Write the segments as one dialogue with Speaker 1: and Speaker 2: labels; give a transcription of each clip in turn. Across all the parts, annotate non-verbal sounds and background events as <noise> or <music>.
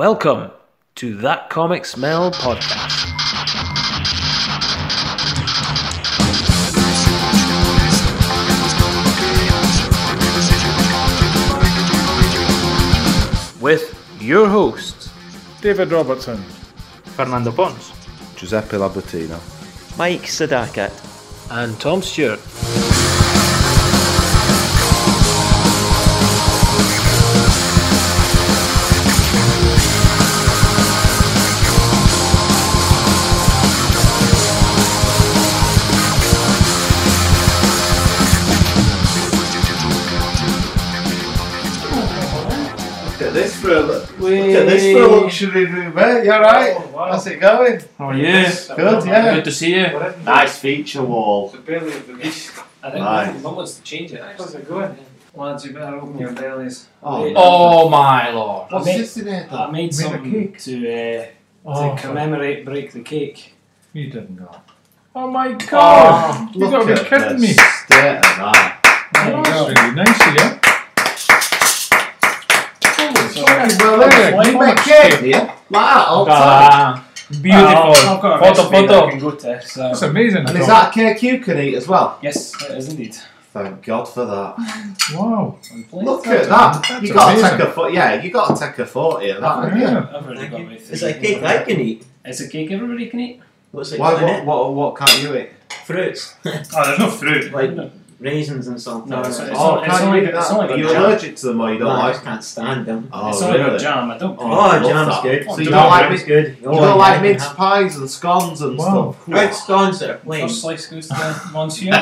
Speaker 1: Welcome to That Comic Smell podcast. With your hosts,
Speaker 2: David Robertson.
Speaker 3: Fernando Pons.
Speaker 4: Giuseppe Labutina.
Speaker 5: Mike Sadakat.
Speaker 1: and Tom Stewart.
Speaker 4: Look at this for a look at this for a luxury room, mate. You alright?
Speaker 2: Oh,
Speaker 4: How's it going?
Speaker 3: How
Speaker 6: Oh,
Speaker 3: are you?
Speaker 4: Good, yeah.
Speaker 3: Good to see you.
Speaker 4: Nice feature wall.
Speaker 6: I
Speaker 4: think Aye.
Speaker 6: think wants to change it.
Speaker 2: How's it going?
Speaker 6: Lads, you better open your bellies.
Speaker 4: Oh,
Speaker 3: Oh my lord.
Speaker 4: what's
Speaker 6: mate.
Speaker 4: this in here?
Speaker 6: I made
Speaker 2: Made a
Speaker 6: some
Speaker 2: cake.
Speaker 6: to, uh,
Speaker 2: Oh,
Speaker 6: to commemorate Break the Cake.
Speaker 2: you didn't know. Oh my god! you
Speaker 4: Look
Speaker 2: gotta be
Speaker 4: at
Speaker 2: kidding
Speaker 4: the
Speaker 2: me.
Speaker 4: State of that.
Speaker 2: Oh, that's really nice of you.
Speaker 4: Fucking well, look at it. You make cake here. Like that all the time.
Speaker 3: Ah, beautiful.
Speaker 6: I've got a
Speaker 3: Photo,
Speaker 6: recipe that
Speaker 3: photo.
Speaker 6: I can go to. So.
Speaker 2: That's amazing.
Speaker 4: And is
Speaker 2: Tom.
Speaker 4: that a cake you can eat as well?
Speaker 6: Yes, it is indeed.
Speaker 4: Thank God for that.
Speaker 2: Wow.
Speaker 6: On uh, plate.
Speaker 4: Look at that.
Speaker 2: that's
Speaker 4: You gotta
Speaker 2: amazing. Oh,
Speaker 4: take a foot yeah, you gotta take a forty of that, haven't you?
Speaker 2: Yeah.
Speaker 6: I've already got my
Speaker 5: It's a cake I can eat.
Speaker 6: It's a cake everybody can eat.
Speaker 5: What's it
Speaker 4: Why
Speaker 5: got in
Speaker 4: what, what what can't you eat?
Speaker 5: it? Fruits.
Speaker 6: Oh, there's no fruit.
Speaker 5: Like
Speaker 6: No.
Speaker 5: raisins and something.
Speaker 6: No, it's- it's-
Speaker 4: oh,
Speaker 6: it's
Speaker 4: can't
Speaker 6: only
Speaker 4: you eat
Speaker 6: got- it's
Speaker 4: that?
Speaker 6: only got
Speaker 4: Are you
Speaker 6: jam.
Speaker 4: allergic to them or you
Speaker 5: No,
Speaker 4: don't
Speaker 5: I
Speaker 4: like
Speaker 5: just can't stand them.
Speaker 4: Oh,
Speaker 6: it's only
Speaker 4: really?
Speaker 6: got jam. I don't.
Speaker 4: Oh,
Speaker 5: Oh,
Speaker 4: I love
Speaker 5: jam's
Speaker 4: that.
Speaker 5: good.
Speaker 4: So
Speaker 5: Oh,
Speaker 4: you
Speaker 5: jam
Speaker 4: don't like
Speaker 5: is
Speaker 4: mi-
Speaker 5: good.
Speaker 4: You don't like mince pies and scones and
Speaker 2: Wow.
Speaker 4: stuff.
Speaker 5: Red scones that are plain.
Speaker 6: First slice
Speaker 4: <laughs>
Speaker 6: goes to Monsieur.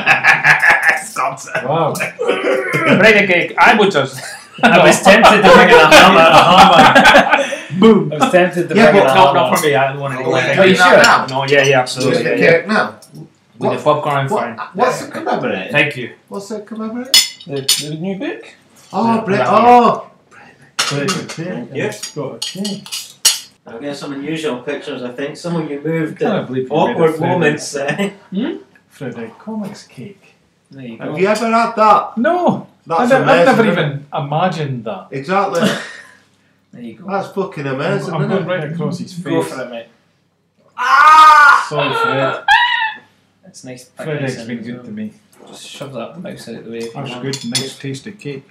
Speaker 2: Wow.
Speaker 3: Bread cake. I would just.
Speaker 6: <laughs> I was tempted to bring in a
Speaker 4: <laughs>
Speaker 6: hammer. A
Speaker 4: Oh,
Speaker 6: hammer.
Speaker 3: Boom.
Speaker 6: I was tempted to
Speaker 4: Yeah,
Speaker 6: bring in
Speaker 4: but
Speaker 6: a
Speaker 3: Not,
Speaker 6: hammer.
Speaker 3: not for me. I don't want to
Speaker 4: Oh,
Speaker 3: eat
Speaker 4: yeah.
Speaker 3: it.
Speaker 4: Are you sure?
Speaker 3: No, yeah, yeah,
Speaker 4: So
Speaker 3: absolutely.
Speaker 4: the
Speaker 3: yeah, yeah.
Speaker 4: cake now.
Speaker 3: With the popcorn, I'm
Speaker 4: What-
Speaker 3: fine.
Speaker 4: what's it commemorating?
Speaker 3: Thank you.
Speaker 4: What's it commemorating?
Speaker 6: The, the new book.
Speaker 4: Oh,
Speaker 3: Yeah,
Speaker 4: Brit.
Speaker 3: that
Speaker 4: Oh,
Speaker 5: Yeah. I've got some unusual pictures, I think. Some of you moved
Speaker 2: Can't
Speaker 7: Oh,
Speaker 5: at
Speaker 2: believe you made a
Speaker 5: <laughs> awkward
Speaker 2: fruit
Speaker 5: moments. eh?
Speaker 2: Fruit out comics cake.
Speaker 6: There you go.
Speaker 4: have you ever had that?
Speaker 2: No, I
Speaker 4: That's
Speaker 2: don't-
Speaker 4: amazing.
Speaker 2: I've never
Speaker 4: isn't it?
Speaker 2: even imagined that.
Speaker 4: Exactly.
Speaker 6: There you go.
Speaker 4: That's fucking amazing,
Speaker 2: I'm going
Speaker 4: <laughs> isn't it?
Speaker 2: right across his face.
Speaker 6: Go for it, mate.
Speaker 4: Ah!
Speaker 2: Sorry, Fred.
Speaker 6: It's nice. to pack
Speaker 2: Fred
Speaker 6: this
Speaker 2: has
Speaker 6: in
Speaker 2: been
Speaker 6: as
Speaker 2: good
Speaker 6: well.
Speaker 2: to me.
Speaker 6: Just shove that mouse out of the way. if you
Speaker 2: That's
Speaker 6: want.
Speaker 2: good, nice, tasty cake.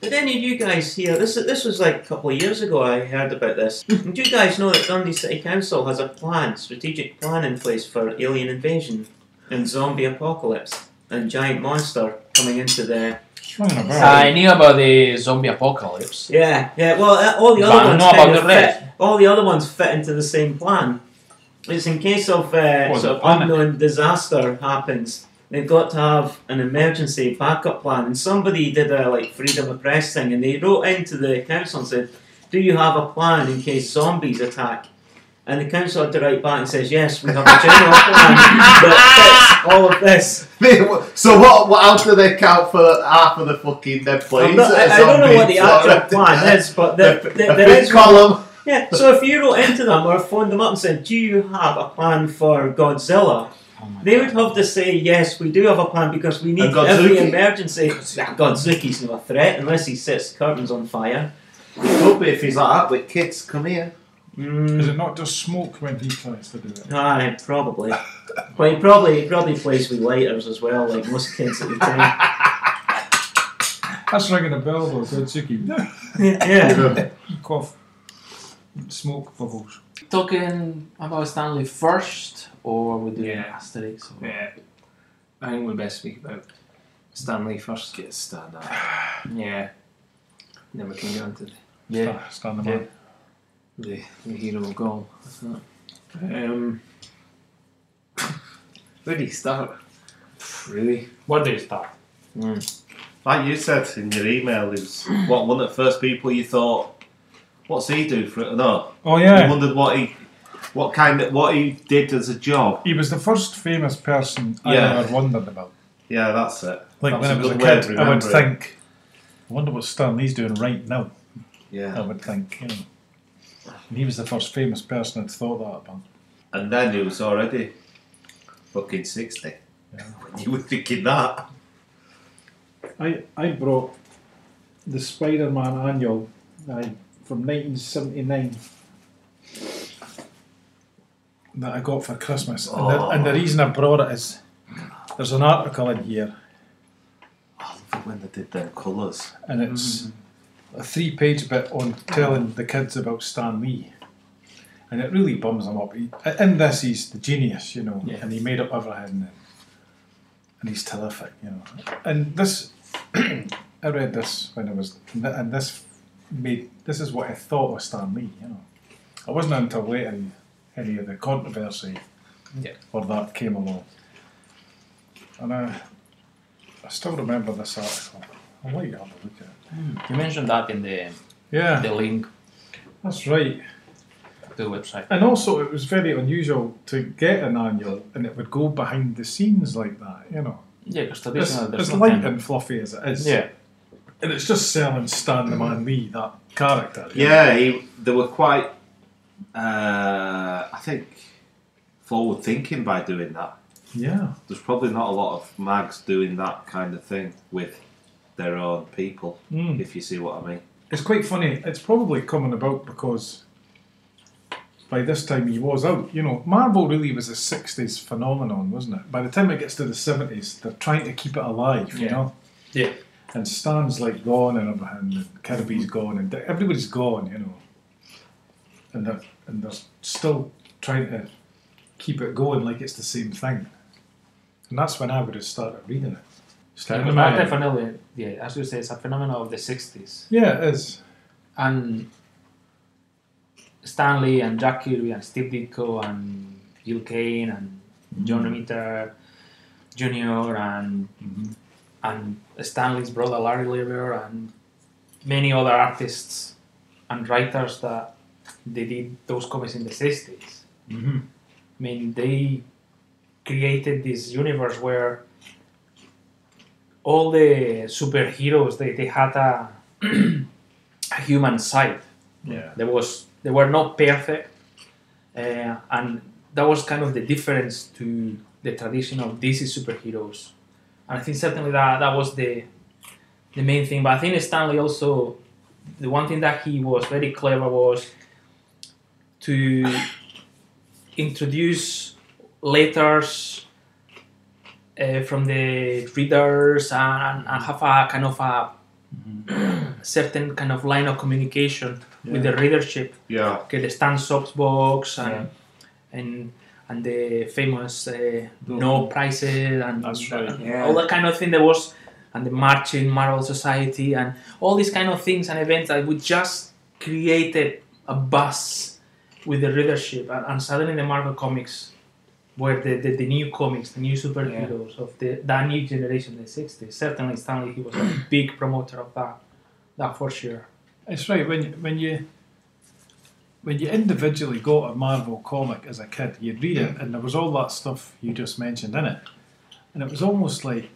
Speaker 5: Did any of you guys hear? This this was like a couple of years ago. I heard about this. Did you guys know that Dundee City Council has a plan, strategic plan in place for alien invasion and zombie apocalypse and giant monster coming into the
Speaker 2: Swinging a barrel.
Speaker 3: I knew about the zombie apocalypse.
Speaker 5: Yeah, yeah. Well, uh, all the
Speaker 3: But
Speaker 5: other
Speaker 3: I
Speaker 5: ones
Speaker 3: know
Speaker 5: kind
Speaker 3: about
Speaker 5: of
Speaker 3: the rest.
Speaker 5: fit. All the other ones fit into the same plan. It's in case of uh,
Speaker 2: Well,
Speaker 5: sort
Speaker 2: the
Speaker 5: of
Speaker 2: panic.
Speaker 5: unknown disaster happens. They've got to have an emergency backup plan. And somebody did a like freedom of press thing, and they wrote into the council and said, "Do you have a plan in case zombies attack?" And the council had to write back and says, "Yes, we have a
Speaker 3: <laughs>
Speaker 5: general plan that fits all of this."
Speaker 4: so what, what? How do they count for half of the fucking dead
Speaker 5: I'm
Speaker 4: planes?
Speaker 5: not- I, I don't know what the actual
Speaker 4: <laughs>
Speaker 5: plan is, but there,
Speaker 4: The,
Speaker 5: there-
Speaker 4: a
Speaker 5: there
Speaker 4: big
Speaker 5: is one.
Speaker 4: column.
Speaker 5: Yeah, so if you wrote into them or phoned them up and said, Do you have a plan for Godzilla? They would have to say, Yes, we do have a plan because we need
Speaker 4: And
Speaker 5: every
Speaker 4: Godzuki?
Speaker 5: emergency. Nah, Godzuki's no threat unless he sets curtains on fire.
Speaker 4: It would be if he's like that with kids. Come here.
Speaker 2: Is
Speaker 5: Mm,
Speaker 2: it not just smoke when he tries to do it?
Speaker 5: aye, probably. But he probably, he probably plays with lighters as well, like most kids at the time.
Speaker 2: That's ringing a bell though, Godzuki.
Speaker 5: yeah.
Speaker 2: Cough. Smoke bubbles.
Speaker 3: Talking about Stanley first, or we do
Speaker 6: Yeah.
Speaker 3: Asterix? Or...
Speaker 6: Yeah. I think we best speak about Stanley first.
Speaker 4: Get stand up.
Speaker 6: Yeah. Then we can get on to the,
Speaker 3: yeah.
Speaker 2: Stand- Stand the man.
Speaker 6: the, the hero goal. Um, <laughs> where do you start? Really?
Speaker 3: Where do you start?
Speaker 4: Like you said in your email, it was what one of the first people you thought, "What's he do for it?" No,
Speaker 2: Oh
Speaker 4: you
Speaker 2: yeah.
Speaker 4: wondered what he, what kind of what he did as a job.
Speaker 2: He was the first famous person I
Speaker 4: Yeah.
Speaker 2: ever wondered about.
Speaker 4: Yeah, that's it.
Speaker 2: Like
Speaker 4: That's
Speaker 2: when I
Speaker 4: a
Speaker 2: was a
Speaker 4: good way of
Speaker 2: kid, I would
Speaker 4: remembering.
Speaker 2: think, I wonder what Stan Lee's doing right now. I
Speaker 4: Yeah,
Speaker 2: would think, you know. And he was the first famous person I'd thought that about.
Speaker 4: and then he was already fucking sixty. <laughs>
Speaker 2: Yeah.
Speaker 4: You were thinking that.
Speaker 2: I, I brought the Spider-Man annual aye, from 1979 that I got for Christmas, and, the, and the reason I brought it is there's an article in here,
Speaker 4: Oh, I love it when they did them colours.
Speaker 2: and it's a three-page bit on telling the kids about Stan Lee, and it really bums them up. He, in this, he's the genius, you know,
Speaker 6: Yeah.
Speaker 2: and he made up everything, and, and he's terrific, you know. And this, <clears throat> I read this when I was, and this made this is what I thought of Stan Lee, you know. It wasn't until later any of the controversy
Speaker 6: Yeah.
Speaker 2: or that came along, and I, I still remember this article. I'll let you have a look at it.
Speaker 6: You mentioned that in the
Speaker 2: Yeah,
Speaker 6: the link
Speaker 2: that's right.
Speaker 6: to the website.
Speaker 2: And also, it was very unusual to get an annual, and it would go behind the scenes like that. You know,
Speaker 6: Yeah, because
Speaker 2: it's,
Speaker 6: traditionally there's
Speaker 2: it's
Speaker 6: not
Speaker 2: light
Speaker 6: any-
Speaker 2: and fluffy as it is.
Speaker 6: Yeah,
Speaker 2: and it's just selling Stan the Man Lee that character. you know.
Speaker 4: Yeah, he, they were quite, uh, I think, forward thinking by doing that.
Speaker 2: yeah,
Speaker 4: There's probably not a lot of mags doing that kind of thing with their own people,
Speaker 2: Mm.
Speaker 4: if you see what I mean.
Speaker 2: it's quite funny. It's probably coming about because by this time he was out. You know, Marvel really was a '60s phenomenon, wasn't it? By the time it gets to the '70s, they're trying to keep it alive. You
Speaker 6: Yeah.
Speaker 2: know.
Speaker 6: Yeah.
Speaker 2: And Stan's like gone and everything, and Kirby's gone, and everybody's gone. You know. And they're and they're still trying to keep it going like it's the same thing. And that's when I would have started reading it. Started
Speaker 6: Yeah,
Speaker 2: my-
Speaker 6: but definitely, yeah, as you say, it's a phenomenon of the 60s.
Speaker 2: yeah, it is.
Speaker 6: And Stanley and Jack Kirby and Steve Ditko and Gil Kane and John Romita Jr. and and Stanley's brother Larry Lever and many other artists and writers that they did those comics in the 60s.
Speaker 2: Mhm.
Speaker 6: I mean, they created this universe where all the superheroes they, they had a, a human side.
Speaker 2: Yeah.
Speaker 6: There was they were not perfect, uh, and that was kind of the difference to the tradition of DC superheroes. And I think certainly that that was the the main thing. But I think Stanley also the one thing that he was very clever was to introduce letters uh, from the readers and, and have a kind of a <clears throat> certain kind of line of communication with the readership.
Speaker 4: Yeah.
Speaker 6: Okay, the Stan Socks box and and and the famous uh, no prices and,
Speaker 2: That's right.
Speaker 6: and
Speaker 5: Yeah.
Speaker 6: all that kind of thing there was and the march in Marvel Society and all these kind of things and events that would just created a buzz with the readership and, and suddenly the Marvel comics were the, the, the new comics, the new superheroes of the that new generation, the sixties. Certainly Stanley he was a big promoter of that. That for sure.
Speaker 2: It's right when you- when you when you individually got a Marvel comic as a kid, you'd read it, and there was all that stuff you just mentioned in it, and it was almost like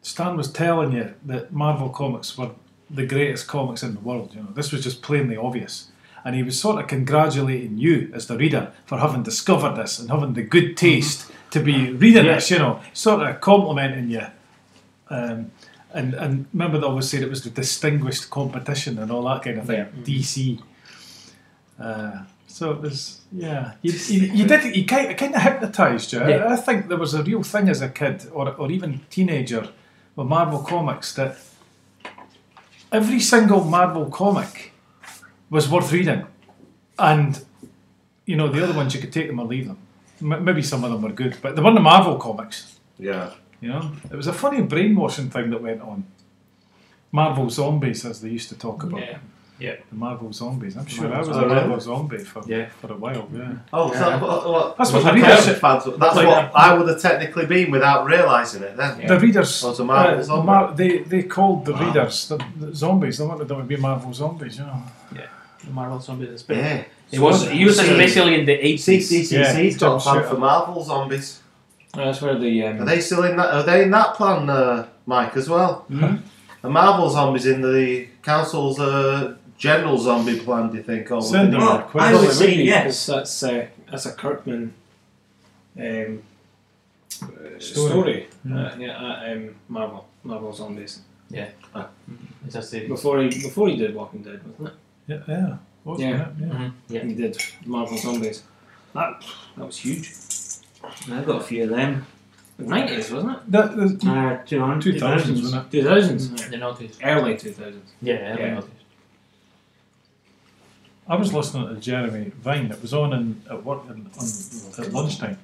Speaker 2: Stan was telling you that Marvel comics were the greatest comics in the world. You know, this was just plainly obvious, and he was sort of congratulating you as the reader for having discovered this and having the good taste to be reading
Speaker 6: Yeah.
Speaker 2: this. You know, sort of complimenting you. Um, and and remember they always said it was the distinguished competition and all that kind of thing. DC. Uh, so it was yeah. You, you, you did you kind kind of hypnotised you. I-
Speaker 6: Yeah.
Speaker 2: I, think there was a real thing as a kid or or even teenager with Marvel comics that every single Marvel comic was worth reading, and you know the other ones you could take them or leave them. M- maybe some of them were good, but they weren't the Marvel comics.
Speaker 4: Yeah.
Speaker 2: You know, it was a funny brainwashing thing that went on. Marvel zombies, as they used to talk about.
Speaker 6: Yeah. Yeah.
Speaker 2: The Marvel zombies. I'm sure I was
Speaker 4: Oh,
Speaker 2: a
Speaker 4: really?
Speaker 2: Marvel zombie for,
Speaker 6: Yeah.
Speaker 2: for a while. Yeah.
Speaker 4: Oh, so
Speaker 6: Yeah.
Speaker 4: what, what,
Speaker 2: That's what the
Speaker 4: the Kirby
Speaker 2: readership-
Speaker 4: fans. That's
Speaker 2: like-
Speaker 4: what I would have technically been without realising it then.
Speaker 2: The readers. uh,
Speaker 4: Oh, it's a Marvel zombie.
Speaker 2: Mar- they they called the
Speaker 4: Wow.
Speaker 2: readers the, the zombies. They wanted them to be Marvel zombies. You know.
Speaker 6: The Marvel zombies
Speaker 2: Eh,
Speaker 6: especially.
Speaker 4: Yeah.
Speaker 6: It was used
Speaker 4: See-
Speaker 6: especially in the eighties.
Speaker 4: CCC's
Speaker 2: Yeah.
Speaker 4: got a plan
Speaker 2: Sure.
Speaker 4: for Marvel zombies.
Speaker 6: That's where the um,
Speaker 4: Are they still in that? Are they in that plan, uh, Mike, as well?
Speaker 2: Mhm.
Speaker 4: Are Marvel zombies in the council's uh, general zombie plan? Do you think? Or
Speaker 2: Send them
Speaker 5: Oh,
Speaker 2: a quiz.
Speaker 5: I would say
Speaker 6: really, because
Speaker 5: yes.
Speaker 6: that's uh, that's a Kirkman um, uh, story.
Speaker 2: Mm.
Speaker 7: uh,
Speaker 6: Uh, yeah, uh, um, Marvel, Marvel zombies.
Speaker 3: It's just a,
Speaker 7: Before he before he did Walking Dead, wasn't it?
Speaker 2: Yeah, yeah. Wasn't
Speaker 7: Yeah.
Speaker 2: it? yeah.
Speaker 6: Mm-hmm.
Speaker 5: Yeah.
Speaker 7: He did Marvel Zombies. That that was huge.
Speaker 5: I've got a few of them.
Speaker 7: Nineties, wasn't it?
Speaker 2: That, that's
Speaker 5: Uh, 200.
Speaker 2: two thousands, wasn't
Speaker 7: Two thousands.
Speaker 3: the notice.
Speaker 7: Early two thousands.
Speaker 3: Yeah, the
Speaker 7: Yeah.
Speaker 3: notice.
Speaker 2: it? I was listening to Jeremy Vine. It was on in, at work in, on, at lunchtime,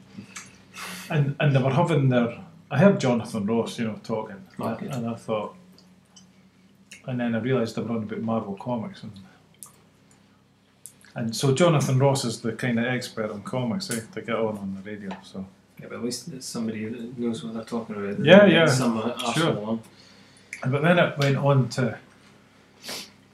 Speaker 2: and and they were having their. I heard Jonathan Ross, you know, talking,
Speaker 7: Okay.
Speaker 2: and I thought, and then I realised they were on about Marvel comics, and and so Jonathan Ross is the kind of expert on comics eh, to get on on the radio. So
Speaker 7: Yeah, but at least it's somebody that knows what they're talking about.
Speaker 2: Yeah, yeah.
Speaker 7: Some uh, arsehole
Speaker 2: Sure.
Speaker 7: on.
Speaker 2: But then it went on to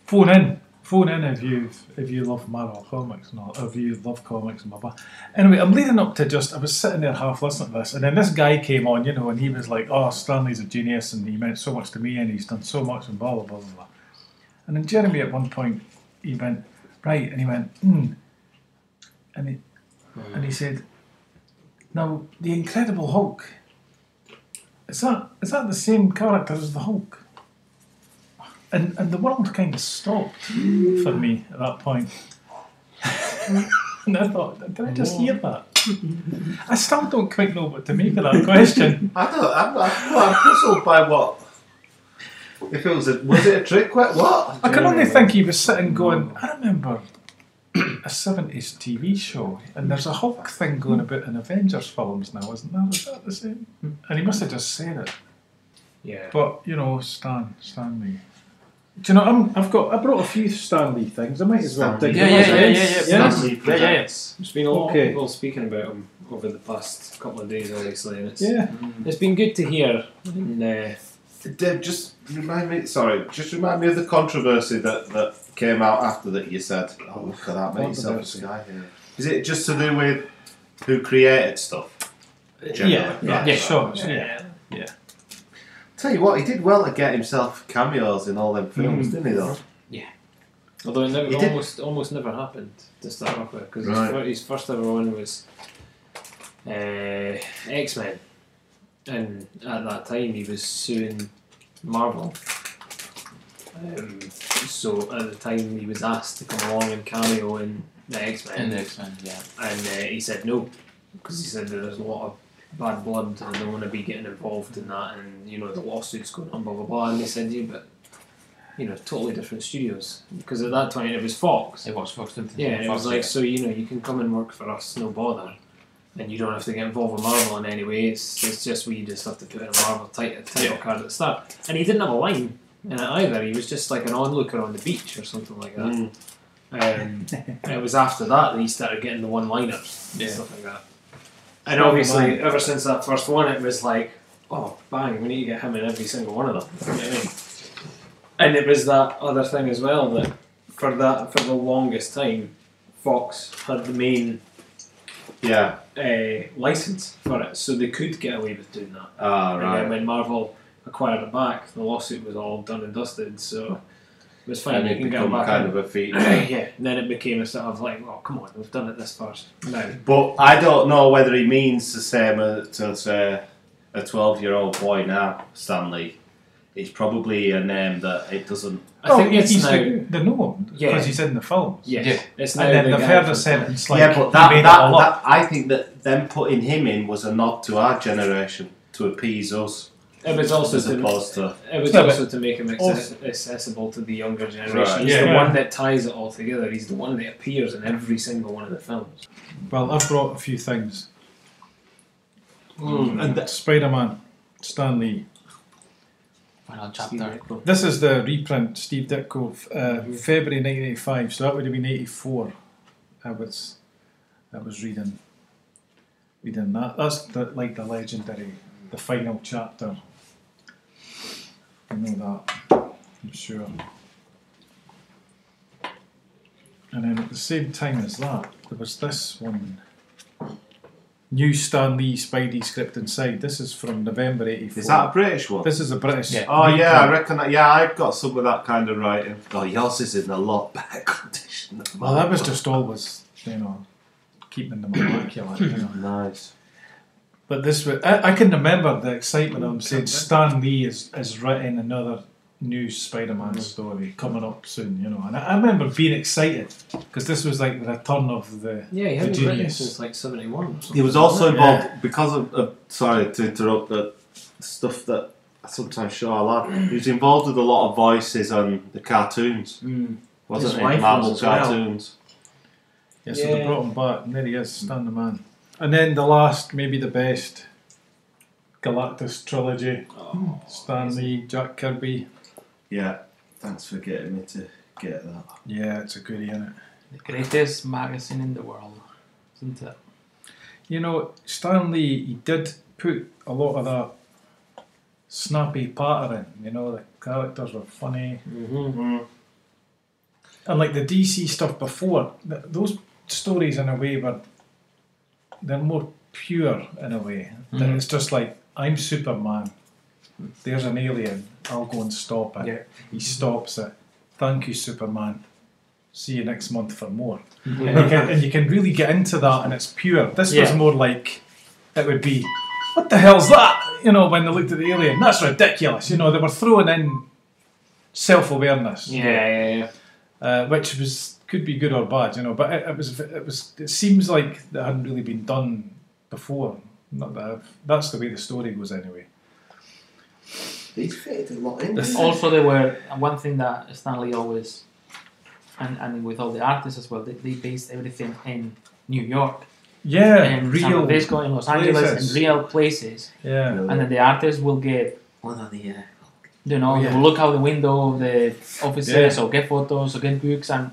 Speaker 2: phone in, phone in if you if you love Marvel comics and all, if you love comics and blah blah. Anyway, I'm leading up to just I was sitting there half listening to this, and then this guy came on, you know, and he was like, "Oh, Stanley's a genius, and he meant so much to me, and he's done so much, and blah blah blah blah." blah. And then Jeremy at one point he went right, and he went, mm. and he and he said, "Now the Incredible Hulk." Is that is that the same character as the Hulk? And and the world kind of stopped for me at that point. and I thought, did I just hear that? I still don't quite know what to make of that question.
Speaker 4: I don't. I'm, I'm, I'm puzzled by what. If it was a was it a trick? que- What?
Speaker 2: I can only think he was sitting going, I remember a seventies TV show and there's a Hulk thing going about in Avengers films now, isn't there? Is that the same? And he must have just said it.
Speaker 7: Yeah.
Speaker 2: But you know, Stan, Stanley. Do you know? I'm, I've got. I brought a few Stanley things. I might as well dig
Speaker 3: Yeah,
Speaker 2: them
Speaker 3: yeah,
Speaker 2: up.
Speaker 3: yeah, yeah, yeah.
Speaker 7: Yes.
Speaker 3: Stanley presents.
Speaker 7: There's been a lot
Speaker 2: Okay.
Speaker 7: of people speaking about him over the past couple of days, obviously, and it's
Speaker 2: Yeah.
Speaker 7: it's been good to hear. And, uh,
Speaker 4: Dave, just remind me. Sorry, just remind me of the controversy that, that came out after that. You said, "Oh, look at that, mate,
Speaker 2: Controversy.
Speaker 4: guy here." Is it just to do with who created stuff? Generally,
Speaker 2: Yeah,
Speaker 4: right,
Speaker 2: yeah,
Speaker 4: right.
Speaker 2: sure, yeah.
Speaker 4: Tell you what, he did well to get himself cameos in all them films,
Speaker 2: Hmm.
Speaker 4: didn't he? Though
Speaker 7: although it never,
Speaker 4: He did-
Speaker 7: almost almost never happened to start off with because
Speaker 4: Right.
Speaker 7: his, fir- his first ever one was uh, X Men, and at that time he was suing Marvel. Um, so at the time he was asked to come along and cameo in the X Men,
Speaker 3: In the X-Men, yeah.
Speaker 7: and uh, he said no because he said that there's a lot of bad blood and I don't want to be getting involved in that and you know the lawsuits going on blah blah blah and they said yeah but you know totally different studios because at that time it was Fox
Speaker 3: It was Fox didn't
Speaker 7: yeah and it was
Speaker 3: Fox,
Speaker 7: like so you know you can come and work for us no bother and you don't have to get involved with Marvel in any way it's, it's just we just have to put in a Marvel title, title card at the start and he didn't have a line in it either he was just like an onlooker on the beach or something like that
Speaker 4: Mm.
Speaker 7: um, and it was after that that he started getting the one liners
Speaker 3: Yeah.
Speaker 7: and stuff like that. And obviously, ever since that first one, it was like, oh, bang, we need to get him in every single one of them. You know what I mean? And it was that other thing as well that for that for the longest time, Fox had the main
Speaker 4: yeah.
Speaker 7: uh, license for it, so they could get away with doing that.
Speaker 4: Ah,
Speaker 7: And then
Speaker 4: right.
Speaker 7: when Marvel acquired it back, the lawsuit was all done and dusted, so it was fine.
Speaker 4: And
Speaker 7: they
Speaker 4: it
Speaker 7: can get
Speaker 4: become
Speaker 7: him back in
Speaker 4: kind of a feat.
Speaker 7: <clears throat> yeah, and then it became a sort of like, oh, come on, we've done it this far now.
Speaker 4: But I don't know whether he means the same as, as uh, a 12 year old boy now, Stanley. It's probably a name that it doesn't.
Speaker 7: I
Speaker 2: Oh,
Speaker 7: think it's
Speaker 2: he's
Speaker 7: now.
Speaker 2: the, they know him because
Speaker 7: Yeah.
Speaker 2: he's in the films.
Speaker 7: yes,
Speaker 3: Yeah.
Speaker 7: it's now
Speaker 2: And then
Speaker 7: the
Speaker 2: they've
Speaker 7: guy
Speaker 2: heard
Speaker 7: from-
Speaker 2: us and it's like
Speaker 4: yeah, but
Speaker 2: he
Speaker 4: that,
Speaker 2: made it
Speaker 4: that,
Speaker 2: all up.
Speaker 4: that I think that them putting him in was a nod to our generation to appease us
Speaker 7: It was also
Speaker 4: as
Speaker 7: to,
Speaker 4: opposed to.
Speaker 7: it was
Speaker 2: Yeah,
Speaker 7: also to make him
Speaker 2: also-
Speaker 7: access- accessible to the younger generation. He's
Speaker 2: yeah,
Speaker 7: the
Speaker 2: yeah.
Speaker 7: one that ties it all together. He's the one that appears in every single one of the films.
Speaker 2: Well, I've brought a few things.
Speaker 4: Hmm.
Speaker 2: And Spider Man, Stan Lee.
Speaker 3: Final chapter.
Speaker 2: This is the reprint, Steve Ditko, f- uh,
Speaker 4: Mm-hmm.
Speaker 2: February 1985, so that would have been 84. I was, I was reading, reading that. That's the, like the legendary, the final chapter. I know that, I'm sure. And then at the same time as that, there was this one. New Stan Lee Spidey script inside. This is from November 84.
Speaker 4: Is that a British one?
Speaker 2: This is a British.
Speaker 3: Yeah.
Speaker 4: Oh yeah,
Speaker 2: reprint.
Speaker 4: I reckon that. Yeah, I've got some of that kind of writing. Oh, yours is in a lot better <laughs> condition. than
Speaker 2: Well, that
Speaker 4: mine.
Speaker 2: was just always, you know, keeping them immaculate. You know.
Speaker 4: nice.
Speaker 2: But this was, I, I can remember the excitement of them saying Stan Lee has, has written another new Spider-Man story coming up soon, you know. And I, I remember being excited because this was like the return of the.
Speaker 7: Yeah, he
Speaker 2: The
Speaker 7: hadn't written
Speaker 2: genius.
Speaker 7: since like 71 or something.
Speaker 4: He was also
Speaker 7: wasn't it?
Speaker 4: involved because of, of sorry to interrupt the stuff that I sometimes show a lot. He was involved with a lot of voices on the cartoons,
Speaker 5: Mm.
Speaker 4: wasn't
Speaker 5: His
Speaker 4: he?
Speaker 5: wife
Speaker 4: Marvel
Speaker 5: was as well.
Speaker 4: cartoons.
Speaker 2: Yeah, so they
Speaker 7: Yeah.
Speaker 2: brought him back, and there he is, stand the man. And then the last, maybe the best, Galactus trilogy: Stan Lee, Jack Kirby.
Speaker 4: Yeah, thanks for getting me to get that.
Speaker 2: Yeah, it's a goodie, is it?
Speaker 6: The greatest magazine in the world, isn't it?
Speaker 2: You know, Stan Lee, he did put a lot of that snappy patter in. You know, the characters were funny. And like the DC stuff before, th- those stories in a way were, they're more pure in a way. That
Speaker 6: Mhm.
Speaker 2: It's just like, I'm Superman. There's an alien. I'll go and stop it.
Speaker 6: Yeah.
Speaker 2: He stops it. Thank you, Superman. See you next month for more. and, you can, and you can really get into that, and it's pure. This was
Speaker 7: Yeah.
Speaker 2: more like it would be, what the hell's that? You know, when they looked at the alien, that's ridiculous. You know, they were throwing in self awareness,
Speaker 7: Yeah, yeah, yeah.
Speaker 2: uh, which was could be good or bad. You know, but it, it was it was it seems like that hadn't really been done before. Not that I've- that's the way the story goes anyway.
Speaker 8: They fitted a lot in. didn't they?
Speaker 6: also they were and one thing that Stanley always and, and with all the artists as well they, they based everything in New York
Speaker 2: Yeah,
Speaker 6: and San
Speaker 2: real.
Speaker 6: Francisco and Los Angeles
Speaker 2: places.
Speaker 6: and real places
Speaker 2: Yeah.
Speaker 6: and then the artists will get
Speaker 5: One of the uh,
Speaker 6: you know
Speaker 2: Oh, Yeah.
Speaker 6: they will look out the window of the offices or get photos or get books and,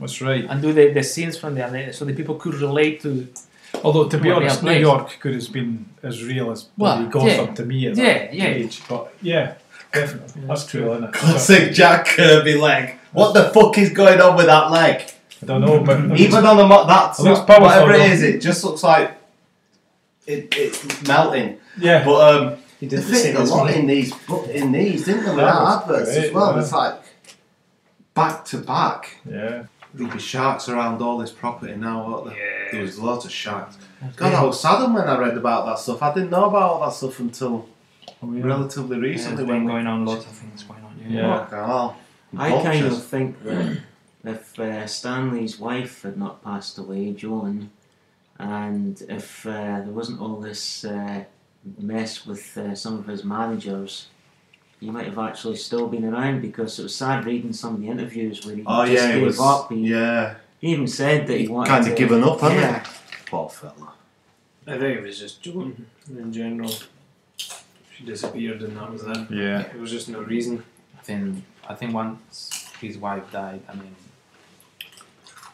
Speaker 2: That's right.
Speaker 6: and do the, the scenes from there and so the people could relate to
Speaker 2: Although to be
Speaker 6: Well,
Speaker 2: honest,
Speaker 6: yeah,
Speaker 2: New
Speaker 6: place.
Speaker 2: York could have been as real as
Speaker 6: Well,
Speaker 2: bloody Gotham
Speaker 6: yeah.
Speaker 2: to me at
Speaker 6: Yeah,
Speaker 2: that
Speaker 6: yeah.
Speaker 2: age. But yeah, definitely that's true, isn't it?
Speaker 4: Classic Jack Kirby leg. What the fuck is going on with that leg?
Speaker 2: I don't know, but
Speaker 4: <laughs> Even on the mo- that's
Speaker 2: It looks
Speaker 4: not- whatever
Speaker 2: powerful,
Speaker 4: it
Speaker 2: though.
Speaker 4: is, it just looks like it, it's melting.
Speaker 2: yeah,
Speaker 4: But um,
Speaker 7: He
Speaker 8: They
Speaker 7: did the
Speaker 8: fitted
Speaker 7: same
Speaker 8: a
Speaker 7: as
Speaker 8: lot
Speaker 7: me.
Speaker 8: in these, bu- in these, didn't they? With
Speaker 2: That
Speaker 8: our
Speaker 2: was
Speaker 8: adverts
Speaker 2: great,
Speaker 8: as well.
Speaker 2: yeah.
Speaker 8: It's like back to back.
Speaker 2: yeah.
Speaker 4: there'll be sharks around all this property now. What the? There was lots of sharks. God,
Speaker 6: Yeah.
Speaker 4: I was saddened when I read about that stuff. I didn't know about all that stuff until
Speaker 2: Oh, yeah.
Speaker 4: relatively recently.
Speaker 6: something
Speaker 4: when we-
Speaker 6: going on lots of things going on yeah.
Speaker 2: Yeah.
Speaker 4: Fucking hell.
Speaker 5: I kind
Speaker 4: oh, Vultures.
Speaker 5: of think that if uh, Stanley's wife had not passed away, Joan, and if uh, there wasn't all this uh, mess with uh, some of his managers, he might have actually still been around because it was sad reading some of the interviews where he
Speaker 4: Oh
Speaker 5: just
Speaker 4: yeah,
Speaker 5: gave
Speaker 4: it was.
Speaker 5: up. He,
Speaker 4: Yeah,
Speaker 5: he even said that he,
Speaker 4: he
Speaker 5: wanted
Speaker 4: kind
Speaker 5: to,
Speaker 4: of given up, hadn't
Speaker 5: yeah.
Speaker 4: he? Poor fella.
Speaker 7: I think it was just Joan in general. She disappeared and that was it.
Speaker 2: Yeah,
Speaker 7: There was just no reason.
Speaker 6: I think I think once his wife died I mean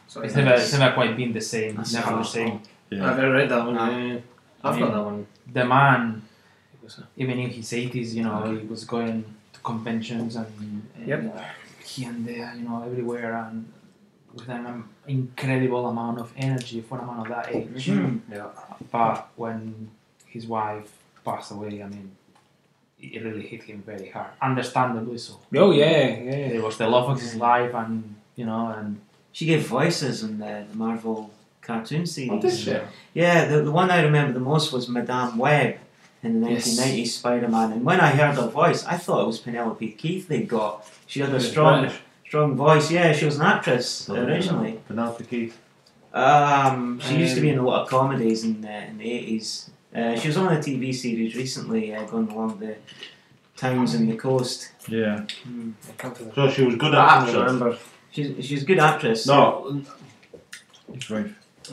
Speaker 7: So
Speaker 6: it's
Speaker 7: I-
Speaker 6: never, it's never quite been the same
Speaker 5: That's
Speaker 6: never the
Speaker 5: hard.
Speaker 6: same
Speaker 7: I've never read that one.
Speaker 5: Ah.
Speaker 7: yeah, yeah. I've got that one.
Speaker 6: the man
Speaker 7: uh,
Speaker 6: even in his 80s, you know, he was going to conventions and, and
Speaker 7: Yep.
Speaker 6: uh, here and there, you know, everywhere, and with an um, incredible amount of energy for a man of that age.
Speaker 7: Mm-hmm. Yeah.
Speaker 6: But when his wife passed away, I mean, it really hit him very hard, understandably so.
Speaker 7: Oh yeah, yeah. Mm.
Speaker 6: It was the love of his life, and you know, and
Speaker 5: She gave voices in the, the Marvel cartoon series.
Speaker 7: she?
Speaker 5: Yeah, the, the one I remember the most was Madame Web in the
Speaker 7: Yes.
Speaker 5: 1990s Spider Man. And when I heard her voice, I thought it was Penelope Keith they'd got. She had a
Speaker 7: British.
Speaker 5: strong, strong voice. Yeah, she was an actress
Speaker 4: Oh,
Speaker 5: originally.
Speaker 4: Penelope Keith.
Speaker 5: Um, she used to be
Speaker 7: Um,
Speaker 5: in a lot of comedies in the, in the 80s. Uh, she was on a TV series recently uh, going along the towns and the coast.
Speaker 2: yeah.
Speaker 7: I can't remember.
Speaker 4: So she was good
Speaker 7: I
Speaker 4: at
Speaker 7: can't
Speaker 4: action.
Speaker 7: remember.
Speaker 5: She's, she's a good actress.
Speaker 4: No,
Speaker 2: He's right.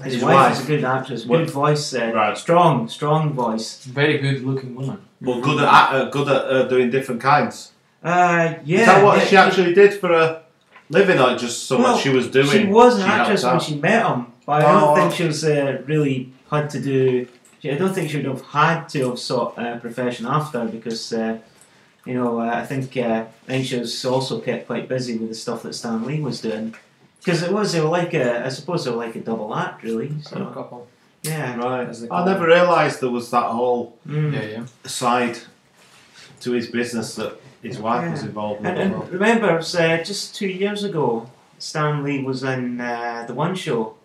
Speaker 5: his,
Speaker 4: his
Speaker 5: wife is
Speaker 4: wife.
Speaker 5: a good actress.
Speaker 4: What-
Speaker 5: Good voice. Uh,
Speaker 4: Right.
Speaker 5: Strong, strong voice.
Speaker 6: very good-looking woman.
Speaker 5: Mm-hmm.
Speaker 4: but good at uh, good at uh, doing different kinds.
Speaker 5: Uh, yeah.
Speaker 4: Is that what
Speaker 5: yeah,
Speaker 4: she actually did for a living, or just so
Speaker 5: Well,
Speaker 4: much she was doing?
Speaker 5: She was an
Speaker 4: she helped
Speaker 5: actress when
Speaker 4: out?
Speaker 5: she met him, but I
Speaker 4: Oh.
Speaker 5: don't think she was uh, really had to do. she- I don't think she would have had to have sought a profession after because, uh, you know, uh, I think uh, I think she was also kept quite busy with the stuff that Stan Lee was doing. Because it was they were like a, I suppose they were like a double act, really.
Speaker 7: A
Speaker 5: So
Speaker 7: couple.
Speaker 5: yeah,
Speaker 4: Right.
Speaker 7: As they
Speaker 4: I
Speaker 7: call
Speaker 4: never realised there was that whole
Speaker 7: Mm-hmm.
Speaker 5: Mm.
Speaker 6: yeah.
Speaker 4: side to his business that his wife was involved
Speaker 5: And,
Speaker 4: in.
Speaker 5: and remember, it was, uh, just two years ago, Stan Lee was in uh, the One Show,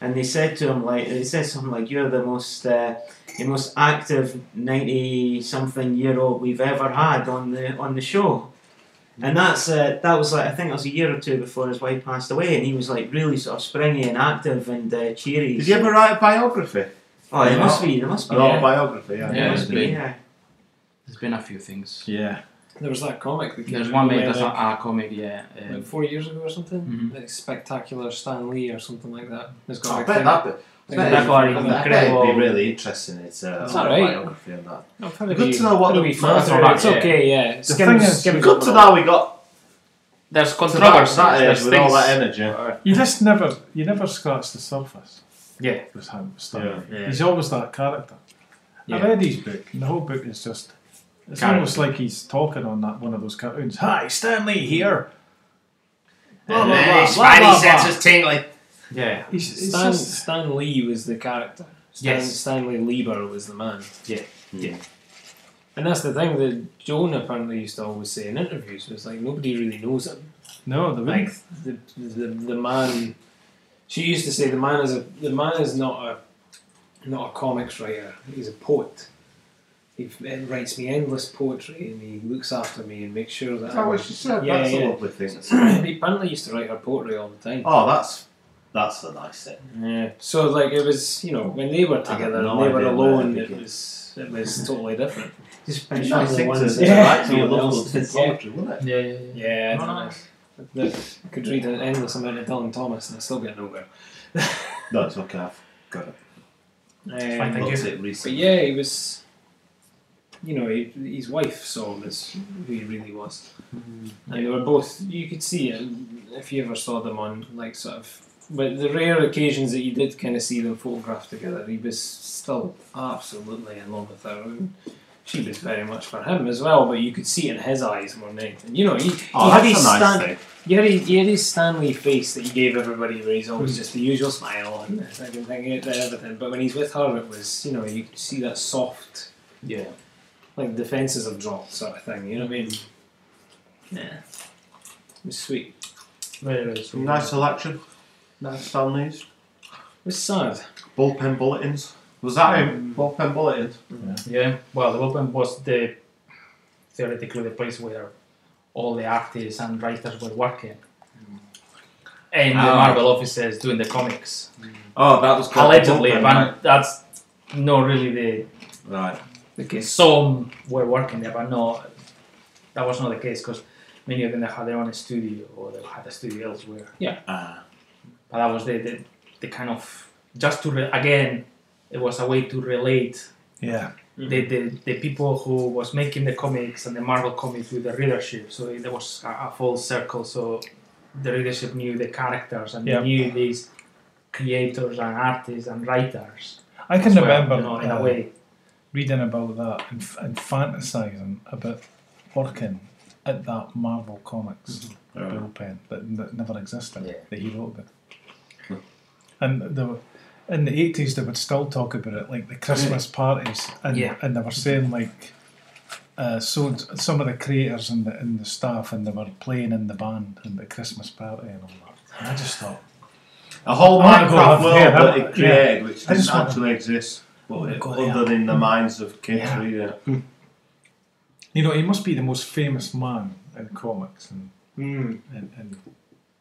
Speaker 5: and they said to him like they said something like, "You're the most uh, the most active ninety something year old we've ever had on the on the show." And that's uh, that was like I think it was a year or two before his wife passed away, and he was like really sort of springy and active and uh, cheery.
Speaker 4: Did you ever write a biography?
Speaker 5: Oh, there must be. There must be.
Speaker 4: An
Speaker 5: yeah.
Speaker 4: autobiography, yeah.
Speaker 6: Yeah.
Speaker 5: must be. Yeah.
Speaker 6: There's been a few things.
Speaker 4: Yeah.
Speaker 7: There was that comic. That
Speaker 6: There's
Speaker 7: came
Speaker 6: one
Speaker 7: out
Speaker 6: made that's
Speaker 7: like,
Speaker 6: a, a comic, yeah. uh,
Speaker 7: like four years ago or something.
Speaker 6: Mhm.
Speaker 7: Like spectacular Stan Lee or something like that. It's got
Speaker 4: I
Speaker 7: like
Speaker 4: bet
Speaker 7: three-
Speaker 4: that
Speaker 7: three-
Speaker 4: bet
Speaker 6: that got
Speaker 4: I bet
Speaker 6: incredible.
Speaker 4: it'd be really interesting. It's uh,
Speaker 7: It's
Speaker 4: a
Speaker 7: alright.
Speaker 4: biography on that.
Speaker 7: I'm trying to
Speaker 4: Good
Speaker 7: be-
Speaker 4: to know what
Speaker 7: trying to
Speaker 4: the
Speaker 7: be
Speaker 4: first
Speaker 7: further,
Speaker 4: one
Speaker 7: It's
Speaker 4: is.
Speaker 7: okay, yeah.
Speaker 2: The thing is,
Speaker 7: skim
Speaker 4: Good to know we got
Speaker 6: There's
Speaker 4: to that,
Speaker 6: controversy.
Speaker 4: that
Speaker 6: There's
Speaker 4: is, with all
Speaker 6: things.
Speaker 4: that energy.
Speaker 2: You just never, you never scratch the surface.
Speaker 7: Yeah.
Speaker 2: with him. Stan.
Speaker 4: Yeah.
Speaker 2: He's always that character. I
Speaker 7: Yeah.
Speaker 2: read his book, and the whole book is just. It's
Speaker 7: Character.
Speaker 2: almost like he's talking on that one of those cartoons. Hi, Stanley here. Blah,
Speaker 4: And
Speaker 2: blah,
Speaker 4: then
Speaker 2: blah,
Speaker 4: his
Speaker 2: blah,
Speaker 4: spidey
Speaker 2: blah, blah.
Speaker 4: senses tingling.
Speaker 7: Yeah.
Speaker 2: He's, he's
Speaker 7: Stan,
Speaker 2: just-
Speaker 7: Stan Lee was the character. Stan,
Speaker 5: Yes.
Speaker 7: Stanley Lieber was the man.
Speaker 4: Yeah.
Speaker 7: And that's the thing that Joan apparently used to always say in interviews was like nobody really knows him.
Speaker 2: no, the
Speaker 7: Like the the, the man she used to say the man is a the man is not a not a comics writer, he's a poet. He f- eh, writes me endless poetry and he looks after me and makes sure that
Speaker 4: That's what she said.
Speaker 7: Yeah,
Speaker 4: that's
Speaker 7: yeah.
Speaker 4: a lovely thing. to say.
Speaker 7: I'm... <clears throat> he apparently used to write her poetry all the time.
Speaker 4: oh, that's that's a nice thing.
Speaker 7: Yeah. So like it was, you know, when they were
Speaker 4: got
Speaker 7: together
Speaker 4: no
Speaker 7: and they were
Speaker 4: idea where
Speaker 7: alone,
Speaker 4: that
Speaker 7: it
Speaker 4: begins.
Speaker 7: was it was totally
Speaker 4: <laughs>
Speaker 7: different.
Speaker 5: Just
Speaker 4: It's
Speaker 5: pinch
Speaker 4: nice
Speaker 5: the
Speaker 4: thing to
Speaker 5: ones.
Speaker 4: to
Speaker 7: Yeah.
Speaker 4: write to your
Speaker 5: <laughs> Someone
Speaker 4: little
Speaker 5: else
Speaker 4: bit
Speaker 5: did.
Speaker 4: of poetry, wouldn't it?
Speaker 6: Yeah, yeah, yeah.
Speaker 7: Yeah,
Speaker 5: No,
Speaker 7: I
Speaker 5: no,
Speaker 7: don't know. I could read an endless amount of Dylan Thomas and I still get nowhere.
Speaker 4: No, it's okay. I've got it.
Speaker 9: Fine,
Speaker 7: Um,
Speaker 9: thank you.
Speaker 4: Looked at it
Speaker 7: but
Speaker 4: recently.
Speaker 7: yeah, he was. You know, he, his wife saw him as who he really was,
Speaker 4: Mm-hmm.
Speaker 7: and they were both. You could see it if you ever saw them on like sort of. But the rare occasions that you did kind of see them photographed together, he was still absolutely in love with her. And, she was very much for him as well, but you could see it in his eyes more than anything. You know, he,
Speaker 4: Oh,
Speaker 7: he had his
Speaker 4: that's a nice
Speaker 7: stand-
Speaker 4: thing.
Speaker 7: You had, his, you had his Stanley face that he gave everybody, where he's always just the usual smile and this, I can think it and everything. But when he's with her, it was you know you could see that soft,
Speaker 6: Yeah.
Speaker 7: like defenses have dropped sort of thing. You know what I mean? Yeah, it was sweet.
Speaker 6: Very, very sweet.
Speaker 4: Nice selection. Nice Stanley's.
Speaker 7: It was sad.
Speaker 4: Bullpen bulletins. Was that him? Bullpen bulletins.
Speaker 6: Yeah. Well, the open was the theoretically the place where all the artists and writers were working. And the
Speaker 5: Ah.
Speaker 6: Marvel offices doing the comics.
Speaker 4: Oh, that was called the
Speaker 6: Allegedly,
Speaker 4: bullpen,
Speaker 6: but that's not really
Speaker 4: Right.
Speaker 6: the, case. Some were working there, but no, that was not the case because many of them they had their own studio or they had a studio elsewhere.
Speaker 4: Ah.
Speaker 6: But that was the, the, the kind of just to re- again, it was a way to relate
Speaker 2: yeah.
Speaker 7: Mm-hmm.
Speaker 6: the, the, the people who was making the comics and the Marvel comics with the readership. So it- there was a, a full circle. So the readership knew the characters and
Speaker 2: Yeah.
Speaker 6: they knew these creators and artists and writers.
Speaker 2: I can
Speaker 6: as well,
Speaker 2: remember
Speaker 6: you know, in
Speaker 2: uh,
Speaker 6: a way.
Speaker 2: reading about that and, and fantasizing about working at that Marvel Comics bullpen that, that never existed,
Speaker 6: Mm-hmm. Yeah.
Speaker 2: that he wrote about. And there were, in the 80s, they would still talk about it, like the Christmas parties, and,
Speaker 6: Yeah.
Speaker 2: and they were saying, like, uh, so some of the creators and the, and the staff, and they were playing in the band and the Christmas party and all that. And I just thought,
Speaker 4: A whole
Speaker 2: I wanna go
Speaker 4: Minecraft
Speaker 2: off-
Speaker 4: world
Speaker 2: yeah,
Speaker 4: that
Speaker 2: yeah.
Speaker 4: it created, which
Speaker 2: I just
Speaker 4: didn't
Speaker 2: wanna-
Speaker 4: actually exist, but
Speaker 2: wanna
Speaker 4: it,
Speaker 2: go
Speaker 4: other than the minds of kids
Speaker 2: Yeah.
Speaker 4: reading it.
Speaker 2: you know, he must be the most famous man in comics and
Speaker 5: Mm,
Speaker 2: in, in,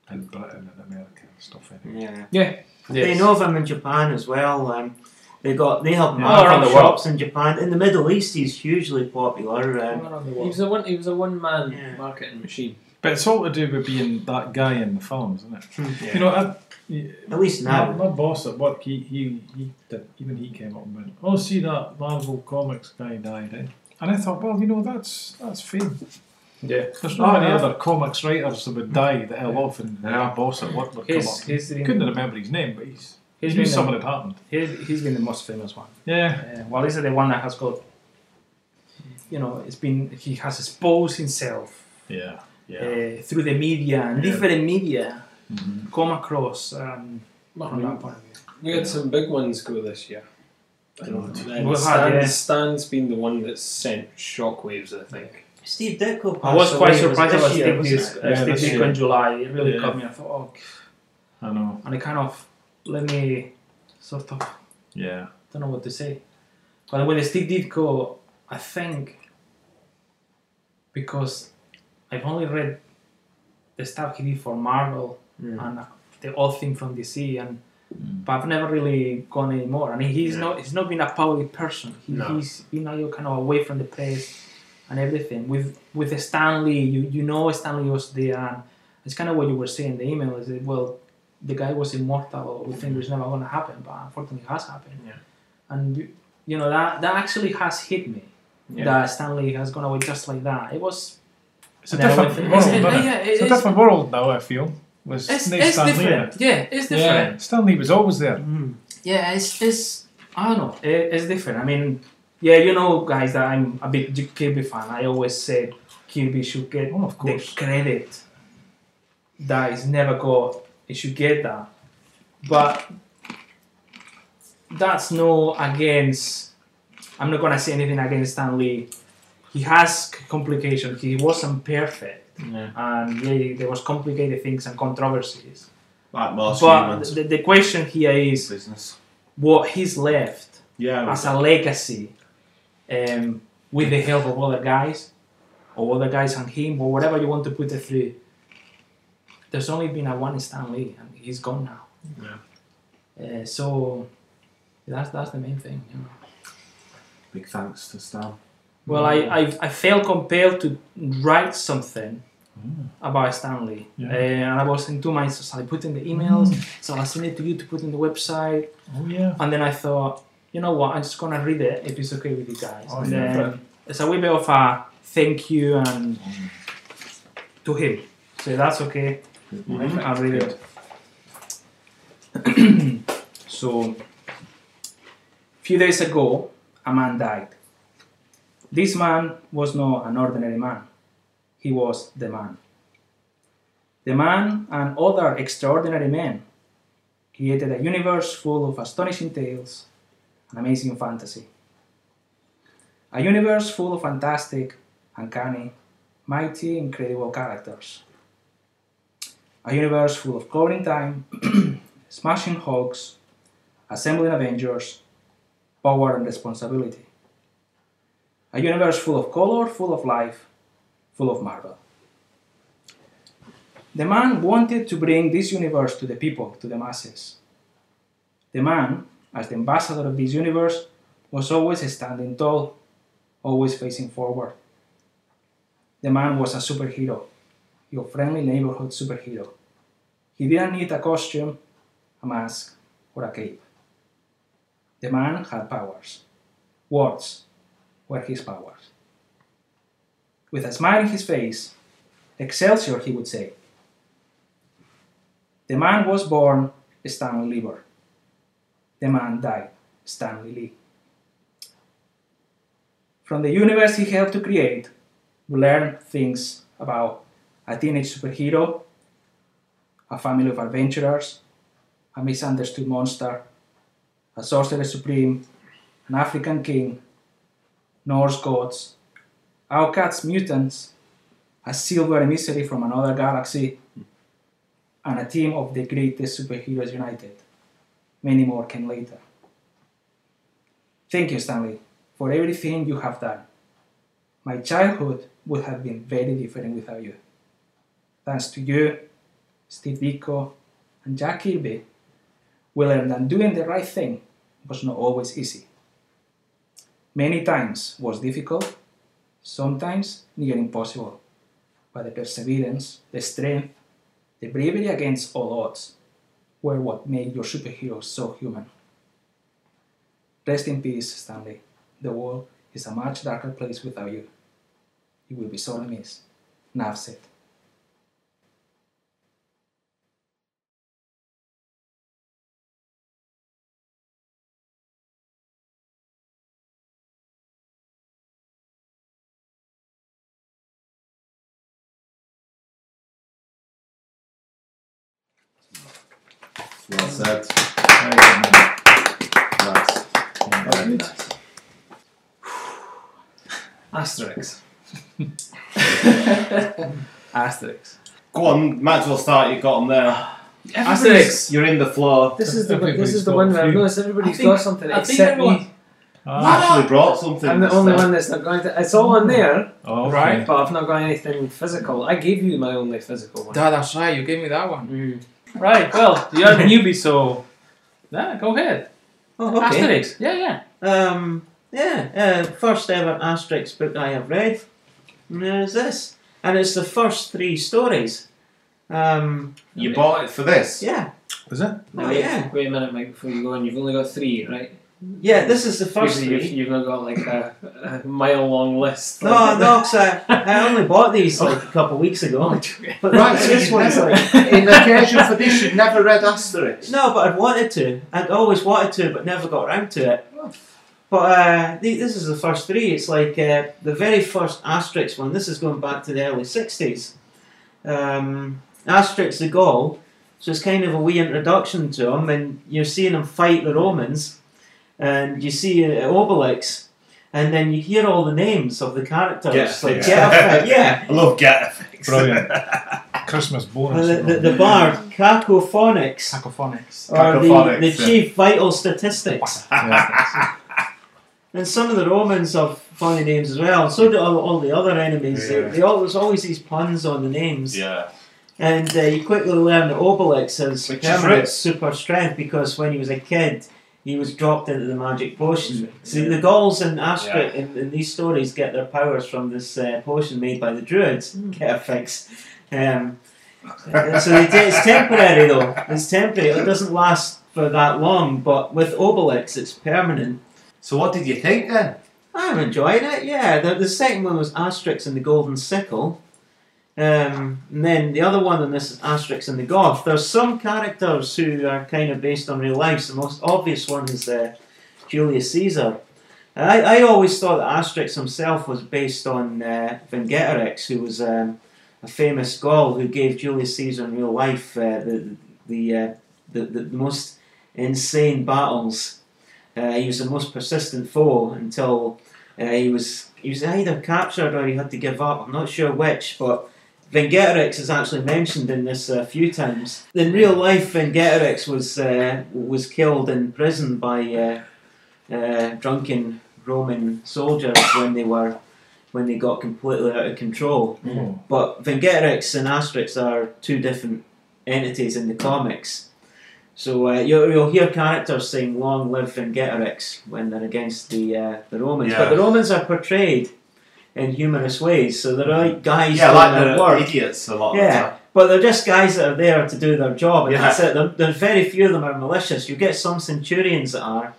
Speaker 2: in Britain and America and stuff anyway.
Speaker 5: yeah. They
Speaker 6: Yes.
Speaker 5: know of him in Japan as well. Um, they got they have
Speaker 6: Yeah. All around
Speaker 5: Marvel
Speaker 6: the world.
Speaker 5: shops in Japan. In the Middle East, he's hugely popular. Um,
Speaker 7: He was a one. He was a one man
Speaker 5: Yeah.
Speaker 7: marketing machine.
Speaker 2: But it's all to do with being that guy in the film, isn't it?
Speaker 5: yeah.
Speaker 6: Hmm.
Speaker 2: You know, I, y-
Speaker 5: At least
Speaker 2: my,
Speaker 5: now.
Speaker 2: my boss at work, he, he, he did, even he came up and went, "Oh, see that Marvel comics guy died." Eh? And I thought, well, you know, that's that's fame.
Speaker 6: Yeah.
Speaker 2: There's not many other comics writers that would die the hell off, and our boss at work would come up.
Speaker 6: He's, he's,
Speaker 2: I
Speaker 6: been,
Speaker 2: couldn't remember his name, but he's
Speaker 6: he's,
Speaker 2: he
Speaker 6: been
Speaker 2: knew
Speaker 6: the,
Speaker 2: something had happened.
Speaker 6: he's, he's been the most famous one.
Speaker 2: Yeah,
Speaker 6: Uh, well, he's the one that has got, you know, it's been he has exposed himself
Speaker 2: yeah, Mm-hmm.
Speaker 6: uh, through the media and
Speaker 2: Yeah.
Speaker 6: different media come across. Um,
Speaker 7: From that point of view. We had some big ones go this year. And, and
Speaker 6: We had,
Speaker 7: Stan,
Speaker 6: yeah.
Speaker 7: Stan's been the one that sent shockwaves, I think.
Speaker 5: Steve Ditko.
Speaker 6: I was
Speaker 5: passed
Speaker 6: quite
Speaker 5: away. It
Speaker 6: surprised
Speaker 5: this
Speaker 6: about
Speaker 5: year,
Speaker 6: Steve Ditko
Speaker 5: wasn't it?
Speaker 6: uh,
Speaker 2: Yeah,
Speaker 6: Steve
Speaker 2: this
Speaker 6: Ditko
Speaker 2: year.
Speaker 6: in July. It really
Speaker 2: Yeah.
Speaker 6: caught me. I thought, oh,
Speaker 2: I know.
Speaker 6: and it kind of let me sort of
Speaker 2: Yeah,
Speaker 6: don't know what to say. But with Steve Ditko, I think because I've only read the stuff he did for Marvel and uh, the odd thing from DC, and
Speaker 2: Mm.
Speaker 6: but I've never really gone anymore. And he's
Speaker 4: Yeah.
Speaker 6: not he's not been a public person. He,
Speaker 4: No.
Speaker 6: He's been a little kind of away from the press and everything. With with Stanley, you you know Stanley was there, and it's kind of what you were saying. in The email is that, well, the guy was immortal. We think it's never going to happen, but unfortunately, it has happened.
Speaker 7: Yeah.
Speaker 6: And you, you know that that actually has hit me.
Speaker 7: Yeah.
Speaker 6: That Stanley has gone away just like that. It was
Speaker 2: It's a
Speaker 6: No,
Speaker 2: different
Speaker 6: it's-
Speaker 2: world,
Speaker 6: it's-
Speaker 2: isn't it?
Speaker 6: yeah, it-
Speaker 2: It's a
Speaker 6: it's-
Speaker 2: different world now, I feel. With
Speaker 6: it's,
Speaker 2: Snape
Speaker 6: it's
Speaker 2: Stanley in
Speaker 6: different.
Speaker 2: it.
Speaker 6: Yeah, it's different.
Speaker 2: Yeah, Stanley was always there.
Speaker 6: Yeah, it's it's I don't know. Hmm. It, it's different. I mean, yeah, you know, guys, that I'm a big J- Kirby fan. I always said Kirby should get
Speaker 2: Oh, of
Speaker 6: the
Speaker 2: course.
Speaker 6: credit that is never got. It should get that, but that's no against. I'm not gonna say anything against Stanley. He has c- complications. He wasn't perfect,
Speaker 7: Yeah.
Speaker 6: and yeah, there was complicated things and controversies.
Speaker 4: Like most
Speaker 6: But
Speaker 4: humans.
Speaker 6: the, the question here is
Speaker 4: business.
Speaker 6: what he's left
Speaker 4: Yeah.
Speaker 6: as a legacy um, with the help of other guys or other guys and him or whatever you want to put it through. There's only been a one Stan Lee and he's gone now. Yeah. Uh, so that's that's the main thing. You know.
Speaker 4: Big thanks to Stan.
Speaker 6: Well, I, I I felt compelled to write something about Stanley,
Speaker 2: Yeah.
Speaker 6: uh, and I was in two minds. So I put in the emails, so I sent it to you to put in the website.
Speaker 2: Oh, yeah.
Speaker 6: And then I thought, you know what, I'm just gonna read it if it's okay with you guys.
Speaker 2: Oh,
Speaker 6: and
Speaker 2: yeah.
Speaker 6: then it's a wee bit of a thank you and to him. So that's okay.
Speaker 2: Mm-hmm.
Speaker 6: I'll read it. <clears throat> so few days ago a man died. This man was not an ordinary man. He was the man. The man and other extraordinary men created a universe full of astonishing tales and amazing fantasy. A universe full of fantastic, uncanny, mighty, incredible characters. A universe full of cloning time, <clears throat> smashing hulks, assembling Avengers, power and responsibility. A universe full of color, full of life, full of marvel. The man wanted to bring this universe to the people, to the masses. The man, as the ambassador of this universe, was always standing tall, always facing forward. The man was a superhero, your friendly neighborhood superhero. He didn't need a costume, a mask, or a cape. The man had powers. Words were his powers. With a smile on his face, Excelsior, he would say. The man was born Stanley Lieber. The man died Stanley Lee. From the universe he helped to create, we learn things about a teenage superhero, a family of adventurers, a misunderstood monster, a sorcerer supreme, an African king, Norse gods, outcasts, mutants, a silver emissary from another galaxy, and a team of the greatest superheroes united. Many more came later. Thank you, Stanley, for everything you have done. My childhood would have been very different without you. Thanks to you, Steve Ditko, and Jack Kirby, we learned that doing the right thing was not always easy. Many times was difficult, sometimes near impossible, but the perseverance, the strength, the bravery against all odds were what made your superhero so human. Rest in peace, Stanley. The world is a much darker place without you. You will be sorely missed. Nav said.
Speaker 4: Well said.
Speaker 2: Very good, man.
Speaker 4: Nice. Very
Speaker 2: good.
Speaker 4: nice.
Speaker 7: Asterix.
Speaker 6: Asterix.
Speaker 4: Go on, might as well start. You've got them there.
Speaker 7: Asterix.
Speaker 4: You're in the floor.
Speaker 7: This is the
Speaker 2: Everybody's
Speaker 7: this is the
Speaker 2: got
Speaker 7: one
Speaker 2: a
Speaker 7: where I've
Speaker 2: few.
Speaker 7: noticed everybody's
Speaker 6: I think-
Speaker 7: got something
Speaker 6: I think
Speaker 7: except
Speaker 6: everyone-
Speaker 7: me.
Speaker 2: Ah,
Speaker 4: actually brought something.
Speaker 1: I'm the
Speaker 4: this
Speaker 1: only
Speaker 4: time.
Speaker 1: one that's not going to. It's all on there,
Speaker 2: oh, okay.
Speaker 6: Right.
Speaker 1: but I've not got anything physical. I gave you my only physical one.
Speaker 6: That, that's right, you gave me that one.
Speaker 1: Mm.
Speaker 6: Right, well,
Speaker 2: <laughs>
Speaker 6: you're a newbie, so. Yeah, go ahead.
Speaker 5: Oh, okay.
Speaker 6: Asterix, yeah, yeah.
Speaker 5: Um, yeah, uh, first ever Asterix book I have read. And There's this, and it's the first three stories. Um,
Speaker 4: You bought it for this.
Speaker 5: yeah,
Speaker 2: Is
Speaker 6: <laughs>
Speaker 2: it?
Speaker 5: oh
Speaker 1: wait,
Speaker 5: yeah,
Speaker 1: Wait a minute, Mike, before you go on. You've only got three, right?
Speaker 5: yeah. This is the first
Speaker 1: Usually you've,
Speaker 5: three.
Speaker 1: you've not got like a, a mile long list.
Speaker 5: No,
Speaker 1: <laughs>
Speaker 5: no, 'cause I, I only bought
Speaker 6: <laughs>
Speaker 5: these like a couple of weeks ago. But
Speaker 8: Right,
Speaker 5: this-
Speaker 8: so
Speaker 5: this
Speaker 8: you've
Speaker 5: one's
Speaker 8: never,
Speaker 5: like
Speaker 8: in occasion for this, you've never read Asterix.
Speaker 5: No, but I'd wanted to. I'd always wanted to, but never got around to it. But uh, th- this is the first three. It's like uh, the very first Asterix one. This is going back to the early 60s. Um, Asterix the Gaul. So it's kind of a wee introduction to him, and you're seeing him fight the Romans, and you see uh, Obelix, and then you hear all the names of the characters.
Speaker 4: Get
Speaker 5: like,
Speaker 4: Effects. <laughs>
Speaker 5: Get Effect, yeah.
Speaker 4: I love get effects.
Speaker 2: Brilliant. Christmas bonus.
Speaker 5: And the, the, the bard,
Speaker 6: <laughs>
Speaker 5: Cacophonics.
Speaker 6: Cacophonics.
Speaker 5: Or the, the
Speaker 4: Cacophonics, yeah.
Speaker 5: chief vital statistics. and some of the Romans have funny names as well. So do all, all the other enemies. They-
Speaker 4: Yeah.
Speaker 5: They all, there's always these puns on the names.
Speaker 4: yeah.
Speaker 5: And uh, you quickly learn that Obelix has
Speaker 4: Which is
Speaker 5: permanent
Speaker 4: right.
Speaker 5: super strength because when he was a kid, he was dropped into the magic potion. See, the Gauls and Asterix in, in these stories get their powers from this uh, potion made by the Druids. Get a fix. Um, and so they do, it's temporary though. It's temporary. It doesn't last for that long. But with Obelix, it's permanent.
Speaker 4: So what did you think then?
Speaker 5: I'm enjoying it, yeah. The, the second one was Asterix and the Golden Sickle. Um, and then the other one on this is Asterix and the Goth. There's some characters who are kind of based on real life. The most obvious one is uh, Julius Caesar. And I, I always thought that Asterix himself was based on uh, Vingetorix, who was um, a famous Gaul who gave Julius Caesar in real life uh, the, the, uh, the, the, the most insane battles. Uh, he was the most persistent foe until uh, he was he was either captured or he had to give up. I'm not sure which, but Vingetorix is actually mentioned in this a few times. In real life, Vingetorix was uh, was killed in prison by uh, uh, drunken Roman soldiers when they were when they got completely out of control.
Speaker 2: Oh.
Speaker 5: But Vingetorix and Asterix are two different entities in the comics. So uh, you'll, you'll hear characters saying "Long live Vingetorix" when they're against the uh, the Romans. But
Speaker 4: Yeah.
Speaker 5: the Romans are portrayed in humorous ways, so they're like guys
Speaker 4: yeah,
Speaker 5: doing
Speaker 4: like
Speaker 5: their
Speaker 4: the
Speaker 5: work.
Speaker 4: idiots a lot
Speaker 5: Yeah.
Speaker 4: of
Speaker 5: But they're just guys that are there to do their job, and
Speaker 4: Yeah.
Speaker 5: that's it. There- There's very few of them are malicious. You get some centurions that are,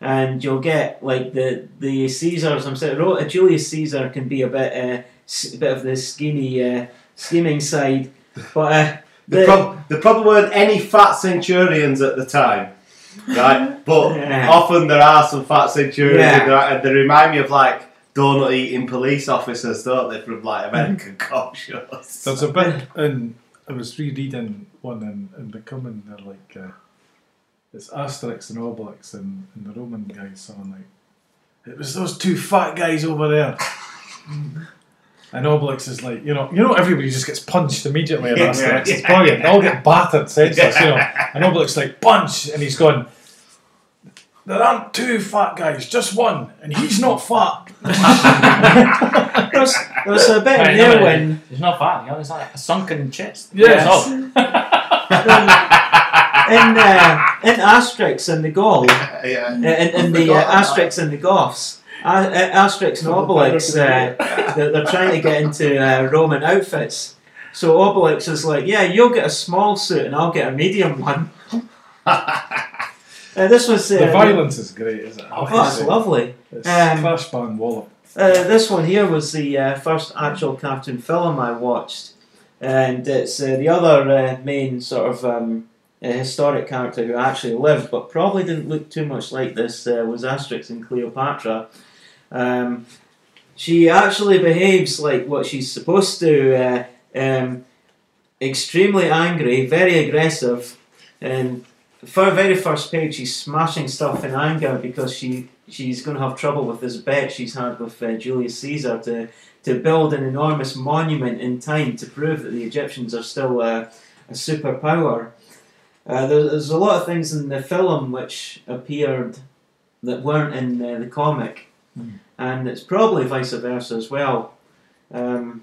Speaker 5: and you'll get like the the Caesars. I'm saying, Ro- Julius Caesar can be a bit uh, s- a bit of the schemy, uh, scheming side, but uh,
Speaker 4: <laughs> the time. The, prob- the problem weren't any fat centurions at the time.
Speaker 5: <laughs>
Speaker 4: Right? But
Speaker 5: Yeah.
Speaker 4: often there are some fat centurions
Speaker 5: Yeah.
Speaker 4: and they're- and they remind me of like donut eating police officers, don't they, from like
Speaker 5: <laughs>
Speaker 4: American cop shows.
Speaker 2: There's a bit in. I was rereading one in, in Becoming. They're like, uh, it's Asterix and Obelix and, and the Roman guys. So I'm like, it was those two fat guys over
Speaker 4: <laughs>
Speaker 2: there. and Obelix is like, you know, you know, everybody just gets punched immediately in
Speaker 4: Yeah.
Speaker 2: Asterix. It's brilliant. They all
Speaker 4: <laughs>
Speaker 2: get battered senseless, you know. And Obelix like punch, and he's gone. There aren't two fat guys, just one, and he's not fat.
Speaker 5: there's, there's a
Speaker 4: <laughs>
Speaker 5: bit
Speaker 6: Right,
Speaker 5: in
Speaker 6: no,
Speaker 5: there
Speaker 6: no,
Speaker 5: when
Speaker 6: It's not bad, you know, it's like a sunken chest.
Speaker 2: Yes.
Speaker 6: It's all-
Speaker 5: in uh, in Asterix and the
Speaker 4: <laughs>
Speaker 5: Gaul,
Speaker 4: yeah.
Speaker 5: in, in the uh, Asterix and the Goths, A- uh, Asterix and Obelix, uh, they're, they're trying to get into uh, Roman outfits. So Obelix is like, "Yeah, you'll get a small suit, and I'll get a medium one." Uh, this was uh,
Speaker 2: The violence is great, isn't it?
Speaker 5: Oh, that's lovely.
Speaker 2: It's
Speaker 5: Um,
Speaker 2: Clash Band Wallop.
Speaker 5: Uh, this one here was the uh, first actual cartoon film I watched, and it's uh, the other uh, main sort of um, uh, historic character who actually lived, but probably didn't look too much like this. Uh, was Asterix and Cleopatra. Um, she actually behaves like what she's supposed to. Uh, um, extremely angry, very aggressive, and for her very first page, she's smashing stuff in anger because she she's going to have trouble with this bet she's had with uh, Julius Caesar to to build an enormous monument in time to prove that the Egyptians are still uh, a superpower. Uh, there, there's a lot of things in the film which appeared that weren't in uh, the comic,
Speaker 4: Hmm.
Speaker 5: and it's probably vice versa as well. Um,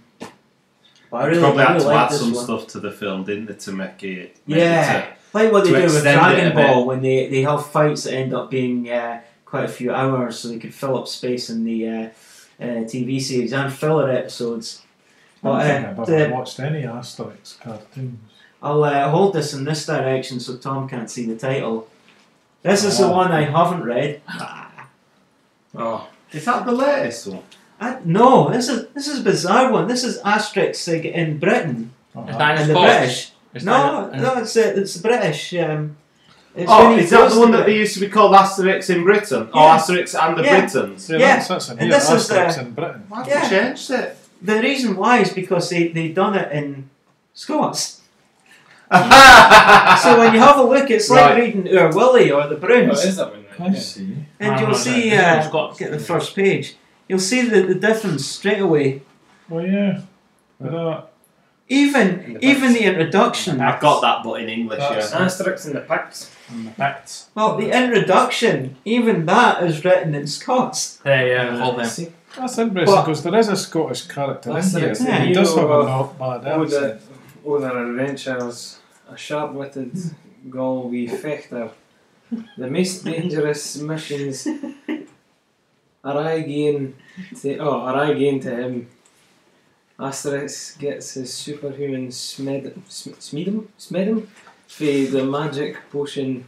Speaker 5: but I really,
Speaker 4: Probably
Speaker 5: I
Speaker 4: had
Speaker 5: really
Speaker 4: to
Speaker 5: like
Speaker 4: add
Speaker 5: this
Speaker 4: some
Speaker 5: one.
Speaker 4: stuff to the film, didn't it, to make it. make it
Speaker 5: Yeah.
Speaker 4: a-
Speaker 5: Like what they
Speaker 4: to
Speaker 5: do with
Speaker 4: extend it
Speaker 5: Dragon
Speaker 4: a bit.
Speaker 5: Ball when they, they have fights that end up being uh, quite a few hours so they could fill up space in the uh, uh, TV series and filler episodes.
Speaker 2: I don't
Speaker 5: But,
Speaker 2: think
Speaker 5: uh,
Speaker 2: I've ever
Speaker 5: the-
Speaker 2: watched any Asterix cartoons.
Speaker 5: I'll uh, hold this in this direction so Tom can't see the title. This is the
Speaker 2: Oh.
Speaker 5: one I haven't read.
Speaker 7: Oh,
Speaker 4: Is that the latest one?
Speaker 5: I, no, this is this is a bizarre one. This is Asterix like, in Britain
Speaker 2: Oh,
Speaker 6: It's
Speaker 2: that-
Speaker 6: not-
Speaker 5: and the
Speaker 6: Scottish.
Speaker 5: British.
Speaker 6: It's
Speaker 5: No,
Speaker 6: not-
Speaker 5: no, it's uh, it's the British. Um, it's
Speaker 4: oh,
Speaker 5: when he
Speaker 4: is that
Speaker 5: goes
Speaker 4: the one
Speaker 5: to
Speaker 4: that
Speaker 5: the-
Speaker 4: they used to be called Asterix in Britain? Or
Speaker 5: Yeah.
Speaker 4: Asterix and the
Speaker 5: Yeah.
Speaker 4: Britons?
Speaker 2: See,
Speaker 5: yeah,
Speaker 2: that's, that's in
Speaker 5: and
Speaker 2: here,
Speaker 5: this is the-
Speaker 2: Asterix in Britain.
Speaker 4: Why have
Speaker 5: Yeah.
Speaker 4: they changed it?
Speaker 5: The reason why is because they they done it in Scots.
Speaker 4: <laughs>
Speaker 5: So when you have a look, it's like
Speaker 7: Right.
Speaker 5: reading Ur Willie or the
Speaker 4: Oh,
Speaker 5: Bruins,
Speaker 7: that one?
Speaker 2: I see.
Speaker 5: and
Speaker 6: No,
Speaker 5: you'll
Speaker 6: no,
Speaker 5: see.
Speaker 6: no,
Speaker 5: Uh,
Speaker 6: it's Scots.
Speaker 5: get the first page. You'll see the, the difference straight away.
Speaker 2: Well, yeah. uh, With that,
Speaker 5: Even
Speaker 7: the
Speaker 5: even the introduction.
Speaker 4: I've got that, but in English, yeah.
Speaker 7: Asterix and the Pigs.
Speaker 3: and the facts.
Speaker 5: Well, the introduction, even that is written in Scots.
Speaker 6: Yeah, yeah, all them.
Speaker 7: See,
Speaker 2: that's interesting
Speaker 5: But-
Speaker 2: because there is a Scottish character in
Speaker 7: Asterix,
Speaker 2: here.
Speaker 5: yeah,
Speaker 2: he
Speaker 7: you
Speaker 2: does
Speaker 7: know,
Speaker 2: have
Speaker 7: uh,
Speaker 2: a not bad
Speaker 7: all the,
Speaker 2: accent.
Speaker 7: all their adventures, a sharp-witted Galway fechter, the most dangerous missions are I again to oh are I again to him. Asterix gets his superhuman smedum sm- smedum smedum for the magic potion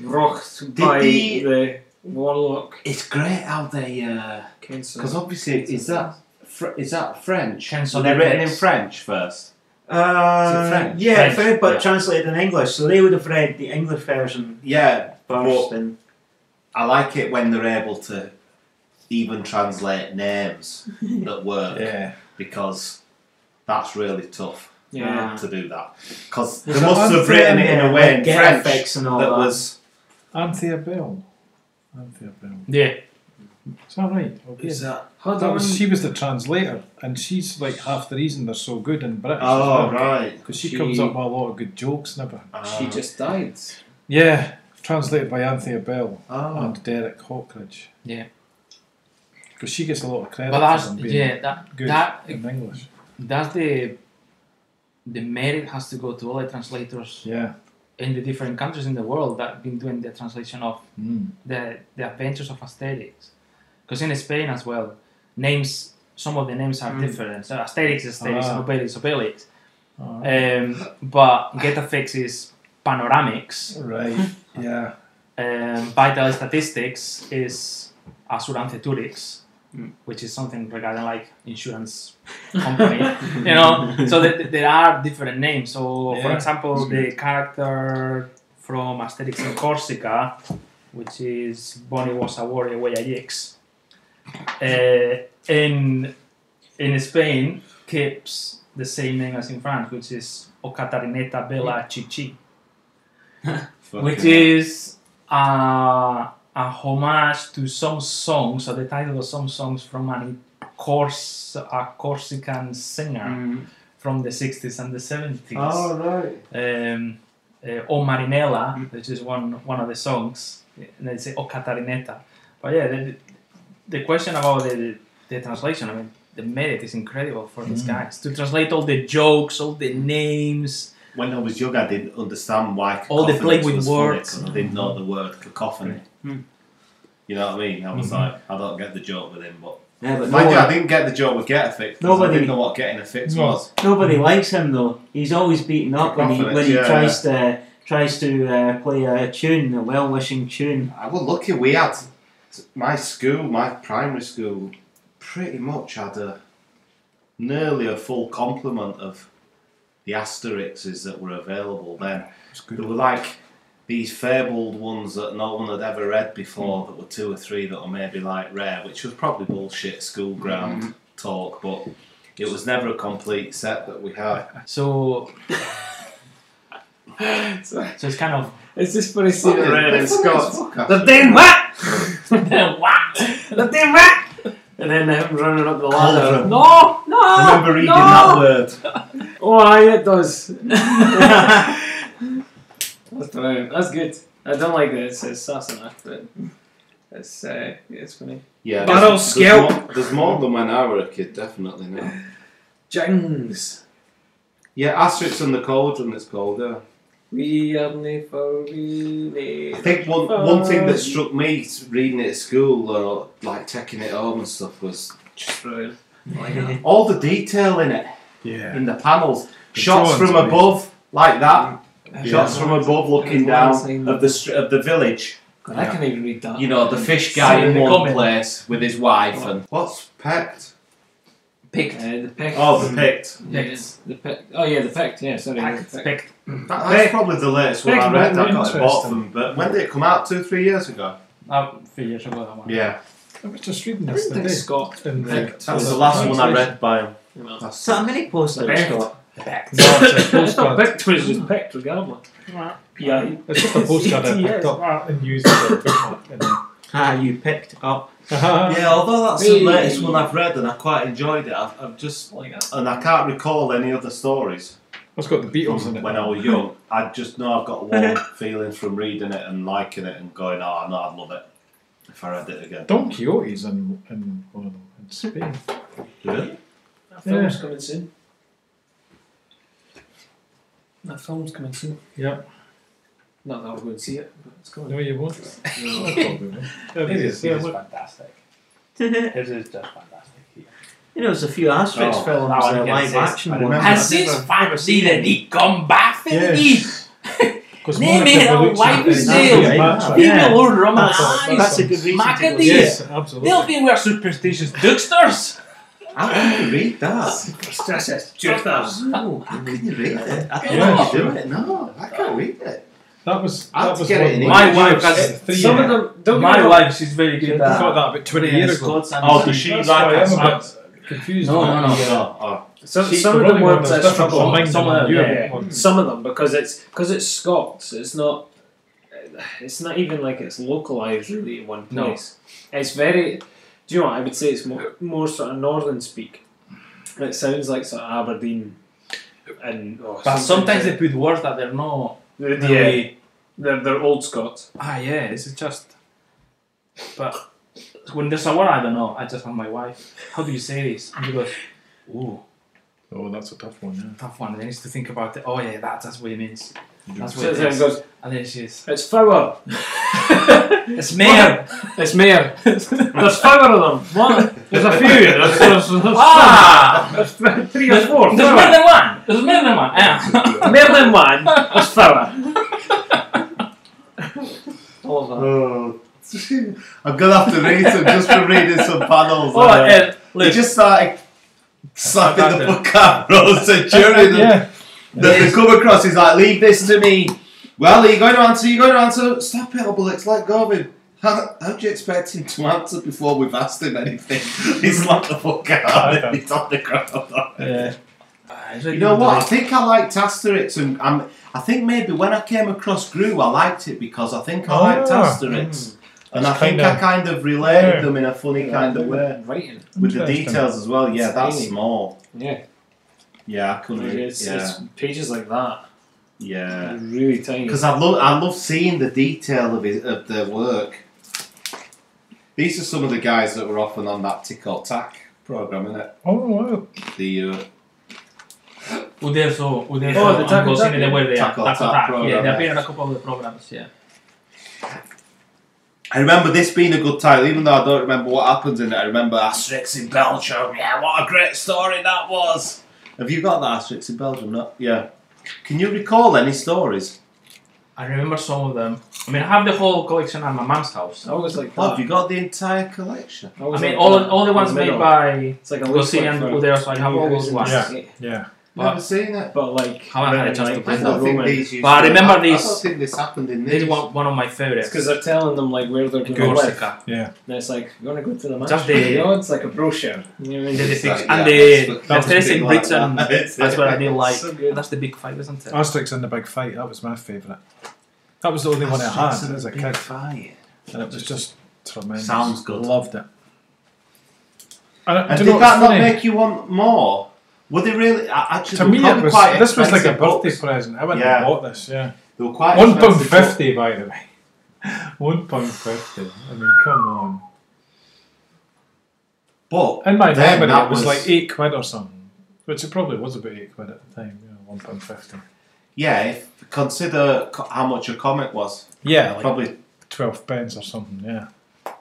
Speaker 7: wrought
Speaker 4: Did
Speaker 7: by
Speaker 4: they-
Speaker 7: the warlock
Speaker 4: It's great how they. uh
Speaker 7: council.
Speaker 4: Because obviously, is that fr- is that French?
Speaker 3: Chance
Speaker 4: Are
Speaker 3: on
Speaker 4: they
Speaker 3: the
Speaker 4: written in
Speaker 3: Brits.
Speaker 4: French first?
Speaker 5: Uh,
Speaker 4: Is it French?
Speaker 5: Yeah,
Speaker 3: French,
Speaker 5: French, but
Speaker 4: yeah.
Speaker 5: translated in English, so they would have read the English version
Speaker 4: Yeah,
Speaker 5: first.
Speaker 4: but
Speaker 5: and
Speaker 4: I like it when they're able to even translate
Speaker 5: <laughs>
Speaker 4: names that work
Speaker 2: Yeah.
Speaker 4: because that's really tough
Speaker 7: yeah.
Speaker 4: to do that. Because
Speaker 5: Is
Speaker 4: they
Speaker 5: that
Speaker 4: must have
Speaker 2: unfair?
Speaker 4: written it in a way in
Speaker 5: um, get
Speaker 4: French
Speaker 5: effects and all
Speaker 4: that
Speaker 5: that.
Speaker 4: was
Speaker 2: Anthea Bell. Anthea Bell.
Speaker 6: Yeah.
Speaker 2: Is that right? Okay.
Speaker 4: is that
Speaker 7: Hold
Speaker 2: That
Speaker 7: on.
Speaker 2: was she was the translator, and she's like half the reason they're so good in British.
Speaker 4: oh right.
Speaker 2: because she,
Speaker 7: She-
Speaker 2: comes up with a lot of good jokes and everything.
Speaker 7: She
Speaker 4: Ah.
Speaker 7: just died.
Speaker 2: Yeah, translated by Anthea Bell
Speaker 4: Oh.
Speaker 2: and Derek Hawkridge.
Speaker 6: Yeah.
Speaker 2: because she gets a lot of credit
Speaker 6: But
Speaker 2: for
Speaker 6: that's
Speaker 2: them being
Speaker 6: yeah, that
Speaker 2: good
Speaker 6: that
Speaker 2: in English.
Speaker 6: that's the the merit has to go to all the translators
Speaker 2: Yeah,
Speaker 6: in the different countries in the world that have been doing the translation of
Speaker 2: mm.
Speaker 6: the the adventures of Asterix. Because in Spain as well, names some of the names are
Speaker 3: Mm.
Speaker 6: different. So Asterix is Asterix,
Speaker 2: Ah.
Speaker 6: Obelix is Obelix.
Speaker 2: All right.
Speaker 6: Um, but Getafix is Panoramics.
Speaker 2: right. Yeah,
Speaker 6: Um, Vital Statistics is Assurance Turix,
Speaker 2: Hmm.
Speaker 6: which is something regarding like insurance
Speaker 2: <laughs>
Speaker 6: company. you know, so th- th- there are different names. So, for
Speaker 2: Yeah,
Speaker 6: example,
Speaker 2: that's
Speaker 6: the character from Asterix in Corsica, which is Bonnie was a warrior way Ajax. Uh, in in Spain, keeps the same name as in France, which is O Catarineta Bella Chichi, which is uh, a homage to some songs, or the title of some songs from an Cors- a Corsican singer from the 60s and the 70s.
Speaker 4: Oh right.
Speaker 6: Um, uh, o Marinella, which is one one of the songs, and they say O Catarinetta. But yeah, the, the question about the, the translation, I mean, the merit is incredible for these guys to translate all the jokes, all the names.
Speaker 4: When I was young, I didn't understand why
Speaker 6: All they play
Speaker 4: cacophonous
Speaker 6: with
Speaker 4: was funny,
Speaker 6: words.
Speaker 4: 'cause I didn't know the word cacophony.
Speaker 3: Mm.
Speaker 4: You know what I mean? I was like, I don't get the joke with him, but
Speaker 5: Yeah, Hmm. but
Speaker 4: mind
Speaker 5: no
Speaker 4: you,
Speaker 5: one-
Speaker 4: I didn't get the joke with get a fix. 'cause I
Speaker 5: Nobody- Hmm.
Speaker 4: didn't know what getting a fix was.
Speaker 5: Nobody likes him though. He's always beaten up when he when he
Speaker 4: Yeah.
Speaker 5: tries to tries to uh, play a tune, a well wishing tune.
Speaker 4: I was lucky. We had my school, my primary school, pretty much had a nearly a full complement of the asterixes that were available then.
Speaker 2: it's
Speaker 4: They
Speaker 2: good.
Speaker 4: were like these fabled ones that no one had ever read before,
Speaker 7: Hmm.
Speaker 4: that were two or three that were maybe like rare, which was probably bullshit school ground
Speaker 7: Hmm.
Speaker 4: talk, but it was never a complete set that we had.
Speaker 6: So, so it's kind of
Speaker 7: It's just for a scene
Speaker 4: Fucking-
Speaker 7: red
Speaker 4: they
Speaker 7: and
Speaker 4: fucking
Speaker 7: Scots.
Speaker 4: suck at
Speaker 7: The
Speaker 4: it.
Speaker 7: damn
Speaker 6: <laughs>
Speaker 7: rat!
Speaker 6: what?
Speaker 7: The damn rat! And then him running up the ladder.
Speaker 4: Cauldron.
Speaker 7: No! No!
Speaker 4: I remember reading
Speaker 7: Oh, no!
Speaker 4: that word.
Speaker 7: Oh, aye, it <laughs> does. That's brilliant. That's good. I don't like that it says Sassenach, but It's uh, it's funny.
Speaker 4: Yeah,
Speaker 7: Barrel
Speaker 4: there's-
Speaker 7: scalp.
Speaker 4: There's more, there's more than one hour a kid, definitely now.
Speaker 7: Jings.
Speaker 4: Yeah, Asterix and the Cauldron is colder.
Speaker 7: We have never really.
Speaker 4: I think one one thing
Speaker 7: Oh.
Speaker 4: that struck me reading it at school or like taking it home and stuff was
Speaker 7: Just brilliant.
Speaker 4: all the detail in it
Speaker 2: Yeah.
Speaker 4: in the panels.
Speaker 2: The
Speaker 4: Shots
Speaker 2: drawings
Speaker 4: from
Speaker 2: are
Speaker 4: above like that. Shots
Speaker 7: Yeah.
Speaker 4: from above looking
Speaker 7: Yeah.
Speaker 4: down of the str- of the village.
Speaker 7: God, I can't even read that.
Speaker 4: You know, the fish guy in one place with his wife and what's packed?
Speaker 7: picked. Uh, the picked.
Speaker 4: Oh, the picked.
Speaker 7: Yeah, the picked. Oh yeah, the picked. Yeah, sorry. the picked.
Speaker 4: That, that's probably the latest one I
Speaker 2: Picked
Speaker 4: read.
Speaker 2: might
Speaker 4: I
Speaker 2: be
Speaker 4: got it bought
Speaker 2: interesting.
Speaker 4: from, but when did it come out? Two, three years ago.
Speaker 6: Oh, three years ago, that one.
Speaker 4: Yeah,
Speaker 2: I was just reading
Speaker 7: I
Speaker 2: this
Speaker 7: didn't think
Speaker 2: today.
Speaker 7: Scott.
Speaker 2: in the-
Speaker 7: Picked.
Speaker 4: that's the last one I read by him.
Speaker 7: You know.
Speaker 4: That's-
Speaker 5: So how many posters
Speaker 7: The best.
Speaker 5: got?
Speaker 2: No, it's a
Speaker 7: it's not <laughs>
Speaker 2: postcard.
Speaker 7: picked. It's just picked, regardless. Yeah. he-
Speaker 2: It's just a postcard I picked up and used as a bookmark. and- uh-huh.
Speaker 5: Ah, you picked up.
Speaker 4: Yeah, although that's
Speaker 7: Hey.
Speaker 4: the latest one I've read and I quite enjoyed it. I've, I've just
Speaker 7: Like that.
Speaker 4: and I can't recall any other stories
Speaker 2: It's got the Beatles in
Speaker 4: from
Speaker 2: it.
Speaker 4: when I was young. I just know I've got warm feelings from reading it and liking it and going, oh, I know I'd love it if I read it again.
Speaker 2: Don Quixote's in, in one of them in Spain.
Speaker 4: Really?
Speaker 7: That film's coming soon. That film's coming soon.
Speaker 2: Yeah.
Speaker 7: Not that we're going to see it, but it's coming.
Speaker 2: No, you won't. I probably won't. It is,
Speaker 3: This
Speaker 2: yeah,
Speaker 3: is
Speaker 2: what-
Speaker 3: fantastic.
Speaker 5: you
Speaker 3: This is just fantastic.
Speaker 5: know, there's a few Asterix
Speaker 4: Oh,
Speaker 5: films,
Speaker 3: now I
Speaker 5: uh,
Speaker 3: can
Speaker 5: live
Speaker 3: see-
Speaker 5: action
Speaker 4: I
Speaker 5: ones.
Speaker 4: remember.
Speaker 5: And
Speaker 4: Has
Speaker 5: since
Speaker 6: five season, he come back for
Speaker 2: Yes. <laughs> Because
Speaker 6: Name
Speaker 2: Monica
Speaker 6: it, I'll
Speaker 2: Bellucci
Speaker 6: wipe
Speaker 2: is
Speaker 6: his
Speaker 2: not
Speaker 6: nails.
Speaker 2: a match, right?
Speaker 5: Yeah.
Speaker 6: will run
Speaker 2: That's a-
Speaker 5: That's a good reason to
Speaker 6: Macadamia.
Speaker 5: go see it.
Speaker 2: Ah, Yes, absolutely.
Speaker 6: think we're superstitious ducksters.
Speaker 4: How can you read <laughs> that?
Speaker 5: Oh,
Speaker 4: How can you read it? I
Speaker 2: Yeah.
Speaker 4: can't do it. No, I can't read it.
Speaker 2: That was
Speaker 4: I'll
Speaker 2: that was
Speaker 4: get it in
Speaker 2: one
Speaker 6: My
Speaker 2: of the
Speaker 6: wife
Speaker 2: years,
Speaker 6: has
Speaker 2: three
Speaker 6: some
Speaker 2: years.
Speaker 6: of them. my wife, she's very
Speaker 2: I
Speaker 6: good at
Speaker 2: got that about twenty years ago.
Speaker 4: Oh, does she
Speaker 2: That's
Speaker 4: like
Speaker 2: why
Speaker 4: us?
Speaker 2: I'm a bit confused.
Speaker 6: No,
Speaker 2: about
Speaker 6: no, no.
Speaker 2: it.
Speaker 4: Yeah. Oh,
Speaker 7: Some,
Speaker 2: She's
Speaker 7: some of
Speaker 2: the
Speaker 7: them
Speaker 2: one
Speaker 7: words
Speaker 2: that's
Speaker 7: I
Speaker 2: different
Speaker 7: struggle.
Speaker 2: from
Speaker 7: Some
Speaker 2: England,
Speaker 7: of them,
Speaker 2: yeah.
Speaker 7: yeah. some of them because it's because it's Scots. It's not. It's not even like it's localized really in one
Speaker 6: No.
Speaker 7: place. It's very. Do you know? what I would say it's more, more sort of northern speak. It sounds like sort of Aberdeen, and oh,
Speaker 6: But
Speaker 7: something
Speaker 6: sometimes they
Speaker 7: like-
Speaker 6: put words that they're not.
Speaker 7: yeah, they're, they're old Scots.
Speaker 6: Ah, yeah, it's just. But when there's a word I don't know, I just ask my wife, how do you say this? And she goes, ooh,
Speaker 2: Oh, that's a tough one. Yeah.
Speaker 6: tough one. And then needs to think about it. Oh, yeah, that, that's what it means. That's what
Speaker 7: So
Speaker 6: it
Speaker 7: it
Speaker 6: is.
Speaker 7: goes.
Speaker 6: And then she's,
Speaker 7: It's flour.
Speaker 6: it's mayor.
Speaker 7: It's mayor. There's flour of them. What? There's a <laughs> few. There's, there's, there's,
Speaker 6: <laughs> ah!
Speaker 7: there's three or
Speaker 6: There's,
Speaker 7: four. Flour.
Speaker 6: there's more than one. There's more than one. <laughs> Yeah.
Speaker 7: Mer than one was thorough. All of that.
Speaker 4: Oh. <laughs> I'm gonna have to read some just for reading some panels.
Speaker 7: Oh,
Speaker 4: I know.
Speaker 7: and
Speaker 4: He
Speaker 7: look,
Speaker 4: just started slapping the book
Speaker 2: <laughs>
Speaker 4: out <laughs> Rosa during the,
Speaker 2: Yeah.
Speaker 4: the, the come across. He's like, leave this to me. Well, are you going to answer? Are you going to answer? Stop it, Obelix, let go of him. How, how do you expect him to answer before we've asked him anything? <laughs> He slapped the book out and he's on the ground.
Speaker 2: Yeah.
Speaker 4: You know what? I think I liked Asterix, and um, I think maybe when I came across Gru, I liked it because I think I liked
Speaker 2: Ah.
Speaker 4: Asterix, and I
Speaker 2: It's
Speaker 4: think
Speaker 2: kinda-
Speaker 4: I kind of related
Speaker 2: Yeah.
Speaker 4: them in a funny kind of way
Speaker 7: writing.
Speaker 4: with the
Speaker 2: Interesting.
Speaker 4: details as well. Yeah,
Speaker 7: It's
Speaker 4: that's
Speaker 7: tiny.
Speaker 4: small.
Speaker 7: Yeah,
Speaker 4: Yeah, I couldn't. really-
Speaker 7: it's,
Speaker 4: yeah,
Speaker 7: it's pages like that.
Speaker 4: yeah.
Speaker 7: Really tiny.
Speaker 4: Because I love, I love seeing the detail of his, of their work. These are some of the guys that were often on that Tick or Tack program, isn't it?
Speaker 2: Oh wow.
Speaker 4: The uh,
Speaker 6: Uderzo, Uderzo,
Speaker 7: Oh, the
Speaker 6: and
Speaker 7: Taco
Speaker 6: Goscinny,
Speaker 7: Taco.
Speaker 6: they were there.
Speaker 4: Taco
Speaker 6: Taco
Speaker 4: Taco
Speaker 6: Taco, Yeah,
Speaker 4: program,
Speaker 6: they
Speaker 4: yeah.
Speaker 6: appeared in a couple of the programs. Yeah.
Speaker 4: I remember this being a good title, even though I don't remember what happens in it. I remember Asterix in Belgium. Yeah, what a great story that was. Have you got that Asterix in Belgium? No. Yeah. Can you recall any stories?
Speaker 6: I remember some of them. I mean, I have the whole collection at my mom's house.
Speaker 7: I always like
Speaker 4: Oh,
Speaker 7: that.
Speaker 4: have you got the entire collection?
Speaker 7: I always
Speaker 6: I mean,
Speaker 7: like
Speaker 6: all,
Speaker 7: that.
Speaker 6: all the ones
Speaker 7: In
Speaker 6: made
Speaker 7: middle.
Speaker 6: by
Speaker 7: It's like a
Speaker 6: Goscinny
Speaker 7: leaflet
Speaker 6: and
Speaker 7: for-
Speaker 6: Uderzo. I have all those ones.
Speaker 2: Yeah. Yeah.
Speaker 4: Never seen it.
Speaker 7: But like,
Speaker 6: How am I gonna
Speaker 7: Midnight
Speaker 6: just-
Speaker 4: I
Speaker 7: in the
Speaker 4: don't think
Speaker 7: Roman.
Speaker 4: these. Used
Speaker 6: But I
Speaker 4: to-
Speaker 6: remember
Speaker 4: I, I
Speaker 6: these-
Speaker 4: don't think this happened in
Speaker 6: This
Speaker 4: these.
Speaker 6: is one, one of my
Speaker 7: It's
Speaker 6: favorites.
Speaker 7: because they're telling them like where they're going to live.
Speaker 6: Corsica.
Speaker 2: Yeah.
Speaker 7: And it's like you're going to go to the match.
Speaker 6: Just the-
Speaker 7: you know, it's like a brochure. You know,
Speaker 6: The
Speaker 7: it's
Speaker 4: It's like,
Speaker 6: depiction-
Speaker 4: yeah,
Speaker 6: and
Speaker 4: that's
Speaker 6: the
Speaker 4: what-
Speaker 6: the
Speaker 4: that's
Speaker 6: dress in
Speaker 4: big like
Speaker 6: Britain.
Speaker 4: that. It's-
Speaker 6: That's what I did like.
Speaker 7: So good.
Speaker 6: That's the big fight, isn't it?
Speaker 2: Asterix and the Big Fight. That was my favourite. That was the only one I
Speaker 4: Asterix
Speaker 2: had
Speaker 4: and
Speaker 2: as a
Speaker 4: the Big
Speaker 2: kid,
Speaker 4: Fire.
Speaker 2: and it was just tremendous.
Speaker 4: Sounds good.
Speaker 2: Loved it. And, I-
Speaker 4: And
Speaker 2: do you know
Speaker 4: did
Speaker 2: what's
Speaker 4: that not
Speaker 2: funny?
Speaker 4: make you want more? Were they really? I- Actually,
Speaker 2: To
Speaker 4: they were
Speaker 2: me,
Speaker 4: probably
Speaker 2: it was
Speaker 4: quite
Speaker 2: this was like a
Speaker 4: expensive
Speaker 2: birthday
Speaker 4: books.
Speaker 2: present. I went
Speaker 4: Yeah.
Speaker 2: and bought this. Yeah.
Speaker 4: They were quite
Speaker 2: One pound
Speaker 4: expensive books.
Speaker 2: fifty, by the way. <laughs> One pound fifty. I mean, come on.
Speaker 4: But
Speaker 2: In my
Speaker 4: then
Speaker 2: memory,
Speaker 4: that
Speaker 2: it was, like eight quid or something, which it probably was about eight quid at the time. You know, one pound fifty.
Speaker 4: yeah. If, consider co- how much a comic was.
Speaker 2: Yeah, like
Speaker 4: Probably
Speaker 2: twelve pence or something. Yeah,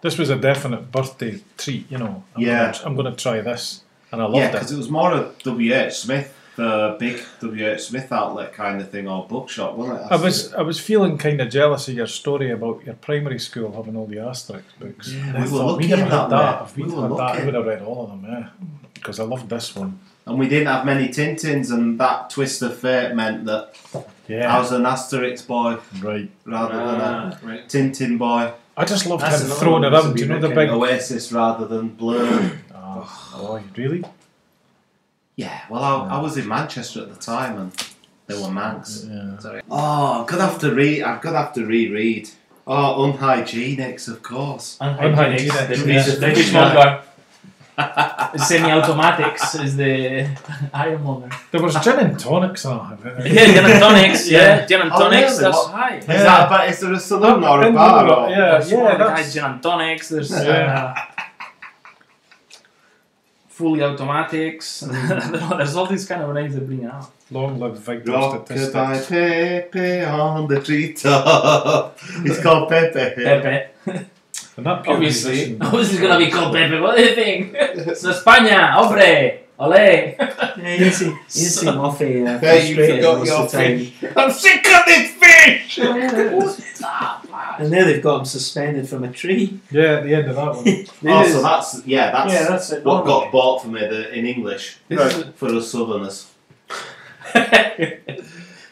Speaker 2: this was a definite birthday treat. You know. I'm
Speaker 4: Yeah.
Speaker 2: Gonna, I'm going to try this, and I loved
Speaker 4: Yeah,
Speaker 2: it.
Speaker 4: because it was more a WH Smith, the big WH Smith outlet kind of thing, or bookshop, wasn't it?
Speaker 2: I was I was feeling kind of jealous of your story about your primary school having all the Asterix books.
Speaker 4: Yeah,
Speaker 2: And
Speaker 4: we
Speaker 2: I
Speaker 4: were
Speaker 2: thought,
Speaker 4: lucky
Speaker 2: never
Speaker 4: in
Speaker 2: had
Speaker 4: that, mate.
Speaker 2: If we'd
Speaker 4: We were
Speaker 2: had that, I
Speaker 4: lucky.
Speaker 2: would have read all of them. Yeah, because I loved this one.
Speaker 4: and we didn't have many Tintins, and that twist of fate meant that I
Speaker 2: Yeah,
Speaker 4: was an Asterix boy
Speaker 2: right.
Speaker 4: rather than
Speaker 7: Ah, right.
Speaker 4: a Tintin boy,
Speaker 2: I just loved
Speaker 7: That's
Speaker 2: him
Speaker 7: another
Speaker 2: throwing
Speaker 7: one
Speaker 2: it
Speaker 7: that's a
Speaker 2: around. Do you
Speaker 7: wee
Speaker 2: know
Speaker 7: bit
Speaker 2: the big?
Speaker 4: Oasis rather than Blur.
Speaker 2: Oh, oh, really?
Speaker 4: yeah, well, I, I was in Manchester at the time, and they were Manx.
Speaker 2: Yeah.
Speaker 4: Oh, I'm gonna have to read. I'm gonna have to reread. Oh, unhygienics, of course.
Speaker 2: Unhygienic.
Speaker 4: Read the
Speaker 6: Which one got? Semi-automatics is the ironmonger.
Speaker 2: There was gin and tonics. Oh,
Speaker 6: <laughs> Yeah, gin and tonics. Yeah,
Speaker 4: Yeah.
Speaker 6: gin and
Speaker 4: Oh,
Speaker 6: tonics.
Speaker 4: really?
Speaker 6: That's
Speaker 4: What-
Speaker 6: high.
Speaker 4: Is that? But is there a saloon or a
Speaker 2: And
Speaker 4: bar?
Speaker 2: Laura,
Speaker 4: or-
Speaker 2: yeah,
Speaker 6: There's
Speaker 2: yeah,
Speaker 6: one that
Speaker 2: that's,
Speaker 6: has gin and tonics. There's uh,
Speaker 2: Yeah.
Speaker 6: <laughs> fully automatics. <laughs> There's all these kind of names they bring out.
Speaker 2: long live victim
Speaker 4: Rock by
Speaker 2: statistics.
Speaker 4: Pepe on the treetop. It's called Pepe.
Speaker 6: Pepe.
Speaker 2: And that pure
Speaker 6: <laughs> Obviously,
Speaker 2: musician-
Speaker 6: this is gonna be called Pepe. What do you <laughs> think? it's España, hombre, ole.
Speaker 5: <laughs> Yeah, you see, you see Muffy uh,
Speaker 4: There you
Speaker 5: frustrated
Speaker 4: forgot
Speaker 5: most
Speaker 4: your
Speaker 5: of the time.
Speaker 4: I'm sick of this fish!
Speaker 5: And now they've got him suspended from a tree.
Speaker 2: Yeah, at the end of that one.
Speaker 4: Oh, so that's, yeah, that's,
Speaker 6: Yeah, that's it.
Speaker 4: what got bought for me the, in English
Speaker 2: This
Speaker 4: for us
Speaker 6: <laughs>
Speaker 4: southerners.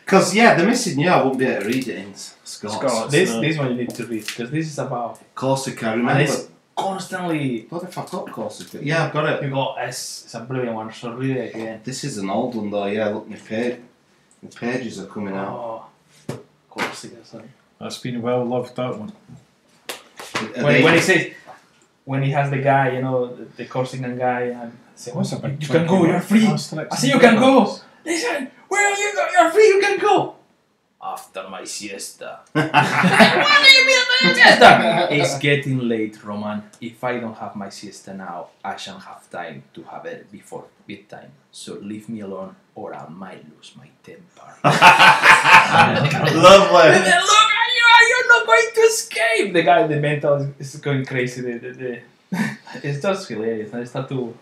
Speaker 4: Because, yeah, the missing, yeah, I wouldn't be able to read it in Scots.
Speaker 6: Scott, this this one you need to read because this is about
Speaker 4: Corsica,
Speaker 6: and
Speaker 4: remember?
Speaker 6: it's constantly.
Speaker 4: What if I got Corsica? Yeah, I've got it.
Speaker 6: You got S. It's a brilliant one. So read it again.
Speaker 4: This is an old one, though, yeah, look, my, page, my pages are coming out.
Speaker 6: Oh, Corsica. Sorry.
Speaker 2: That's been well loved. That one.
Speaker 4: Are
Speaker 6: Oh. When,
Speaker 4: they- <laughs>
Speaker 6: when he says, when he has the guy, you know, the, the Corsican guy, and
Speaker 2: Say, what's a big
Speaker 6: You can
Speaker 2: twinkie
Speaker 6: go,
Speaker 2: with
Speaker 6: you're free.
Speaker 2: Asterix
Speaker 6: I say,
Speaker 2: and
Speaker 6: you can
Speaker 2: Obelix?
Speaker 6: go. Listen, where are you going? You're free. You can go. After my siesta. siesta. It's getting late, Roman. If I don't have my siesta now, I shan't have time to have it before bedtime. So leave me alone, or I might lose my temper.
Speaker 4: Lovely. <laughs>
Speaker 6: And <laughs> then look at you, are you not going to escape? The guy, the mental, is is going crazy. The, the, the <laughs> it's just hilarious. I start to.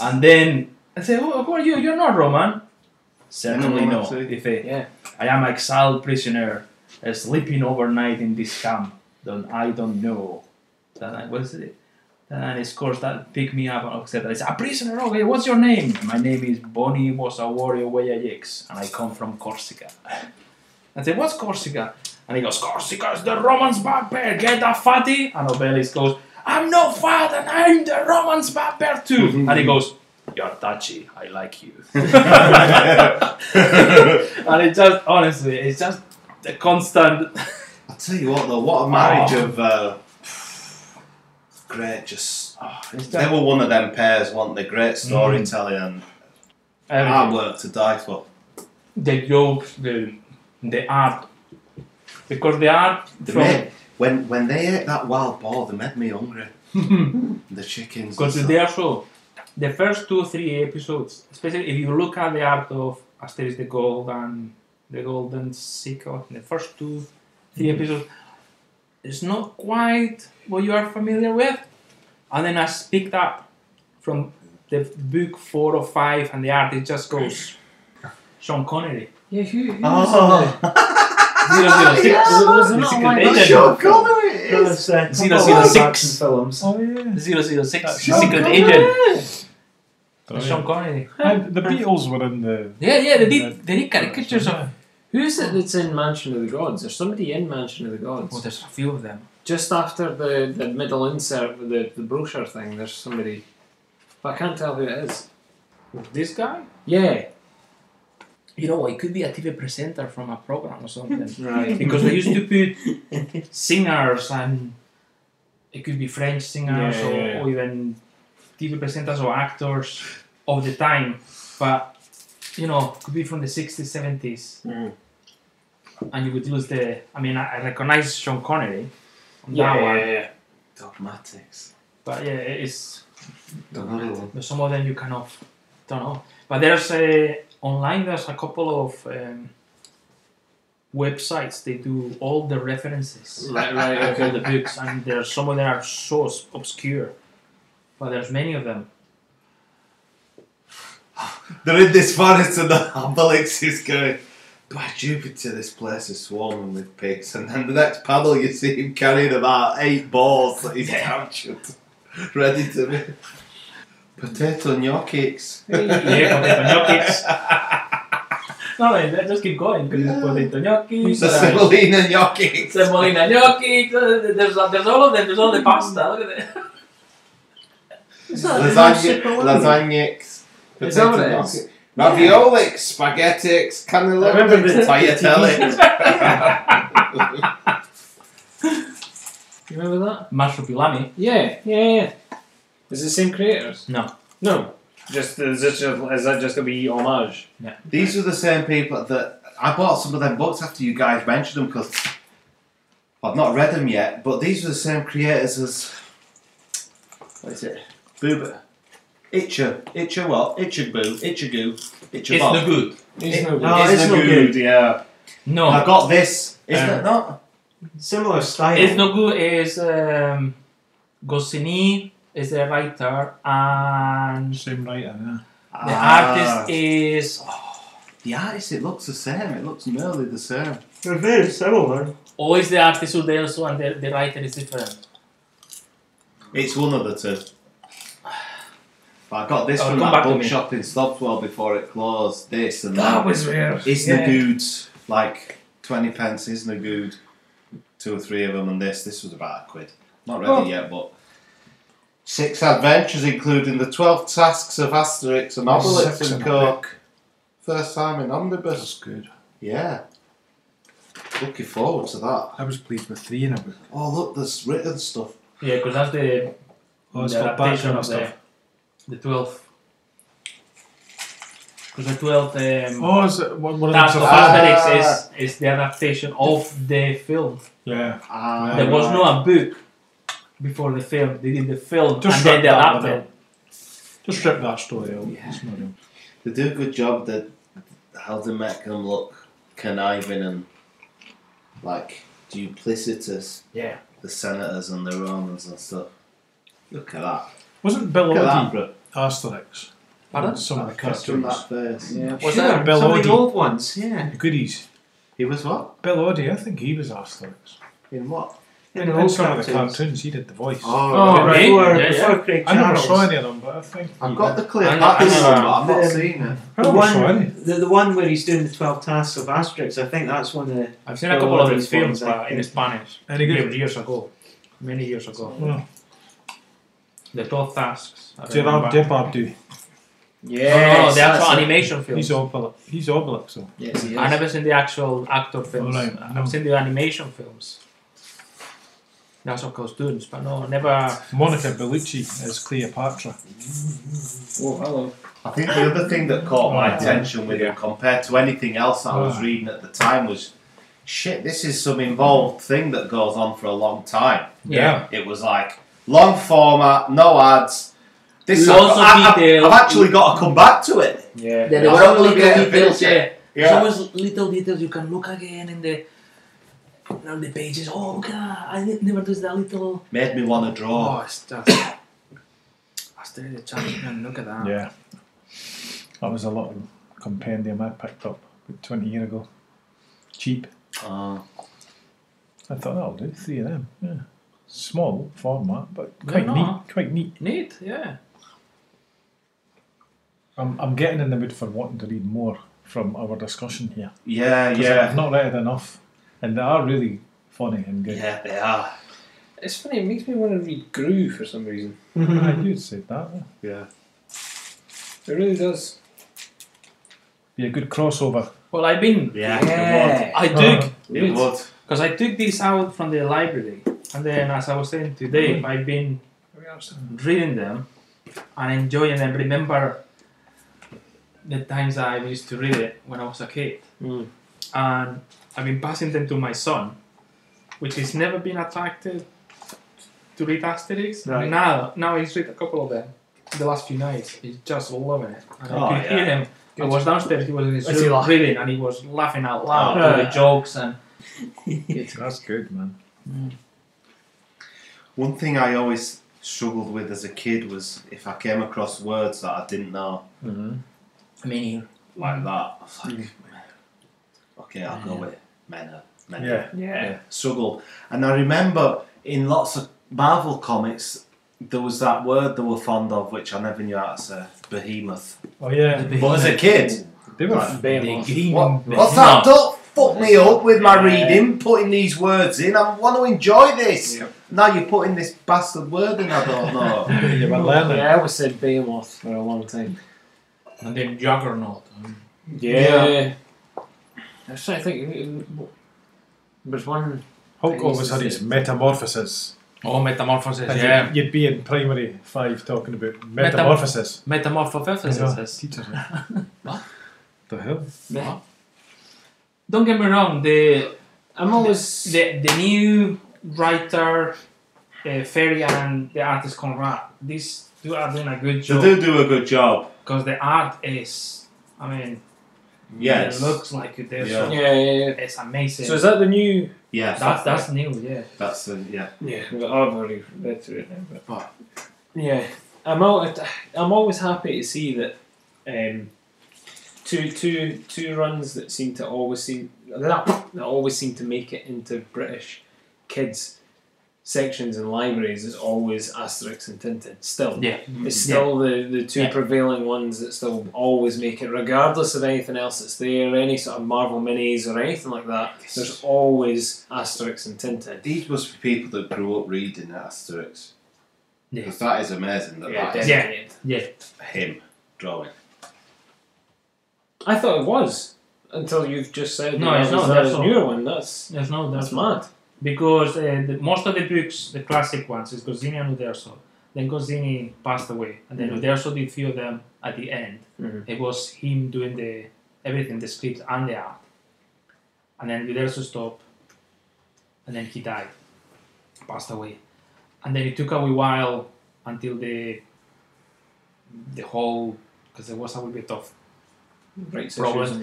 Speaker 6: And then I say, who, who are you? You're not Roman. Certainly
Speaker 4: No,
Speaker 6: no.
Speaker 4: I'm
Speaker 6: If I,
Speaker 7: Yeah.
Speaker 6: I am exiled prisoner, uh, sleeping overnight in this camp, then I don't know. Then I, what is it? Then I escorts that pick me up and etc. I say, a prisoner. Okay, what's your name? My name is Bonnie. Was a warrior way and I come from Corsica. <laughs> I say, what's Corsica? And he goes, Corsica is the Roman's bugbear. Get that fatty. And Obelis goes, I'm not fat and I'm the Roman's bugbear too. and he goes, you're touchy. I like you. and it just, honestly, it's just the constant.
Speaker 4: I tell you what, though, what a marriage
Speaker 6: Oh.
Speaker 4: of uh, great. Just
Speaker 6: it's
Speaker 4: they
Speaker 6: just
Speaker 4: were one of them pairs, weren't they? Great storytelling and hard
Speaker 6: everything.
Speaker 4: work to die for.
Speaker 6: um, the jokes, the, the art. Because the art
Speaker 4: They
Speaker 6: from
Speaker 4: made, when when they ate that wild boar, they made me
Speaker 6: <laughs>
Speaker 4: hungry. the chickens. and
Speaker 6: Because
Speaker 4: stuff.
Speaker 6: they are so. The first two three episodes, especially if you look at the art of Asterix the Gold and the Golden Sickle, the first two three
Speaker 2: Mm-hmm.
Speaker 6: episodes, it's not quite what you are familiar with. And then I picked up from the book four or five, and the art it just goes
Speaker 2: <laughs>
Speaker 6: Sean Connery.
Speaker 7: Yeah, who, who was on
Speaker 4: Oh,
Speaker 7: there?
Speaker 2: Ah,
Speaker 6: Zero zero six.
Speaker 7: Was, was there
Speaker 6: It's
Speaker 7: not
Speaker 6: a
Speaker 7: one?
Speaker 6: good
Speaker 7: Agent?
Speaker 4: Sean Connery it is.
Speaker 5: Those, uh,
Speaker 6: Zero,
Speaker 5: couple
Speaker 6: zero,
Speaker 5: of live
Speaker 6: six.
Speaker 5: action films.
Speaker 2: Oh yeah.
Speaker 6: Zero zero six.
Speaker 2: Sean
Speaker 6: Secret
Speaker 2: Connery. Oh,
Speaker 6: agent. Sean
Speaker 2: Brilliant.
Speaker 6: Connery.
Speaker 2: And Oh, the Beatles were in the.
Speaker 6: Yeah, yeah, they did. They did caricatures of.
Speaker 7: Who is it that's in Mansion of the Gods? There's somebody in Mansion of the Gods.
Speaker 6: Well, there's a few of them.
Speaker 7: Just after the, the middle insert with the, the brochure thing, there's somebody. But I can't tell who it is.
Speaker 6: This guy.
Speaker 7: Yeah.
Speaker 6: you know, it could be a TV presenter from a program or
Speaker 7: <laughs>
Speaker 6: something.
Speaker 7: Right.
Speaker 6: because they used to
Speaker 7: <laughs>
Speaker 6: put singers and it could be French singers
Speaker 7: Yeah,
Speaker 6: or,
Speaker 7: yeah, yeah.
Speaker 6: or even TV presenters or actors of the time. But, you know, could be from the 60s, 70s.
Speaker 7: Mm.
Speaker 6: and you would lose the. I mean, I, I recognize Sean Connery on
Speaker 7: Yeah,
Speaker 6: that one,
Speaker 7: yeah, yeah.
Speaker 4: Dogmatics.
Speaker 6: but yeah, it's
Speaker 8: Dogmatic.
Speaker 6: there's some of them you cannot don't know. But there's a online. There's a couple of um, websites. They do all the references.
Speaker 7: Right, right,
Speaker 6: of
Speaker 7: okay.
Speaker 6: all the books, and there's some of them are so obs- obscure, but there's many of them.
Speaker 4: They're in this forest and the obelisk is going, by Jupiter, this place is swarming with pigs. And then the next panel, you see him carrying about eight balls that he's captured, <laughs> ready to be. Potato gnocchis.
Speaker 6: yeah, potato
Speaker 4: <laughs>
Speaker 6: gnocchis. No, wait, let's just keep going.
Speaker 4: Yeah.
Speaker 6: Potato gnocchi, uh,
Speaker 4: The semolina gnocchis.
Speaker 6: semolina gnocchi. uh, There's, there's all of them. There's all the pasta. Look at that.
Speaker 8: Is that the
Speaker 4: Lasagna,
Speaker 8: most
Speaker 4: lasagnics.
Speaker 7: Is that
Speaker 4: Potato
Speaker 7: what it
Speaker 4: gnocchi. Raviolics, spaghettics, cannelloni,
Speaker 7: I remember the-
Speaker 4: tagliatelle.
Speaker 7: You remember that?
Speaker 6: Marshall Pilami.
Speaker 7: Yeah, yeah, yeah. Is it the same creators?
Speaker 6: No.
Speaker 7: No. Just is this just is that just a wee homage?
Speaker 4: These are the same people that I bought some of them books after you guys mentioned them because I've not read them yet. But these are the same creators as what is it? Booba, Itcher, Itcher what? Itcher Boo, Itcher Goo, Itcher Bob.
Speaker 6: good.
Speaker 7: It's
Speaker 4: no
Speaker 7: no
Speaker 4: good.
Speaker 5: No, it's no good.
Speaker 4: Yeah,
Speaker 6: No.
Speaker 7: Ah.
Speaker 4: I got this. Isn't
Speaker 6: Um,
Speaker 4: it not?
Speaker 5: Similar style.
Speaker 6: It's no good is um, Goscinny is the writer and
Speaker 2: Same writer, yeah.
Speaker 6: the
Speaker 4: Ah,
Speaker 6: artist is oh,
Speaker 4: The artist. It looks the same. It looks nearly the same.
Speaker 5: They're very similar.
Speaker 6: always the artist who there also and the, the writer is different.
Speaker 4: It's one of the two. <sighs> But I got this
Speaker 6: Oh,
Speaker 4: from that
Speaker 6: come back to me.
Speaker 4: bookshop in Stobswell before it closed. This and that.
Speaker 6: was weird.
Speaker 4: It's
Speaker 6: Yeah.
Speaker 4: the goods, like 20 pence is the good. Two or three of them, and this. This was about a quid. Not ready
Speaker 6: Oh.
Speaker 4: yet, but. Six adventures, including the 12 tasks of Asterix and Obelix
Speaker 2: Six
Speaker 4: and
Speaker 2: in a
Speaker 4: Coke. First time in Omnibus.
Speaker 2: That's good.
Speaker 4: Yeah. Looking forward to that.
Speaker 2: I was pleased with three in a book.
Speaker 4: Oh, look, there's written stuff.
Speaker 6: Yeah, because that's the,
Speaker 2: Oh, it's
Speaker 6: the
Speaker 2: got background
Speaker 6: adaptation of the
Speaker 2: stuff.
Speaker 6: the twelfth. Because the twelfth um,
Speaker 2: Oh, is it one, one of
Speaker 6: Task
Speaker 2: them's a
Speaker 6: of
Speaker 4: Ah.
Speaker 2: fan?
Speaker 6: Asterix is, is the adaptation of the film.
Speaker 2: Yeah.
Speaker 4: Ah,
Speaker 6: There was
Speaker 4: right.
Speaker 6: no a book before the film. They did the film
Speaker 2: Just
Speaker 6: and then
Speaker 2: wrap
Speaker 6: they
Speaker 2: that one
Speaker 6: adapted.
Speaker 2: Just strip that story out. It's not real.
Speaker 4: They do a good job that how they make them look conniving and like duplicitous.
Speaker 6: Yeah.
Speaker 4: The senators and the Romans and stuff. Look at that.
Speaker 2: Wasn't Bill
Speaker 4: Look at that,
Speaker 2: Oddie
Speaker 4: bro.
Speaker 2: Asterix?
Speaker 6: Pardon?
Speaker 2: Some of the
Speaker 4: Just from
Speaker 2: cartoons.
Speaker 4: that first.
Speaker 7: Yeah.
Speaker 6: Was
Speaker 5: sure,
Speaker 6: that
Speaker 2: Bill
Speaker 5: some of
Speaker 2: Oddie?
Speaker 5: the old ones, yeah.
Speaker 2: Goodies.
Speaker 4: He was what?
Speaker 2: Bill Oddie, I think he was Asterix.
Speaker 4: In what?
Speaker 5: In the
Speaker 2: In
Speaker 5: old
Speaker 2: some of the
Speaker 5: cartoons.
Speaker 2: cartoons, he did the voice.
Speaker 6: Oh, right.
Speaker 5: Before,
Speaker 6: Yeah, yeah.
Speaker 5: before Craig
Speaker 2: I never
Speaker 5: Charles.
Speaker 2: saw any of them, but I think.
Speaker 4: I've
Speaker 2: he
Speaker 4: got
Speaker 2: did.
Speaker 4: the clear
Speaker 6: I know-
Speaker 4: back
Speaker 6: I
Speaker 4: of
Speaker 6: know.
Speaker 4: one, but I've not
Speaker 5: Um,
Speaker 4: seen it.
Speaker 2: I
Speaker 5: The
Speaker 2: never saw any.
Speaker 5: one, the, the one where he's doing the 12 tasks of Asterix, I think that's one of the.
Speaker 6: I've seen a couple of his films
Speaker 5: Bill Oddie's
Speaker 6: but in Spanish.
Speaker 2: Any good?
Speaker 6: Years- Years ago. Many years ago.
Speaker 2: No.
Speaker 6: The 12 tasks. I remember.
Speaker 2: Gerard Depardieu.
Speaker 6: Oh, No,
Speaker 7: Yeah.
Speaker 6: no, no, the actual animation films.
Speaker 2: He's Obelix. He's Obelix, though.
Speaker 7: Yes, he
Speaker 6: I've
Speaker 7: is.
Speaker 6: never seen the actual actor films.
Speaker 2: Alright, no.
Speaker 6: I've seen the animation films. That's of course cartoons, but no, never.
Speaker 2: Monica Bellucci is Cleopatra.
Speaker 7: Oh, hello.
Speaker 4: I think the other thing that caught my
Speaker 2: Oh,
Speaker 4: attention with him compared to anything else I was
Speaker 2: Oh.
Speaker 4: reading at the time was shit, this is some involved thing that goes on for a long time.
Speaker 6: Yeah.
Speaker 4: It was like long format, no ads. This
Speaker 6: Lots
Speaker 4: I've,
Speaker 6: of
Speaker 4: I've-
Speaker 6: detail.
Speaker 4: I've actually got to come back to it.
Speaker 7: Yeah.
Speaker 4: There were all little details,
Speaker 6: yeah.
Speaker 4: Yeah.
Speaker 6: There's always little details you can look again in the in all the pages. Oh, look at that. I did- never do that little.
Speaker 4: Made me want to draw.
Speaker 6: Oh, it's just. <coughs> I stared at the champion. Look at that.
Speaker 2: Yeah. That was a little compendium I picked up about 20 years ago. Cheap.
Speaker 4: Oh.
Speaker 2: I thought oh, that'll do, three of them. Yeah. Small format, but
Speaker 6: Why
Speaker 2: quite
Speaker 6: not?
Speaker 2: neat. Quite neat.
Speaker 6: Neat, yeah.
Speaker 2: I'm, I'm getting in the mood for wanting to read more from our discussion here.
Speaker 4: Yeah,
Speaker 2: 'Cause I've
Speaker 4: yeah.
Speaker 2: not read enough. And they are really funny and good.
Speaker 4: Yeah, they are.
Speaker 7: It's funny. It makes me want to read Gru for some reason.
Speaker 2: <laughs> I you'd say that. yeah.
Speaker 4: Yeah.
Speaker 7: It really does.
Speaker 2: Be a good crossover.
Speaker 6: Well, I've been.
Speaker 4: Yeah,
Speaker 6: I
Speaker 2: Uh-huh.
Speaker 6: took
Speaker 4: it would. It would.
Speaker 6: because I took this out from the library, and then as I was saying today,
Speaker 7: Mm-hmm.
Speaker 6: I've been reading them and enjoying them. Remember the times I used to read it when I was a kid,
Speaker 7: Mm.
Speaker 6: and I've been passing them to my son, which has never been attracted to read Asterix.
Speaker 7: Right.
Speaker 6: Now, now he's read a couple of them. The last few nights, he's just loving it. And
Speaker 4: Oh,
Speaker 6: I could hear
Speaker 4: yeah.
Speaker 6: him. I was downstairs. He was in his
Speaker 7: Is he
Speaker 6: room
Speaker 7: laughing?
Speaker 6: reading, and he was laughing out loud
Speaker 7: Ah.
Speaker 6: at the jokes and.
Speaker 2: That's good, man.
Speaker 4: One thing I always struggled with as a kid was if I came across words that I didn't know,
Speaker 2: Mm-hmm.
Speaker 6: I mean,
Speaker 4: like that. I was like, okay, I'll go with it. Mena. Mena.
Speaker 2: Yeah.
Speaker 7: Yeah.
Speaker 4: Struggled. And I remember in lots of Marvel comics, there was that word they were fond of, which I never knew how to say behemoth.
Speaker 2: Oh yeah,
Speaker 4: But as a kid,
Speaker 2: they were.
Speaker 4: Right.
Speaker 7: Behemoth.
Speaker 4: what, what's that? Don't fuck me up with my reading, putting these words in. I want to enjoy this. Now you're putting this bastard word in, I <laughs> don't know.
Speaker 2: <laughs> They were learning.
Speaker 7: Yeah, I always said Behemoth for a long time.
Speaker 6: and then Juggernaut.
Speaker 7: Yeah. I was trying to think. uh, There's one.
Speaker 2: Hulk always had his metamorphoses.
Speaker 6: Oh, Metamorphosis,
Speaker 2: And
Speaker 6: yeah.
Speaker 2: you'd, you'd be in primary five talking about metamorphosis.
Speaker 6: Metamorphosis.
Speaker 2: Teachers are-
Speaker 6: <laughs>
Speaker 2: The hell?
Speaker 6: Don't get me wrong, the
Speaker 7: I'm always.
Speaker 6: the, the new writer, uh, Ferry, and the artist Conrad, these two are doing a good
Speaker 4: They
Speaker 6: job
Speaker 4: do do a good job.
Speaker 6: because the art is, I mean,
Speaker 4: Yes.
Speaker 6: it looks like it. There's
Speaker 4: Yeah.
Speaker 6: some-
Speaker 7: yeah, yeah, yeah.
Speaker 6: It's amazing.
Speaker 7: So is that the new?
Speaker 4: Yeah.
Speaker 6: that's that's new, yeah.
Speaker 4: That's a, yeah.
Speaker 7: Yeah, well, I've already read through it now, but yeah, I'm always, I'm always happy to see that um, two two two runs that seem to always seem that that always seem to make it into British kids sections and libraries is always Asterix and Tintin. Still,
Speaker 6: Yeah.
Speaker 4: Mm.
Speaker 7: it's still the the two
Speaker 6: Yeah.
Speaker 7: prevailing ones that still always make it, regardless of anything else that's there, any sort of Marvel minis or anything like that. There's always Asterix and Tintin.
Speaker 4: These must be people that grew up reading Asterix.
Speaker 6: Yeah.
Speaker 4: Because that is amazing that that is
Speaker 6: definitely.
Speaker 7: definitely.
Speaker 4: him drawing.
Speaker 7: I thought it was until you've just said
Speaker 6: No,
Speaker 7: that
Speaker 6: it's
Speaker 7: was
Speaker 6: not,
Speaker 7: that
Speaker 6: that's not.
Speaker 7: newer one. That's
Speaker 6: There's no,
Speaker 7: that's
Speaker 6: there's
Speaker 7: mad.
Speaker 6: because uh, the, most of the books, the classic ones, is Gozzini and Uderzo. Then Gozzini passed away, and then
Speaker 7: Mhm.
Speaker 6: Uderzo did few of them at the end.
Speaker 7: Mhm.
Speaker 6: It was him doing the everything, the script and the art. And then Uderzo stopped, and then he died, passed away, and then it took a wee while until the the whole because there was a wee bit of
Speaker 7: Right,
Speaker 6: Problem.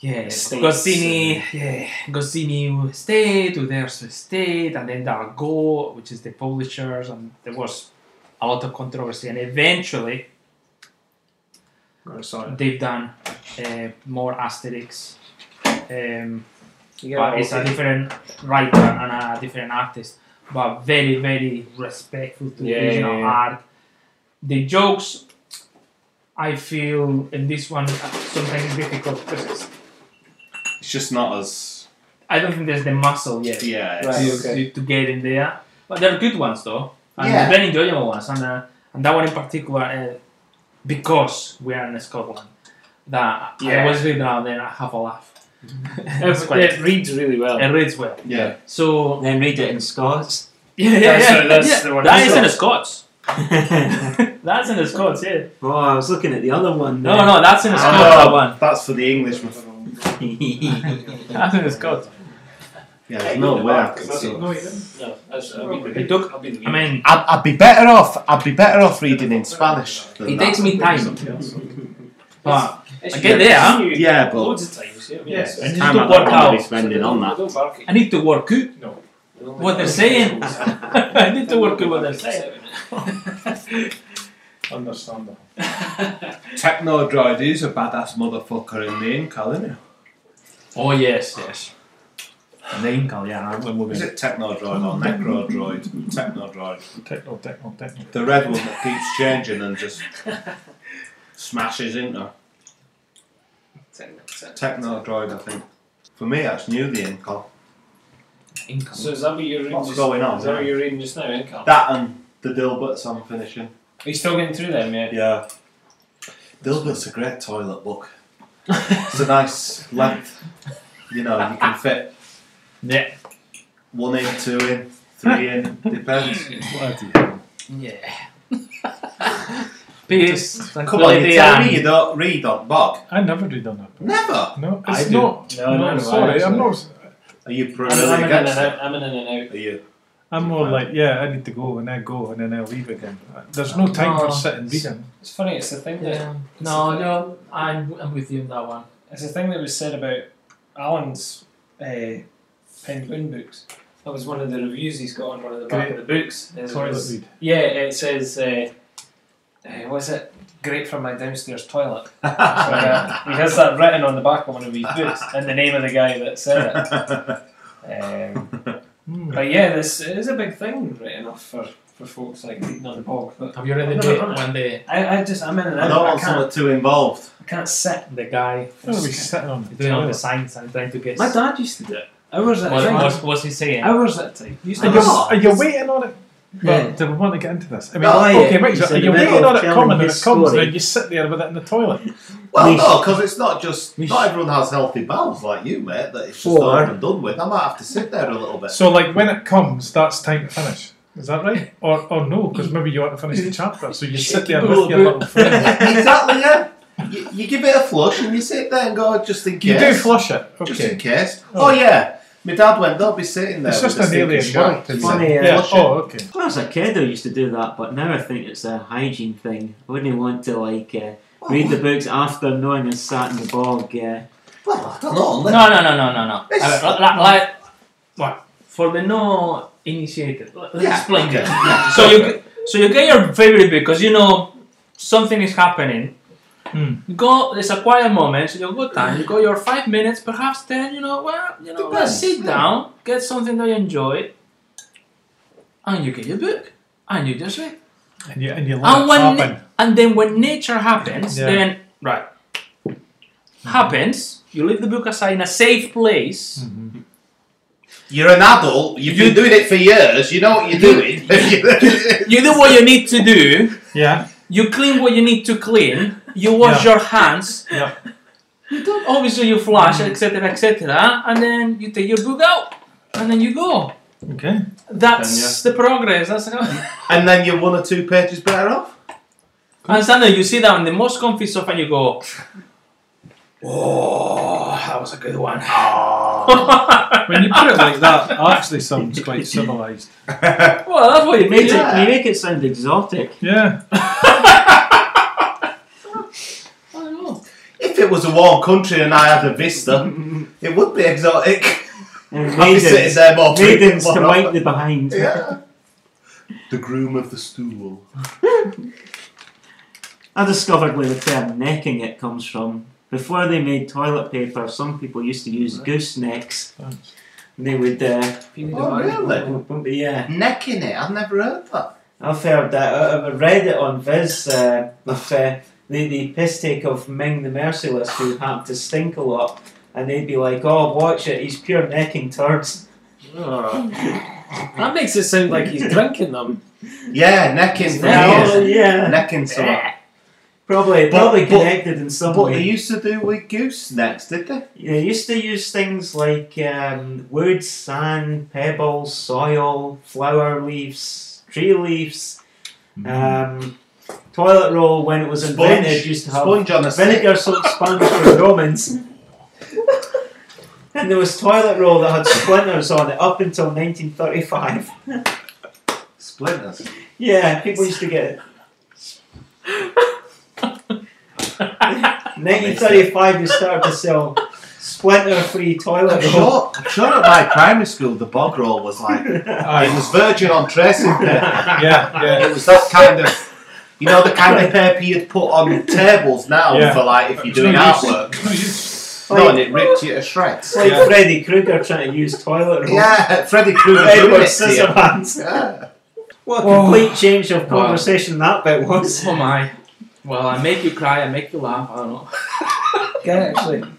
Speaker 6: yeah,
Speaker 7: States
Speaker 6: Goscinny, yeah, Goscinny State, Uderzo State, and then there are Go, which is the publishers, and there was a lot of controversy. And eventually,
Speaker 7: sorry.
Speaker 6: they've done uh, more Asterix, um,
Speaker 7: You get
Speaker 6: but it's <laughs> a different writer and a different artist, but very, very respectful to
Speaker 7: Yeah,
Speaker 6: the original
Speaker 7: yeah, yeah.
Speaker 6: art. The jokes, I feel, in this one, uh, sometimes it's difficult because
Speaker 4: It's just not as
Speaker 6: I don't think there's the muscle yet
Speaker 4: yeah. It's,
Speaker 7: Right,
Speaker 6: to,
Speaker 7: okay.
Speaker 6: to, to get in there. But they're good ones though, and
Speaker 4: Yeah.
Speaker 6: very enjoyable ones. And, uh, and that one in particular, uh, because we are in Scotland, that I
Speaker 7: Yeah.
Speaker 6: always read now and then I have a <laughs> laugh. it's
Speaker 7: It,
Speaker 6: quite,
Speaker 7: it reads really well.
Speaker 6: it reads well.
Speaker 4: Yeah.
Speaker 6: <laughs> So
Speaker 5: Then read it in Scots. <laughs>
Speaker 6: yeah, yeah,
Speaker 7: That's-
Speaker 6: yeah,
Speaker 7: that's
Speaker 6: yeah.
Speaker 7: the one I
Speaker 6: that is
Speaker 7: saw.
Speaker 6: in the Scots.
Speaker 5: oh,
Speaker 6: That's in the Scots. Yeah. Ah.
Speaker 5: I was looking at the other one.
Speaker 6: No, no, that's in the Scots. that one.
Speaker 4: That's for the English.
Speaker 5: no. <laughs>
Speaker 6: <laughs> That's in the Scots.
Speaker 4: Yeah, there's no way I could see.
Speaker 2: No, he didn't.
Speaker 7: No, that's, uh, I'll be
Speaker 6: It took.
Speaker 7: I'll be the
Speaker 6: I mean,
Speaker 4: I'd, I'd be better off. I'd be better off reading in Spanish. Than
Speaker 6: it
Speaker 4: that.
Speaker 6: takes me time, but
Speaker 7: It's-
Speaker 6: I get there, huh?
Speaker 4: Yeah, but-
Speaker 7: loads of times. Yeah,
Speaker 2: Yeah.
Speaker 7: yes.
Speaker 6: I need
Speaker 4: Time
Speaker 6: to
Speaker 4: I
Speaker 6: work
Speaker 4: don't wanna be
Speaker 6: out.
Speaker 4: spending on that.
Speaker 7: Don't bark
Speaker 6: I need to work out
Speaker 7: at me.
Speaker 6: what they're saying. <laughs> I need to work out what they're saying.
Speaker 2: Understandable.
Speaker 4: Technodroid is a badass motherfucker in the Inca, isn't it?
Speaker 6: Oh yes, yes.
Speaker 2: The Incal, yeah, I remember
Speaker 4: Is it Technodroid or Necrodroid? Technodroid.
Speaker 2: Techno, techno, techno.
Speaker 4: The red one that keeps changing and just smashes into her. Technodroid, I think. For me, that's new, the Inca.
Speaker 6: Income.
Speaker 7: So is that what you're reading?
Speaker 4: What's
Speaker 7: just,
Speaker 4: going on,
Speaker 7: Is that what
Speaker 4: yeah?
Speaker 7: you're reading just now? eh, Income.
Speaker 4: That and the Dilberts I'm finishing.
Speaker 7: Are you still getting through them? Yeah.
Speaker 4: Yeah. Dilbert's a great toilet book. it's a nice length. You know, you can fit
Speaker 6: yeah.
Speaker 4: one in, two in, three in, depends.
Speaker 6: <laughs>
Speaker 2: Bloody hell.
Speaker 6: Yeah. Peace.
Speaker 4: Come on, you
Speaker 6: Tranquility
Speaker 4: tell
Speaker 6: and
Speaker 4: me you don't read on Bog.
Speaker 2: I never read on that. book.
Speaker 4: Never.
Speaker 2: No,
Speaker 7: I
Speaker 2: it's
Speaker 7: do.
Speaker 2: not.
Speaker 7: No, no, no,
Speaker 2: sorry,
Speaker 7: I
Speaker 2: I'm not.
Speaker 4: Are you
Speaker 7: I'm,
Speaker 4: really
Speaker 7: I'm, in and
Speaker 4: against it?
Speaker 7: out, I'm in and out.
Speaker 4: Are you?
Speaker 2: I'm more like, yeah, I need to go and I go and then I leave again. There's no time for
Speaker 6: No.
Speaker 2: sitting reading.
Speaker 7: It's funny, it's the thing that
Speaker 6: Yeah. No, no, I'm, I'm with you on that one.
Speaker 7: it's the thing that was said about Alan's uh, Penguin books. That was one of the reviews he's got on one of the back of the books. is it
Speaker 2: Toilet
Speaker 7: was-
Speaker 2: read.
Speaker 7: Yeah, it says, uh, uh, what's it? Great for my downstairs toilet. So, uh, he has that written on the back of one of his books and the name of the guy that said it. Um,
Speaker 2: Hmm.
Speaker 7: but yeah, this it is a big thing, right enough, for, for folks like reading on the bog. But
Speaker 6: Have you read the
Speaker 7: I've
Speaker 6: date
Speaker 7: never done it.
Speaker 6: when the,
Speaker 7: I, I just, I'm in and
Speaker 4: I
Speaker 7: out.
Speaker 4: don't
Speaker 7: I
Speaker 4: want
Speaker 7: can't,
Speaker 4: someone too involved.
Speaker 7: I can't sit.
Speaker 6: the guy
Speaker 2: I was sitting on the
Speaker 6: doing all the
Speaker 2: toilet.
Speaker 6: signs and trying to guess?
Speaker 7: My
Speaker 6: What,
Speaker 7: dad used to do it. Hours at a
Speaker 6: what,
Speaker 7: time.
Speaker 6: what was he saying?
Speaker 7: Hours at a time. He used to
Speaker 2: Are
Speaker 4: I
Speaker 2: you,
Speaker 7: just-
Speaker 4: Oh.
Speaker 2: are you waiting on it? Well,
Speaker 5: Yeah.
Speaker 2: do we want to get into this? I mean,
Speaker 5: Oh, yeah,
Speaker 2: okay, wait,
Speaker 5: he's
Speaker 2: so are
Speaker 5: in
Speaker 2: you
Speaker 5: the middle
Speaker 2: waiting
Speaker 5: of
Speaker 2: on it
Speaker 5: telling
Speaker 2: coming and
Speaker 5: his
Speaker 2: it comes
Speaker 5: story.
Speaker 2: and you sit there with it in the toilet?
Speaker 4: Well,
Speaker 5: We
Speaker 4: no, because it's not just.
Speaker 5: we
Speaker 4: Not
Speaker 5: sh-
Speaker 4: everyone has healthy bowels like you, mate. That it's just
Speaker 5: Four.
Speaker 4: over and done with. I might have to sit there a little bit.
Speaker 2: So, like, when it comes, that's time to finish. Is that right? Or, or no, because maybe you want to finish the chapter, so you sit there with your little friend.
Speaker 4: <laughs> exactly, yeah. You, you give it a flush and you sit there and go, just in
Speaker 2: You
Speaker 4: case.
Speaker 2: do flush it.
Speaker 4: Just
Speaker 2: Okay.
Speaker 4: in case. Oh, yeah. My dad went, don't be sitting there.
Speaker 2: It's
Speaker 4: with
Speaker 2: just
Speaker 4: this
Speaker 2: an
Speaker 4: thing
Speaker 2: alien
Speaker 4: of shite."
Speaker 2: world to
Speaker 4: He
Speaker 2: me.
Speaker 4: said,
Speaker 5: Funny,
Speaker 2: Yeah.
Speaker 4: "Flush it."
Speaker 2: Oh, okay.
Speaker 5: When I was a kid, I used to do that, but now I think it's a hygiene thing. I wouldn't want to like uh, read the books after knowing I sat in the bog. Uh,
Speaker 4: Well, I don't know.
Speaker 6: No,
Speaker 4: Let-
Speaker 6: no, no, no, no, no.
Speaker 4: It's-
Speaker 6: Uh, like, like, what? For the no initiated, let- let's
Speaker 4: Yeah,
Speaker 6: explain
Speaker 4: okay.
Speaker 6: this.
Speaker 4: Yeah.
Speaker 6: So you, so you get your favorite because you know something is happening.
Speaker 2: Hmm.
Speaker 6: You go. It's a quiet moment. So you got time. You got your five minutes, perhaps ten. You know, well, you know, let's
Speaker 4: Depends,
Speaker 6: sit
Speaker 4: yeah.
Speaker 6: down, get something that you enjoy, and you get your book, and you just read.
Speaker 2: And you, and you let
Speaker 6: And
Speaker 2: it
Speaker 6: when
Speaker 2: happen.
Speaker 6: and then when nature happens,
Speaker 2: Yeah.
Speaker 6: then right happens. You leave the book aside in a safe place.
Speaker 2: Hmm. Mm-hmm.
Speaker 4: You're an adult. You've been doing it for years. You know what you're <laughs> doing. <laughs>
Speaker 6: You do what you need to do.
Speaker 2: Yeah.
Speaker 6: You clean what you need to clean. You wash
Speaker 2: Yeah.
Speaker 6: your hands.
Speaker 2: Yeah.
Speaker 6: You don't, obviously, you flush, etc., etc., and then you take your book out, and then you go.
Speaker 2: Okay.
Speaker 6: That's the progress. That's how. <laughs>
Speaker 4: and then you're one or two pages better off.
Speaker 6: and suddenly you sit down in the most comfy sofa and you go, <laughs> "Oh, that was a good one."
Speaker 2: When you put it like that, it actually sounds quite civilized.
Speaker 6: well, that's what you
Speaker 5: you, make
Speaker 6: made
Speaker 5: it,
Speaker 6: it.
Speaker 5: you make it sound exotic.
Speaker 2: Yeah.
Speaker 6: I don't know.
Speaker 4: If it was a warm country and I had a vista, it would be exotic. <laughs>
Speaker 2: <laughs>
Speaker 5: And
Speaker 4: I'd be sitting
Speaker 5: maidens,
Speaker 4: there more
Speaker 5: maidens
Speaker 4: frequently.
Speaker 5: to wipe the behind.
Speaker 4: Yeah. The groom of the stool.
Speaker 5: I discovered where the term necking it comes from. Before they made toilet paper, some people used to use goosenecks.
Speaker 2: Thanks.
Speaker 5: They would, uh,
Speaker 4: Oh, really?
Speaker 5: yeah.
Speaker 4: Necking it? I've never heard that.
Speaker 5: I've heard that. I, I read it on Viz uh, with uh, the, the piss take of Ming the Merciless, who happened to stink a lot, and they'd be like, oh, watch it, he's pure necking turds.
Speaker 7: Oh. That makes it sound like he's drinking them.
Speaker 4: Yeah, necking. for
Speaker 7: Yeah.
Speaker 5: Oh,
Speaker 4: years.
Speaker 5: <laughs> yeah.
Speaker 4: Necking something.
Speaker 5: Probably,
Speaker 4: But-
Speaker 5: probably
Speaker 4: but-
Speaker 5: connected in some
Speaker 4: What
Speaker 5: way.
Speaker 4: they used to do with goose necks, did they?
Speaker 5: They used to use things like um, wood, sand, pebbles, soil, flower leaves, tree leaves. Um, toilet roll, when it was invented, used to have
Speaker 4: sponge on a stick.
Speaker 5: vinegar soaked sponge for the Romans. and there was toilet roll that had splinters on it up until 1935.
Speaker 4: Splinters.
Speaker 5: Yeah, people used to get it. 1935, they started to sell splinter free toilet
Speaker 4: I'm sure,
Speaker 5: roll.
Speaker 4: I'm sure at my primary school the bog roll was like it
Speaker 2: Aye.
Speaker 4: was virgin on tracing paper.
Speaker 2: Yeah.
Speaker 4: It
Speaker 2: Yeah.
Speaker 4: was that kind of you know the kind of paper you'd put on tables now
Speaker 2: Yeah.
Speaker 4: for like if you're doing
Speaker 2: It's no
Speaker 4: artwork.
Speaker 2: use- no use.
Speaker 4: No, and it ripped you to shreds.
Speaker 5: It's like
Speaker 2: Yeah.
Speaker 5: Freddy Krueger trying to use toilet roll. <laughs>
Speaker 4: Yeah, Freddy Krueger.
Speaker 5: Edward
Speaker 4: doing it to you.
Speaker 5: Scissorhands.
Speaker 4: Yeah.
Speaker 5: What a complete change of conversation that bit <laughs> was.
Speaker 6: <laughs> Oh my. Well, I make you cry, I make you laugh, I don't know.
Speaker 7: Yeah, actually.
Speaker 2: <laughs>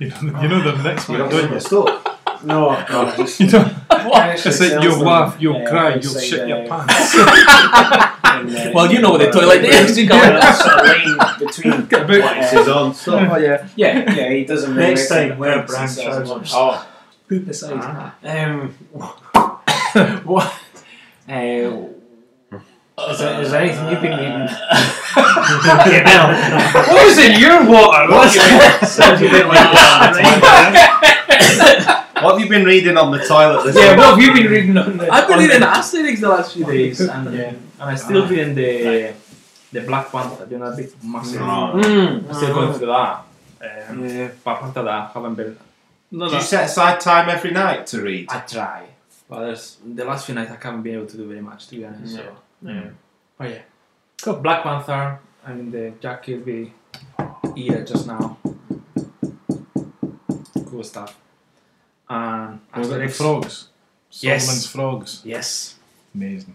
Speaker 2: You know, you know the next
Speaker 4: You
Speaker 2: one,
Speaker 4: don't
Speaker 2: don't
Speaker 4: do
Speaker 2: you?
Speaker 4: it stuff.
Speaker 7: No, no.
Speaker 2: <laughs> You don't.
Speaker 7: It's
Speaker 2: It's like you'll laugh, you'll cry, you'll shit your pants. <laughs>
Speaker 6: Well, you know the toilet is. You can't-
Speaker 7: between.
Speaker 2: About-
Speaker 4: It's his own stuff.
Speaker 6: Oh yeah.
Speaker 7: Yeah, yeah, he doesn't.
Speaker 5: Next
Speaker 7: really
Speaker 5: time, wear
Speaker 7: like
Speaker 5: brown
Speaker 7: since I was
Speaker 5: trousers.
Speaker 7: one.
Speaker 4: Oh,
Speaker 7: Poop aside.
Speaker 5: Ah.
Speaker 7: <laughs> Um, what? Uh, Is there, is there anything you've been reading?
Speaker 2: Fucking
Speaker 5: <laughs>
Speaker 2: hell. what is in your water? What's
Speaker 4: Sounds a
Speaker 8: <laughs>
Speaker 4: bit like that.
Speaker 2: <laughs>
Speaker 4: What have you been reading on the toilet this
Speaker 2: yeah,
Speaker 4: week?
Speaker 2: what have you been reading on this?
Speaker 6: <laughs> I've been reading Asterix the last few <laughs> days, and,
Speaker 2: Yeah.
Speaker 6: and I'm still reading the the Black Panther. You know, a bit massive.
Speaker 4: Right.
Speaker 7: Mm.
Speaker 6: I'm still going through that. Um,
Speaker 7: Yeah.
Speaker 6: but apart from that, I haven't been. No,
Speaker 4: Do you set aside time every night to read?
Speaker 6: I try, but there's the last few nights I haven't been able to do very much, to be honest. So,
Speaker 7: Yeah.
Speaker 6: oh yeah, cool. Black Panther. I mean the Jack Kirby era just now. Cool stuff. And
Speaker 2: Was it the
Speaker 6: Asterix.
Speaker 2: frogs?
Speaker 6: Yes.
Speaker 2: Solomon's frogs.
Speaker 6: Yes.
Speaker 2: Amazing.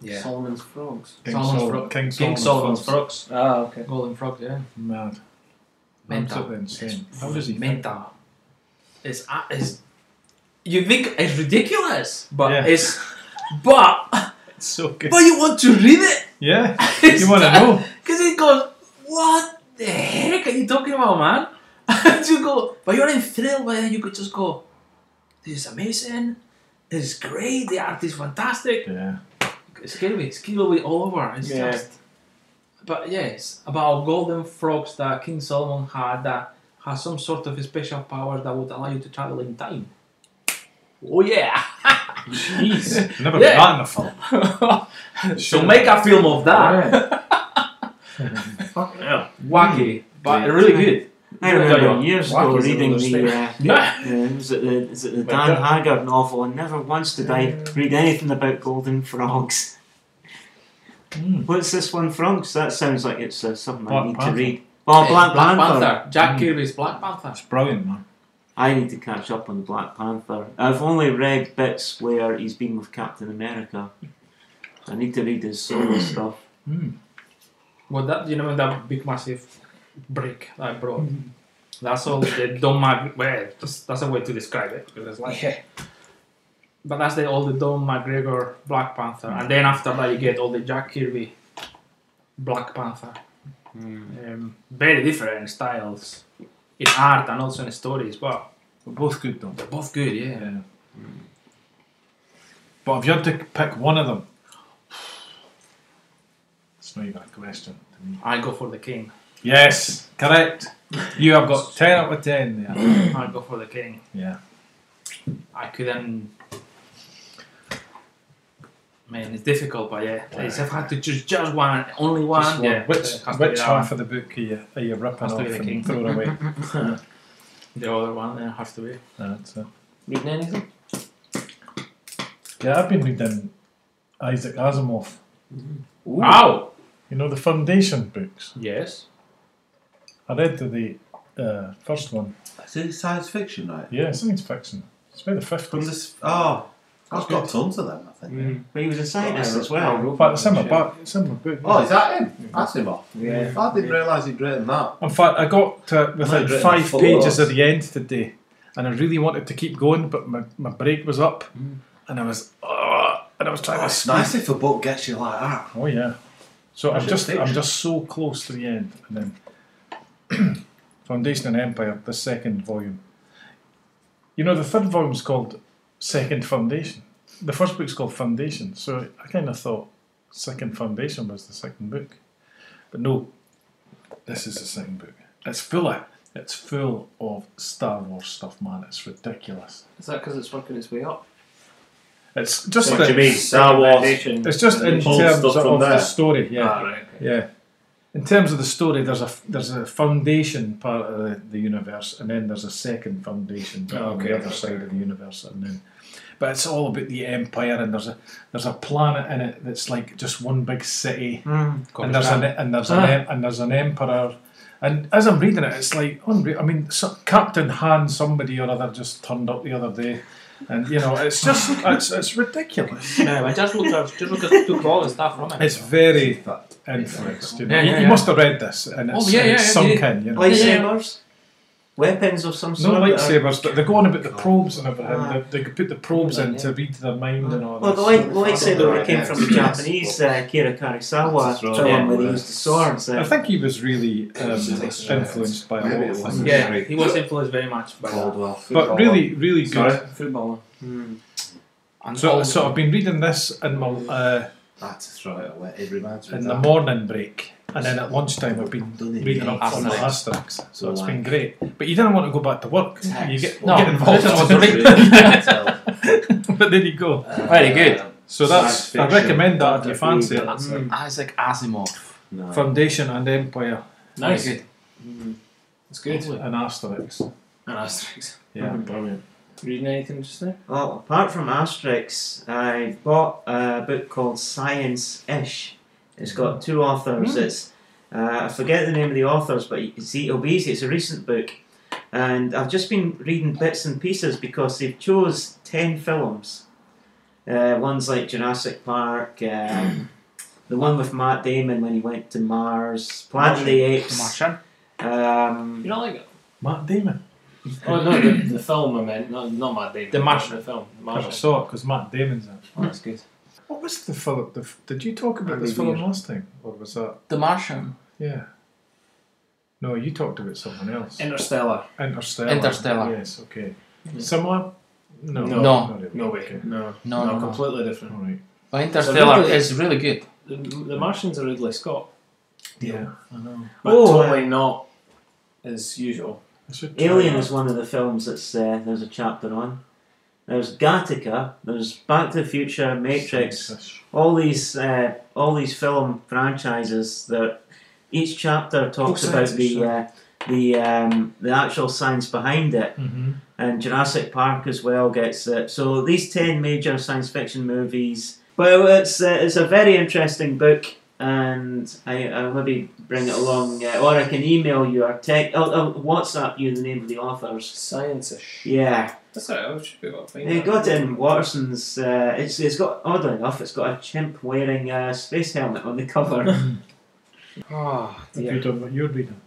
Speaker 6: Yeah.
Speaker 8: Solomon's frogs.
Speaker 2: King
Speaker 6: Solomon's
Speaker 2: Sol-
Speaker 6: fro-
Speaker 2: King Solomon's,
Speaker 6: King Solomon's
Speaker 2: frogs.
Speaker 6: frogs.
Speaker 7: Ah, okay.
Speaker 6: Golden frog. Yeah.
Speaker 2: Mad.
Speaker 6: Mental.
Speaker 2: Absolutely insane. How does he think?
Speaker 6: mental. It's, uh, it's you think it's ridiculous, but
Speaker 2: Yeah. <laughs>
Speaker 6: it's but
Speaker 2: It's so good.
Speaker 6: but you want to read it.
Speaker 2: Yeah. You want to know?
Speaker 6: because it goes. What the heck are you talking about, man? <laughs> And you go, but you're in thrill. Where you could just go, this is amazing. This is great. The art is fantastic.
Speaker 2: Yeah.
Speaker 6: It's Skillway, it's Skillway all over. It's
Speaker 7: Yeah.
Speaker 6: just. But yes, about golden frogs that King Solomon had that has some sort of special powers that would allow you to travel in time. Oh yeah! <laughs>
Speaker 2: Jeez. Never
Speaker 6: Yeah.
Speaker 2: been that in a film.
Speaker 6: <laughs> so make a film of that. <laughs>
Speaker 7: Fucking hell.
Speaker 6: Wacky, but
Speaker 4: Yeah.
Speaker 6: really good.
Speaker 5: I
Speaker 6: Yeah,
Speaker 5: remember years ago
Speaker 8: Wack is
Speaker 5: reading
Speaker 8: another
Speaker 5: the, uh, uh, was it the was it the Dan
Speaker 2: Wait,
Speaker 5: Haggard novel, and never once did I read anything about golden frogs. <laughs>
Speaker 2: Mm.
Speaker 5: What's this one, frogs? That sounds like it's uh, something
Speaker 2: Black
Speaker 5: I need
Speaker 2: Panther.
Speaker 5: to read. Oh, Black, Panther. Mm.
Speaker 6: Jack Kirby's Black Panther.
Speaker 2: It's brilliant, man.
Speaker 5: I need to catch up on Black Panther. I've only read bits where he's been with Captain America. I need to read his solo stuff.
Speaker 6: Well, that you know that big massive brick that I brought.
Speaker 5: Mm-hmm.
Speaker 6: That's all the Don Mag. Well, that's, that's a way to describe it because it's like. But that's the all the Don McGregor Black Panther, and then after that you get all the Jack Kirby Black Panther.
Speaker 2: Hmm.
Speaker 6: Um, very different styles in art and also in stories, but
Speaker 2: But both good though.
Speaker 6: they're both good. Yeah.
Speaker 2: Yeah. But if you had to pick one of them, it's not even a question to me.
Speaker 6: I go for the king.
Speaker 2: Yes, correct. You have got 10 out of 10 there.
Speaker 6: <clears throat> I go for the king.
Speaker 2: Yeah.
Speaker 6: I couldn't. Man, it's difficult, but yeah, it's if I had to choose just one, only one.
Speaker 2: Just one.
Speaker 6: Yeah,
Speaker 2: which
Speaker 6: it has to be
Speaker 2: which
Speaker 6: that
Speaker 2: half
Speaker 6: one.
Speaker 2: of the book are you, are you ripping
Speaker 6: Has to
Speaker 2: off
Speaker 6: be the
Speaker 2: and
Speaker 6: king.
Speaker 2: throwing away?
Speaker 6: <laughs> The other one, then has to be.
Speaker 2: That's it.
Speaker 7: Reading anything?
Speaker 2: Yeah, I've been reading Isaac Asimov.
Speaker 6: Wow.
Speaker 2: You know, the Foundation books.
Speaker 6: Yes.
Speaker 2: I read the, the uh, first one.
Speaker 8: Is it science fiction, right?
Speaker 2: Yeah, it's science fiction. It's about the 50s.
Speaker 8: From this. Oh, I've got tons of them, I think.
Speaker 2: Mm-hmm.
Speaker 5: But he was a scientist as well.
Speaker 2: But it's in my book. It's in my book.
Speaker 8: Oh, is that him?
Speaker 2: Mm-hmm.
Speaker 8: That's him off. Yeah. I didn't realise he'd written that.
Speaker 2: In fact, I got to within
Speaker 8: I'd written
Speaker 2: five
Speaker 8: four
Speaker 2: pages
Speaker 8: hours.
Speaker 2: of the end today, and I really wanted to keep going, but my, my break was up, and I was, "Ugh," and I was trying to.
Speaker 8: Mm. Oh, It's nice if a book gets you like that.
Speaker 2: Oh yeah. So I'm
Speaker 8: should
Speaker 2: just I'm
Speaker 8: fiction.
Speaker 2: just so close to the end, and then <clears throat> Foundation and Empire, the second volume. You know, the third volume's called Second Foundation. The first book's called Foundation, so I kind of thought Second Foundation was the second book, but no, this is the second book. It's full of it's full of Star Wars stuff, man. It's ridiculous.
Speaker 7: Is that because it's working its way up?
Speaker 2: It's just
Speaker 4: What do you mean?
Speaker 2: it's,
Speaker 4: Star Wars.
Speaker 7: Foundation.
Speaker 2: it's just in
Speaker 4: Pull
Speaker 2: terms
Speaker 4: stuff
Speaker 2: of,
Speaker 4: from
Speaker 2: the
Speaker 4: there.
Speaker 2: story. Yeah.
Speaker 7: Ah, right. Okay.
Speaker 2: Yeah. In terms of the story, there's a there's a foundation part of the, the universe, and then there's a second foundation bit on the
Speaker 7: Okay,
Speaker 2: other side of the universe, and then. But it's all about the empire, and there's a there's a planet in it that's like just one big city, and there's an e, and there's an em- and there's an emperor, and as I'm reading it, it's like unreal. I mean, so, Captain Han, somebody or other, just turned up the other day, and you know, it's just it's it's ridiculous.
Speaker 6: yeah, but just look at just look at took all the stuff from it.
Speaker 2: It's very influenced. You know,
Speaker 6: Yeah, yeah,
Speaker 2: You- you
Speaker 6: yeah.
Speaker 2: must have read this, and it's,
Speaker 6: yeah,
Speaker 2: and
Speaker 6: yeah,
Speaker 2: it's
Speaker 6: yeah,
Speaker 2: sunk
Speaker 6: yeah.
Speaker 2: in. You know,
Speaker 5: Lightsabers? Weapons of some
Speaker 2: no
Speaker 5: sort? that are-
Speaker 2: lightsabers, but they're going about the probes and everything.
Speaker 5: Ah.
Speaker 2: They- they could put the probes in to read their mind and all
Speaker 5: Well, the
Speaker 2: that.
Speaker 5: light, lightsaber came from the
Speaker 8: Yes.
Speaker 5: Japanese uh, Kira Kurosawa
Speaker 4: That's right.
Speaker 5: film where he
Speaker 8: Yeah.
Speaker 5: used the swords.
Speaker 2: I
Speaker 5: Uh,
Speaker 2: think he was really um,
Speaker 8: It's just like-
Speaker 2: influenced by all
Speaker 8: Maybe
Speaker 2: of
Speaker 8: it
Speaker 2: them.
Speaker 8: wasn't.
Speaker 6: yeah, he was influenced very much by that.
Speaker 8: Caldwell.
Speaker 2: But really, really good.
Speaker 4: Sorry?
Speaker 7: Footballer.
Speaker 6: And
Speaker 2: So,
Speaker 6: all-
Speaker 2: so I've been reading this in my uh,
Speaker 4: I had to throw it away. It reminds
Speaker 2: in
Speaker 4: me of
Speaker 2: the
Speaker 4: that.
Speaker 2: morning break, and then at lunchtime I've been
Speaker 4: Done it
Speaker 2: reading up on the
Speaker 4: asterix.
Speaker 2: asterix, so it's been
Speaker 4: Like-
Speaker 2: great. But you didn't want to go back to work. You get,
Speaker 7: No,
Speaker 2: you get involved in
Speaker 7: that's
Speaker 2: what's
Speaker 7: what
Speaker 2: right. <laughs>
Speaker 4: Very
Speaker 2: but there you go.
Speaker 7: Very good.
Speaker 2: So that's I recommend that if you fancy it.
Speaker 6: mm.
Speaker 7: Isaac Asimov.
Speaker 4: No.
Speaker 2: Foundation and Empire
Speaker 7: Nice.
Speaker 6: Very
Speaker 5: Hmm.
Speaker 7: That's good.
Speaker 2: and Asterix.
Speaker 7: And asterisks.
Speaker 2: Yeah.
Speaker 4: Brilliant.
Speaker 7: Reading anything just now?
Speaker 5: Well, apart from Asterix, I bought a book called Science Ish. It's got
Speaker 6: Mm-hmm.
Speaker 5: two authors. It's uh, I forget the name of the authors, but it's it'll be easy. It's a recent book, and I've just been reading bits and pieces because they've chose ten films. Uh, ones like Jurassic Park, uh,
Speaker 6: <clears throat>
Speaker 5: the one with Matt Damon when he went to Mars, Planet of the
Speaker 6: The
Speaker 5: Apes.
Speaker 6: Martian.
Speaker 5: Um,
Speaker 7: You know, like.
Speaker 2: Matt Damon.
Speaker 7: Oh, no, the, the film I meant. Not, not Matt Damon.
Speaker 6: The Martian.
Speaker 7: The film. The
Speaker 2: I never
Speaker 7: Martian.
Speaker 2: saw it because Matt Damon's in. it.
Speaker 7: Oh, that's good.
Speaker 2: What was the film? The, f- did you talk about this film last time, or was that?
Speaker 6: The Martian.
Speaker 2: Yeah. No, you talked about someone else.
Speaker 7: Interstellar.
Speaker 2: Interstellar.
Speaker 6: Interstellar.
Speaker 2: Yes. Okay. Similar.
Speaker 7: No.
Speaker 2: No.
Speaker 6: No.
Speaker 2: not really.
Speaker 7: No way.
Speaker 2: Okay.
Speaker 7: No.
Speaker 6: No, no, no.
Speaker 7: completely
Speaker 2: All
Speaker 7: different.
Speaker 2: right.
Speaker 6: But Interstellar
Speaker 7: really-
Speaker 6: is really good.
Speaker 7: The, the Martian's a Ridley Scott,
Speaker 2: Yeah. I know.
Speaker 7: but
Speaker 5: Oh,
Speaker 7: totally not as usual.
Speaker 2: I should try
Speaker 5: Alien
Speaker 2: that.
Speaker 5: is one of the films that's uh, there's a chapter on. There's Gattaca. There's Back to the Future, Matrix.
Speaker 2: Science-ish.
Speaker 5: All these uh, all these film franchises that each chapter talks about the uh, the um, the actual science behind it.
Speaker 2: Mhm.
Speaker 5: And Jurassic Park as well gets it. So these ten major science fiction movies. Well, it's uh, it's a very interesting book, and I I'll maybe bring it along, uh, or I can email you or text, or, or WhatsApp you the name of the authors.
Speaker 7: Science-ish.
Speaker 5: Yeah,
Speaker 7: That's all right. I should be able to find
Speaker 5: they
Speaker 7: that.
Speaker 5: got
Speaker 4: um,
Speaker 5: in Watterson's. Uh, it's it's got oddly enough, it's got a chimp wearing a space helmet on the
Speaker 7: <laughs>
Speaker 5: cover.
Speaker 7: Oh,
Speaker 2: Have you done what you're reading?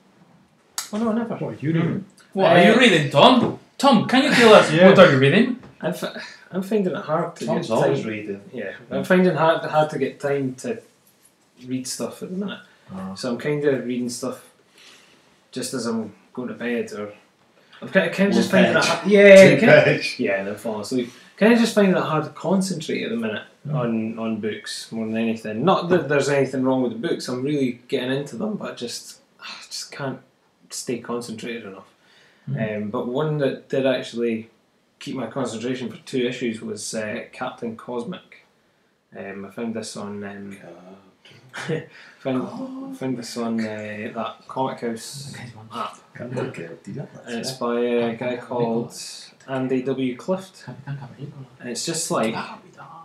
Speaker 7: oh no, never.
Speaker 2: What are you reading?
Speaker 6: What are
Speaker 7: Uh,
Speaker 6: you reading, Tom? Tom, can you tell us
Speaker 2: Yeah.
Speaker 6: what are you reading?
Speaker 7: I'm, fi- I'm finding it hard to
Speaker 4: Tom's
Speaker 7: get time.
Speaker 4: always reading.
Speaker 7: Yeah, I'm finding it hard hard to get time to read stuff at the minute.
Speaker 2: Ah.
Speaker 7: So I'm kind of reading stuff just as I'm going to bed, or I'm kind of, kind of just
Speaker 4: One
Speaker 7: finding it.
Speaker 4: page.
Speaker 7: Hard, yeah, kind of,
Speaker 4: Page.
Speaker 7: yeah, and then falling asleep. Kind of just finding it hard to concentrate at the minute on on books more than anything. Not that there's anything wrong with the books. I'm really getting into them, but I just I just can't stay concentrated enough. Um, but one that did actually keep my concentration for two issues was uh, Captain Cosmic. Um, I found this on um, <laughs> found, found this on uh, that comic house app,
Speaker 4: Uh,
Speaker 7: and it's by a guy called Andy W. Clift, and it's just like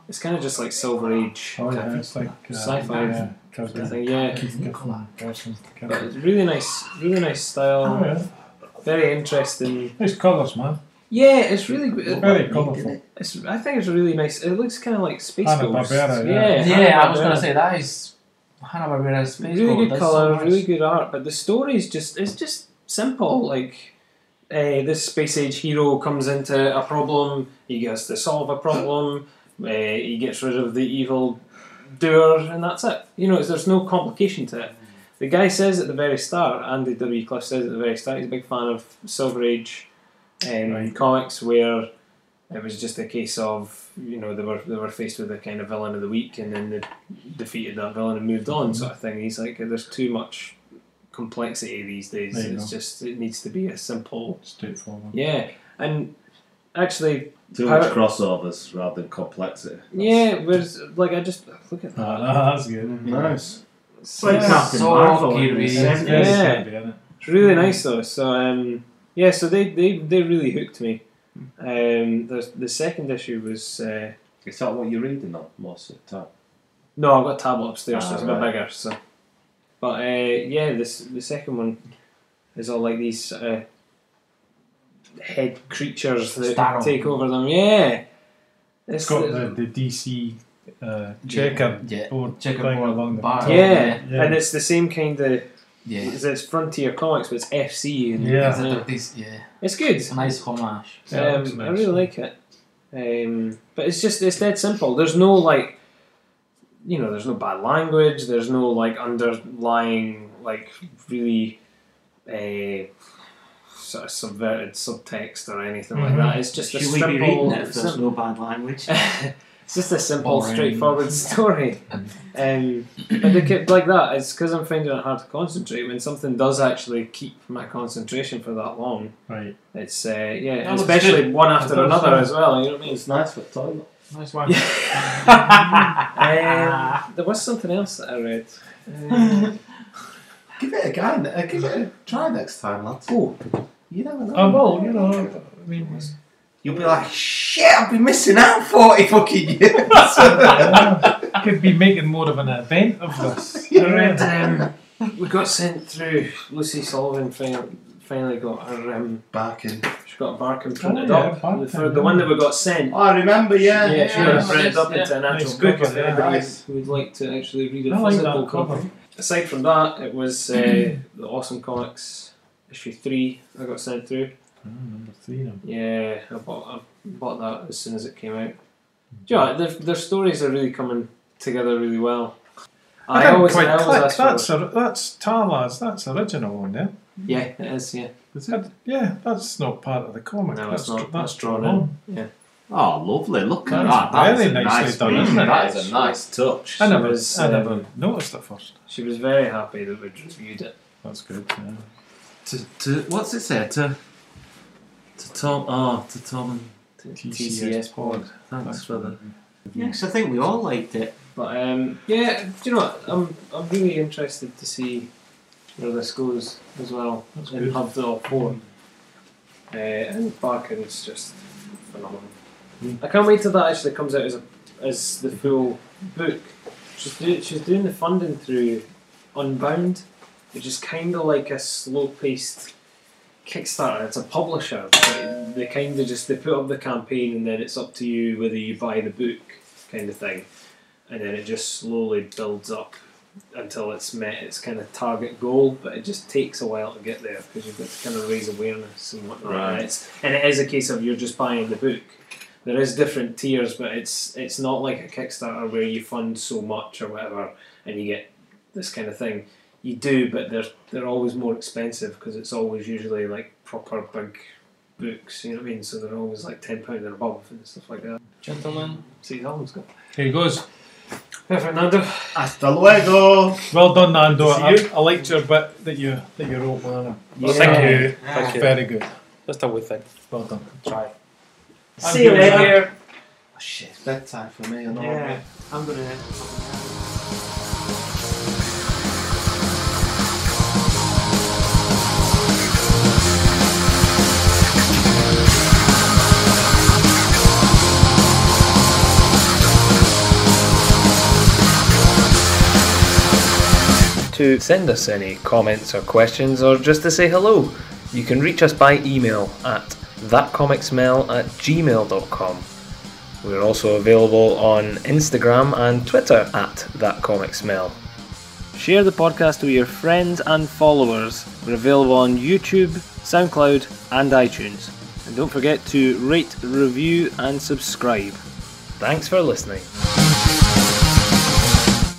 Speaker 7: it's kind of just like Silver Age.
Speaker 2: Oh, yeah, it's like uh,
Speaker 7: Sci-fi.
Speaker 2: Yeah,
Speaker 7: I
Speaker 2: Captain-
Speaker 7: think, yeah,
Speaker 2: Keith Giffen, Captain-
Speaker 7: but
Speaker 2: Captain-
Speaker 7: it's really nice, really nice
Speaker 2: Oh,
Speaker 7: style,
Speaker 2: yeah.
Speaker 7: very interesting.
Speaker 2: Nice colours, man.
Speaker 7: Yeah, it's really good.
Speaker 2: Very colourful.
Speaker 7: It's, I think it's really nice. It looks kind of like Space Ghost.
Speaker 2: Hanna-Barbera,
Speaker 7: yeah,
Speaker 2: yeah.
Speaker 6: Yeah, I was
Speaker 7: Hanna-Barbera.
Speaker 6: gonna say that is Hanna Barbera Space
Speaker 7: really
Speaker 6: Gold.
Speaker 7: good
Speaker 6: Oh, That's so
Speaker 7: color,
Speaker 6: nice.
Speaker 7: really good art, but the story is just it's just simple. Like uh, this space age hero comes into a problem, he gets to solve a problem, uh, he gets rid of the evil doer, and that's it. You know, there's no complication to it. The guy says at the very start, Andy W. Cliff says at the very start, he's a big fan of Silver Age um,
Speaker 2: Right.
Speaker 7: comics where it was just a case of you know they were they were faced with a kind of villain of the week and then they defeated that villain and moved on sort of thing. He's like, there's too much complexity these days.
Speaker 2: There you
Speaker 7: It's
Speaker 2: go.
Speaker 7: just it needs to be a simple
Speaker 2: Straightforward.
Speaker 7: yeah. And actually,
Speaker 4: Too much
Speaker 2: Uh,
Speaker 7: Pirate-
Speaker 4: crossovers rather than complexity. That's-
Speaker 7: yeah, whereas like I just look at that.
Speaker 2: Ah, that's good.
Speaker 4: Mm. Nice.
Speaker 2: Oh.
Speaker 5: it's like Captain
Speaker 6: so
Speaker 5: Marvel in the
Speaker 6: eerie.
Speaker 5: 70s.
Speaker 2: Very
Speaker 7: Yeah.
Speaker 2: shabby, innit?
Speaker 7: It's really nice though. So um, yeah, so they, they they really hooked me.
Speaker 2: Hmm.
Speaker 7: Um, the the second issue was. Uh,
Speaker 4: Is that what you're reading on most of the time?
Speaker 7: No, I've got a tablet upstairs, so
Speaker 4: Ah,
Speaker 7: it's a bit
Speaker 4: right.
Speaker 7: bigger. So, but uh, yeah, this the second one is all like these uh, head creatures that
Speaker 6: Sparrow.
Speaker 7: take over them. Yeah,
Speaker 2: It's got the, the DC uh, checker
Speaker 6: Yeah.
Speaker 2: board
Speaker 6: Checkerboard
Speaker 2: thing along the
Speaker 6: bar.
Speaker 2: top.
Speaker 7: yeah.
Speaker 2: Yeah.
Speaker 7: and it's the same kind of
Speaker 6: Yeah.
Speaker 7: it's, it's Frontier Comics, but it's FC. And
Speaker 2: Yeah.
Speaker 6: It's like this, yeah.
Speaker 7: it's good.
Speaker 6: It's a nice homage.
Speaker 2: Yeah, it
Speaker 7: Um,
Speaker 2: looks
Speaker 7: I
Speaker 2: nice.
Speaker 7: really like it. Um, but it's just it's dead simple. There's no like, you know, there's no bad language. There's no like underlying like really, uh, sort of subverted subtext or anything like
Speaker 2: Mhm.
Speaker 7: that. It's just a
Speaker 5: Should we be
Speaker 7: simple. <laughs>
Speaker 5: reading it if there's no bad language?
Speaker 7: It's just a simple, straightforward story. Um, but they kept like that. It's because I'm finding it hard to concentrate. When something does actually keep my concentration for that long,
Speaker 2: Right. <laughs>
Speaker 7: it's uh, yeah,
Speaker 6: That looks
Speaker 7: especially one after
Speaker 2: That looks
Speaker 7: another
Speaker 2: good.
Speaker 7: as well. You know what I
Speaker 2: <laughs>
Speaker 7: mean?
Speaker 4: It's nice for the toilet.
Speaker 6: Nice one.
Speaker 7: Um, there was something else that I read. Um,
Speaker 2: <laughs>
Speaker 4: Give it a go. Uh, give it a try next time, lads. Oh, you never know.
Speaker 2: I will, Oh, you know. I mean,
Speaker 4: You'll be like, shit, I'll be missing out <laughs> 40 fucking years.
Speaker 2: could be making more of an event of
Speaker 7: <laughs>
Speaker 2: this.
Speaker 7: I read, um, we got sent through. Lucy Sullivan finally, finally got her. Um,
Speaker 4: Barking.
Speaker 7: she got a barcode printed
Speaker 2: Oh, yeah,
Speaker 7: up. The,
Speaker 2: barcode,
Speaker 7: third- the one that we got sent.
Speaker 4: Oh, I remember, yeah.
Speaker 7: Yeah, she got
Speaker 2: yeah,
Speaker 7: it printed up
Speaker 6: yeah.
Speaker 7: into an
Speaker 2: Nice
Speaker 7: actual book.
Speaker 2: cover,
Speaker 7: If
Speaker 2: yeah.
Speaker 7: anybody
Speaker 4: Nice.
Speaker 7: would like to actually read a
Speaker 2: I like
Speaker 7: physical
Speaker 2: that
Speaker 7: copy.
Speaker 2: cover.
Speaker 7: Aside from that, it was
Speaker 2: <clears throat>
Speaker 7: uh, the Awesome Comics issue three I got sent through.
Speaker 2: Number three, number
Speaker 7: Yeah, I bought I bought that as soon as it came out. Do you know, what, their, their stories are really coming together really well. I,
Speaker 2: didn't
Speaker 7: always,
Speaker 2: quite
Speaker 7: I always
Speaker 2: click.
Speaker 7: ask for
Speaker 2: That's, or, that's Tarlaz, that's original one there.
Speaker 7: Yeah, it is. Yeah,
Speaker 2: That- yeah, that's not part of the comic.
Speaker 7: No,
Speaker 2: that's
Speaker 7: it's not.
Speaker 2: dr- That's
Speaker 7: That's drawn
Speaker 2: drawn
Speaker 7: in.
Speaker 4: Oh, lovely. Look at
Speaker 2: That's
Speaker 4: that. That's
Speaker 2: very
Speaker 4: a
Speaker 2: nicely
Speaker 4: nice
Speaker 2: done,
Speaker 4: read.
Speaker 2: isn't it?
Speaker 4: That is a nice touch.
Speaker 2: I never,
Speaker 7: was,
Speaker 2: I
Speaker 7: um,
Speaker 2: never noticed it first.
Speaker 7: she was very happy that we'd reviewed it.
Speaker 2: That's good. Yeah.
Speaker 4: To, to, what's it say? To, to Tom. Oh, to Tom. and-
Speaker 7: TCS pod.
Speaker 4: Thanks for the.
Speaker 5: Yes, I think we all liked it.
Speaker 7: But um, yeah, do you know what? I'm I'm really interested to see where this goes as well
Speaker 2: That's
Speaker 7: in
Speaker 2: good.
Speaker 7: Hub the All Four. Uh, and Barker is just phenomenal. I can't wait till that actually comes out as a, as the full book. She's do, she's doing the funding through Unbound, which is kind of like a slow paced Kickstarter. It's a publisher, but they kind of just they put up the campaign and then it's up to you whether you buy the book kind of thing, and then it just slowly builds up until it's met its kind of target goal. But it just takes a while to get there because you've got to kind of raise awareness and whatnot.
Speaker 4: Right.
Speaker 7: And, it's, and it is a case of you're just buying the book. There is different tiers, but it's it's not like a Kickstarter where you fund so much or whatever and you get this kind of thing. You do, but they're they're always more expensive because it's always usually like proper big books. You know what I mean? So they're always like ten pound and above and stuff like that.
Speaker 6: <laughs> Gentlemen.
Speaker 7: See, that one's good.
Speaker 2: Here he goes.
Speaker 7: Hey, Fernando.
Speaker 4: Hasta luego.
Speaker 2: Well done, Nando.
Speaker 7: See
Speaker 2: I,
Speaker 7: you.
Speaker 2: I liked your bit that you that you wrote, man.
Speaker 7: Yeah.
Speaker 2: Thank you.
Speaker 6: Thank you.
Speaker 2: Very good.
Speaker 6: Just a wee thing.
Speaker 2: Well done.
Speaker 6: Try.
Speaker 5: See you
Speaker 2: doing
Speaker 5: later.
Speaker 4: Oh, shit, it's bedtime for me. And all.
Speaker 5: Yeah, I'm gonna.
Speaker 1: to send us any comments or questions or just to say hello, you can reach us by email at thatcomicsmell at gmail.com. We're also available on Instagram and Twitter at thatcomicsmell. Share the podcast with your friends and followers. We're available on YouTube, SoundCloud, and iTunes. And don't forget to rate, review, and subscribe. Thanks for listening.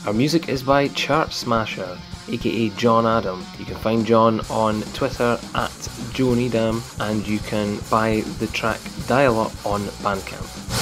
Speaker 1: Our music is by Chart Smasher, aka John Adam. You can find John on Twitter at Joe Needham, and you can buy the track Dial Up on Bandcamp.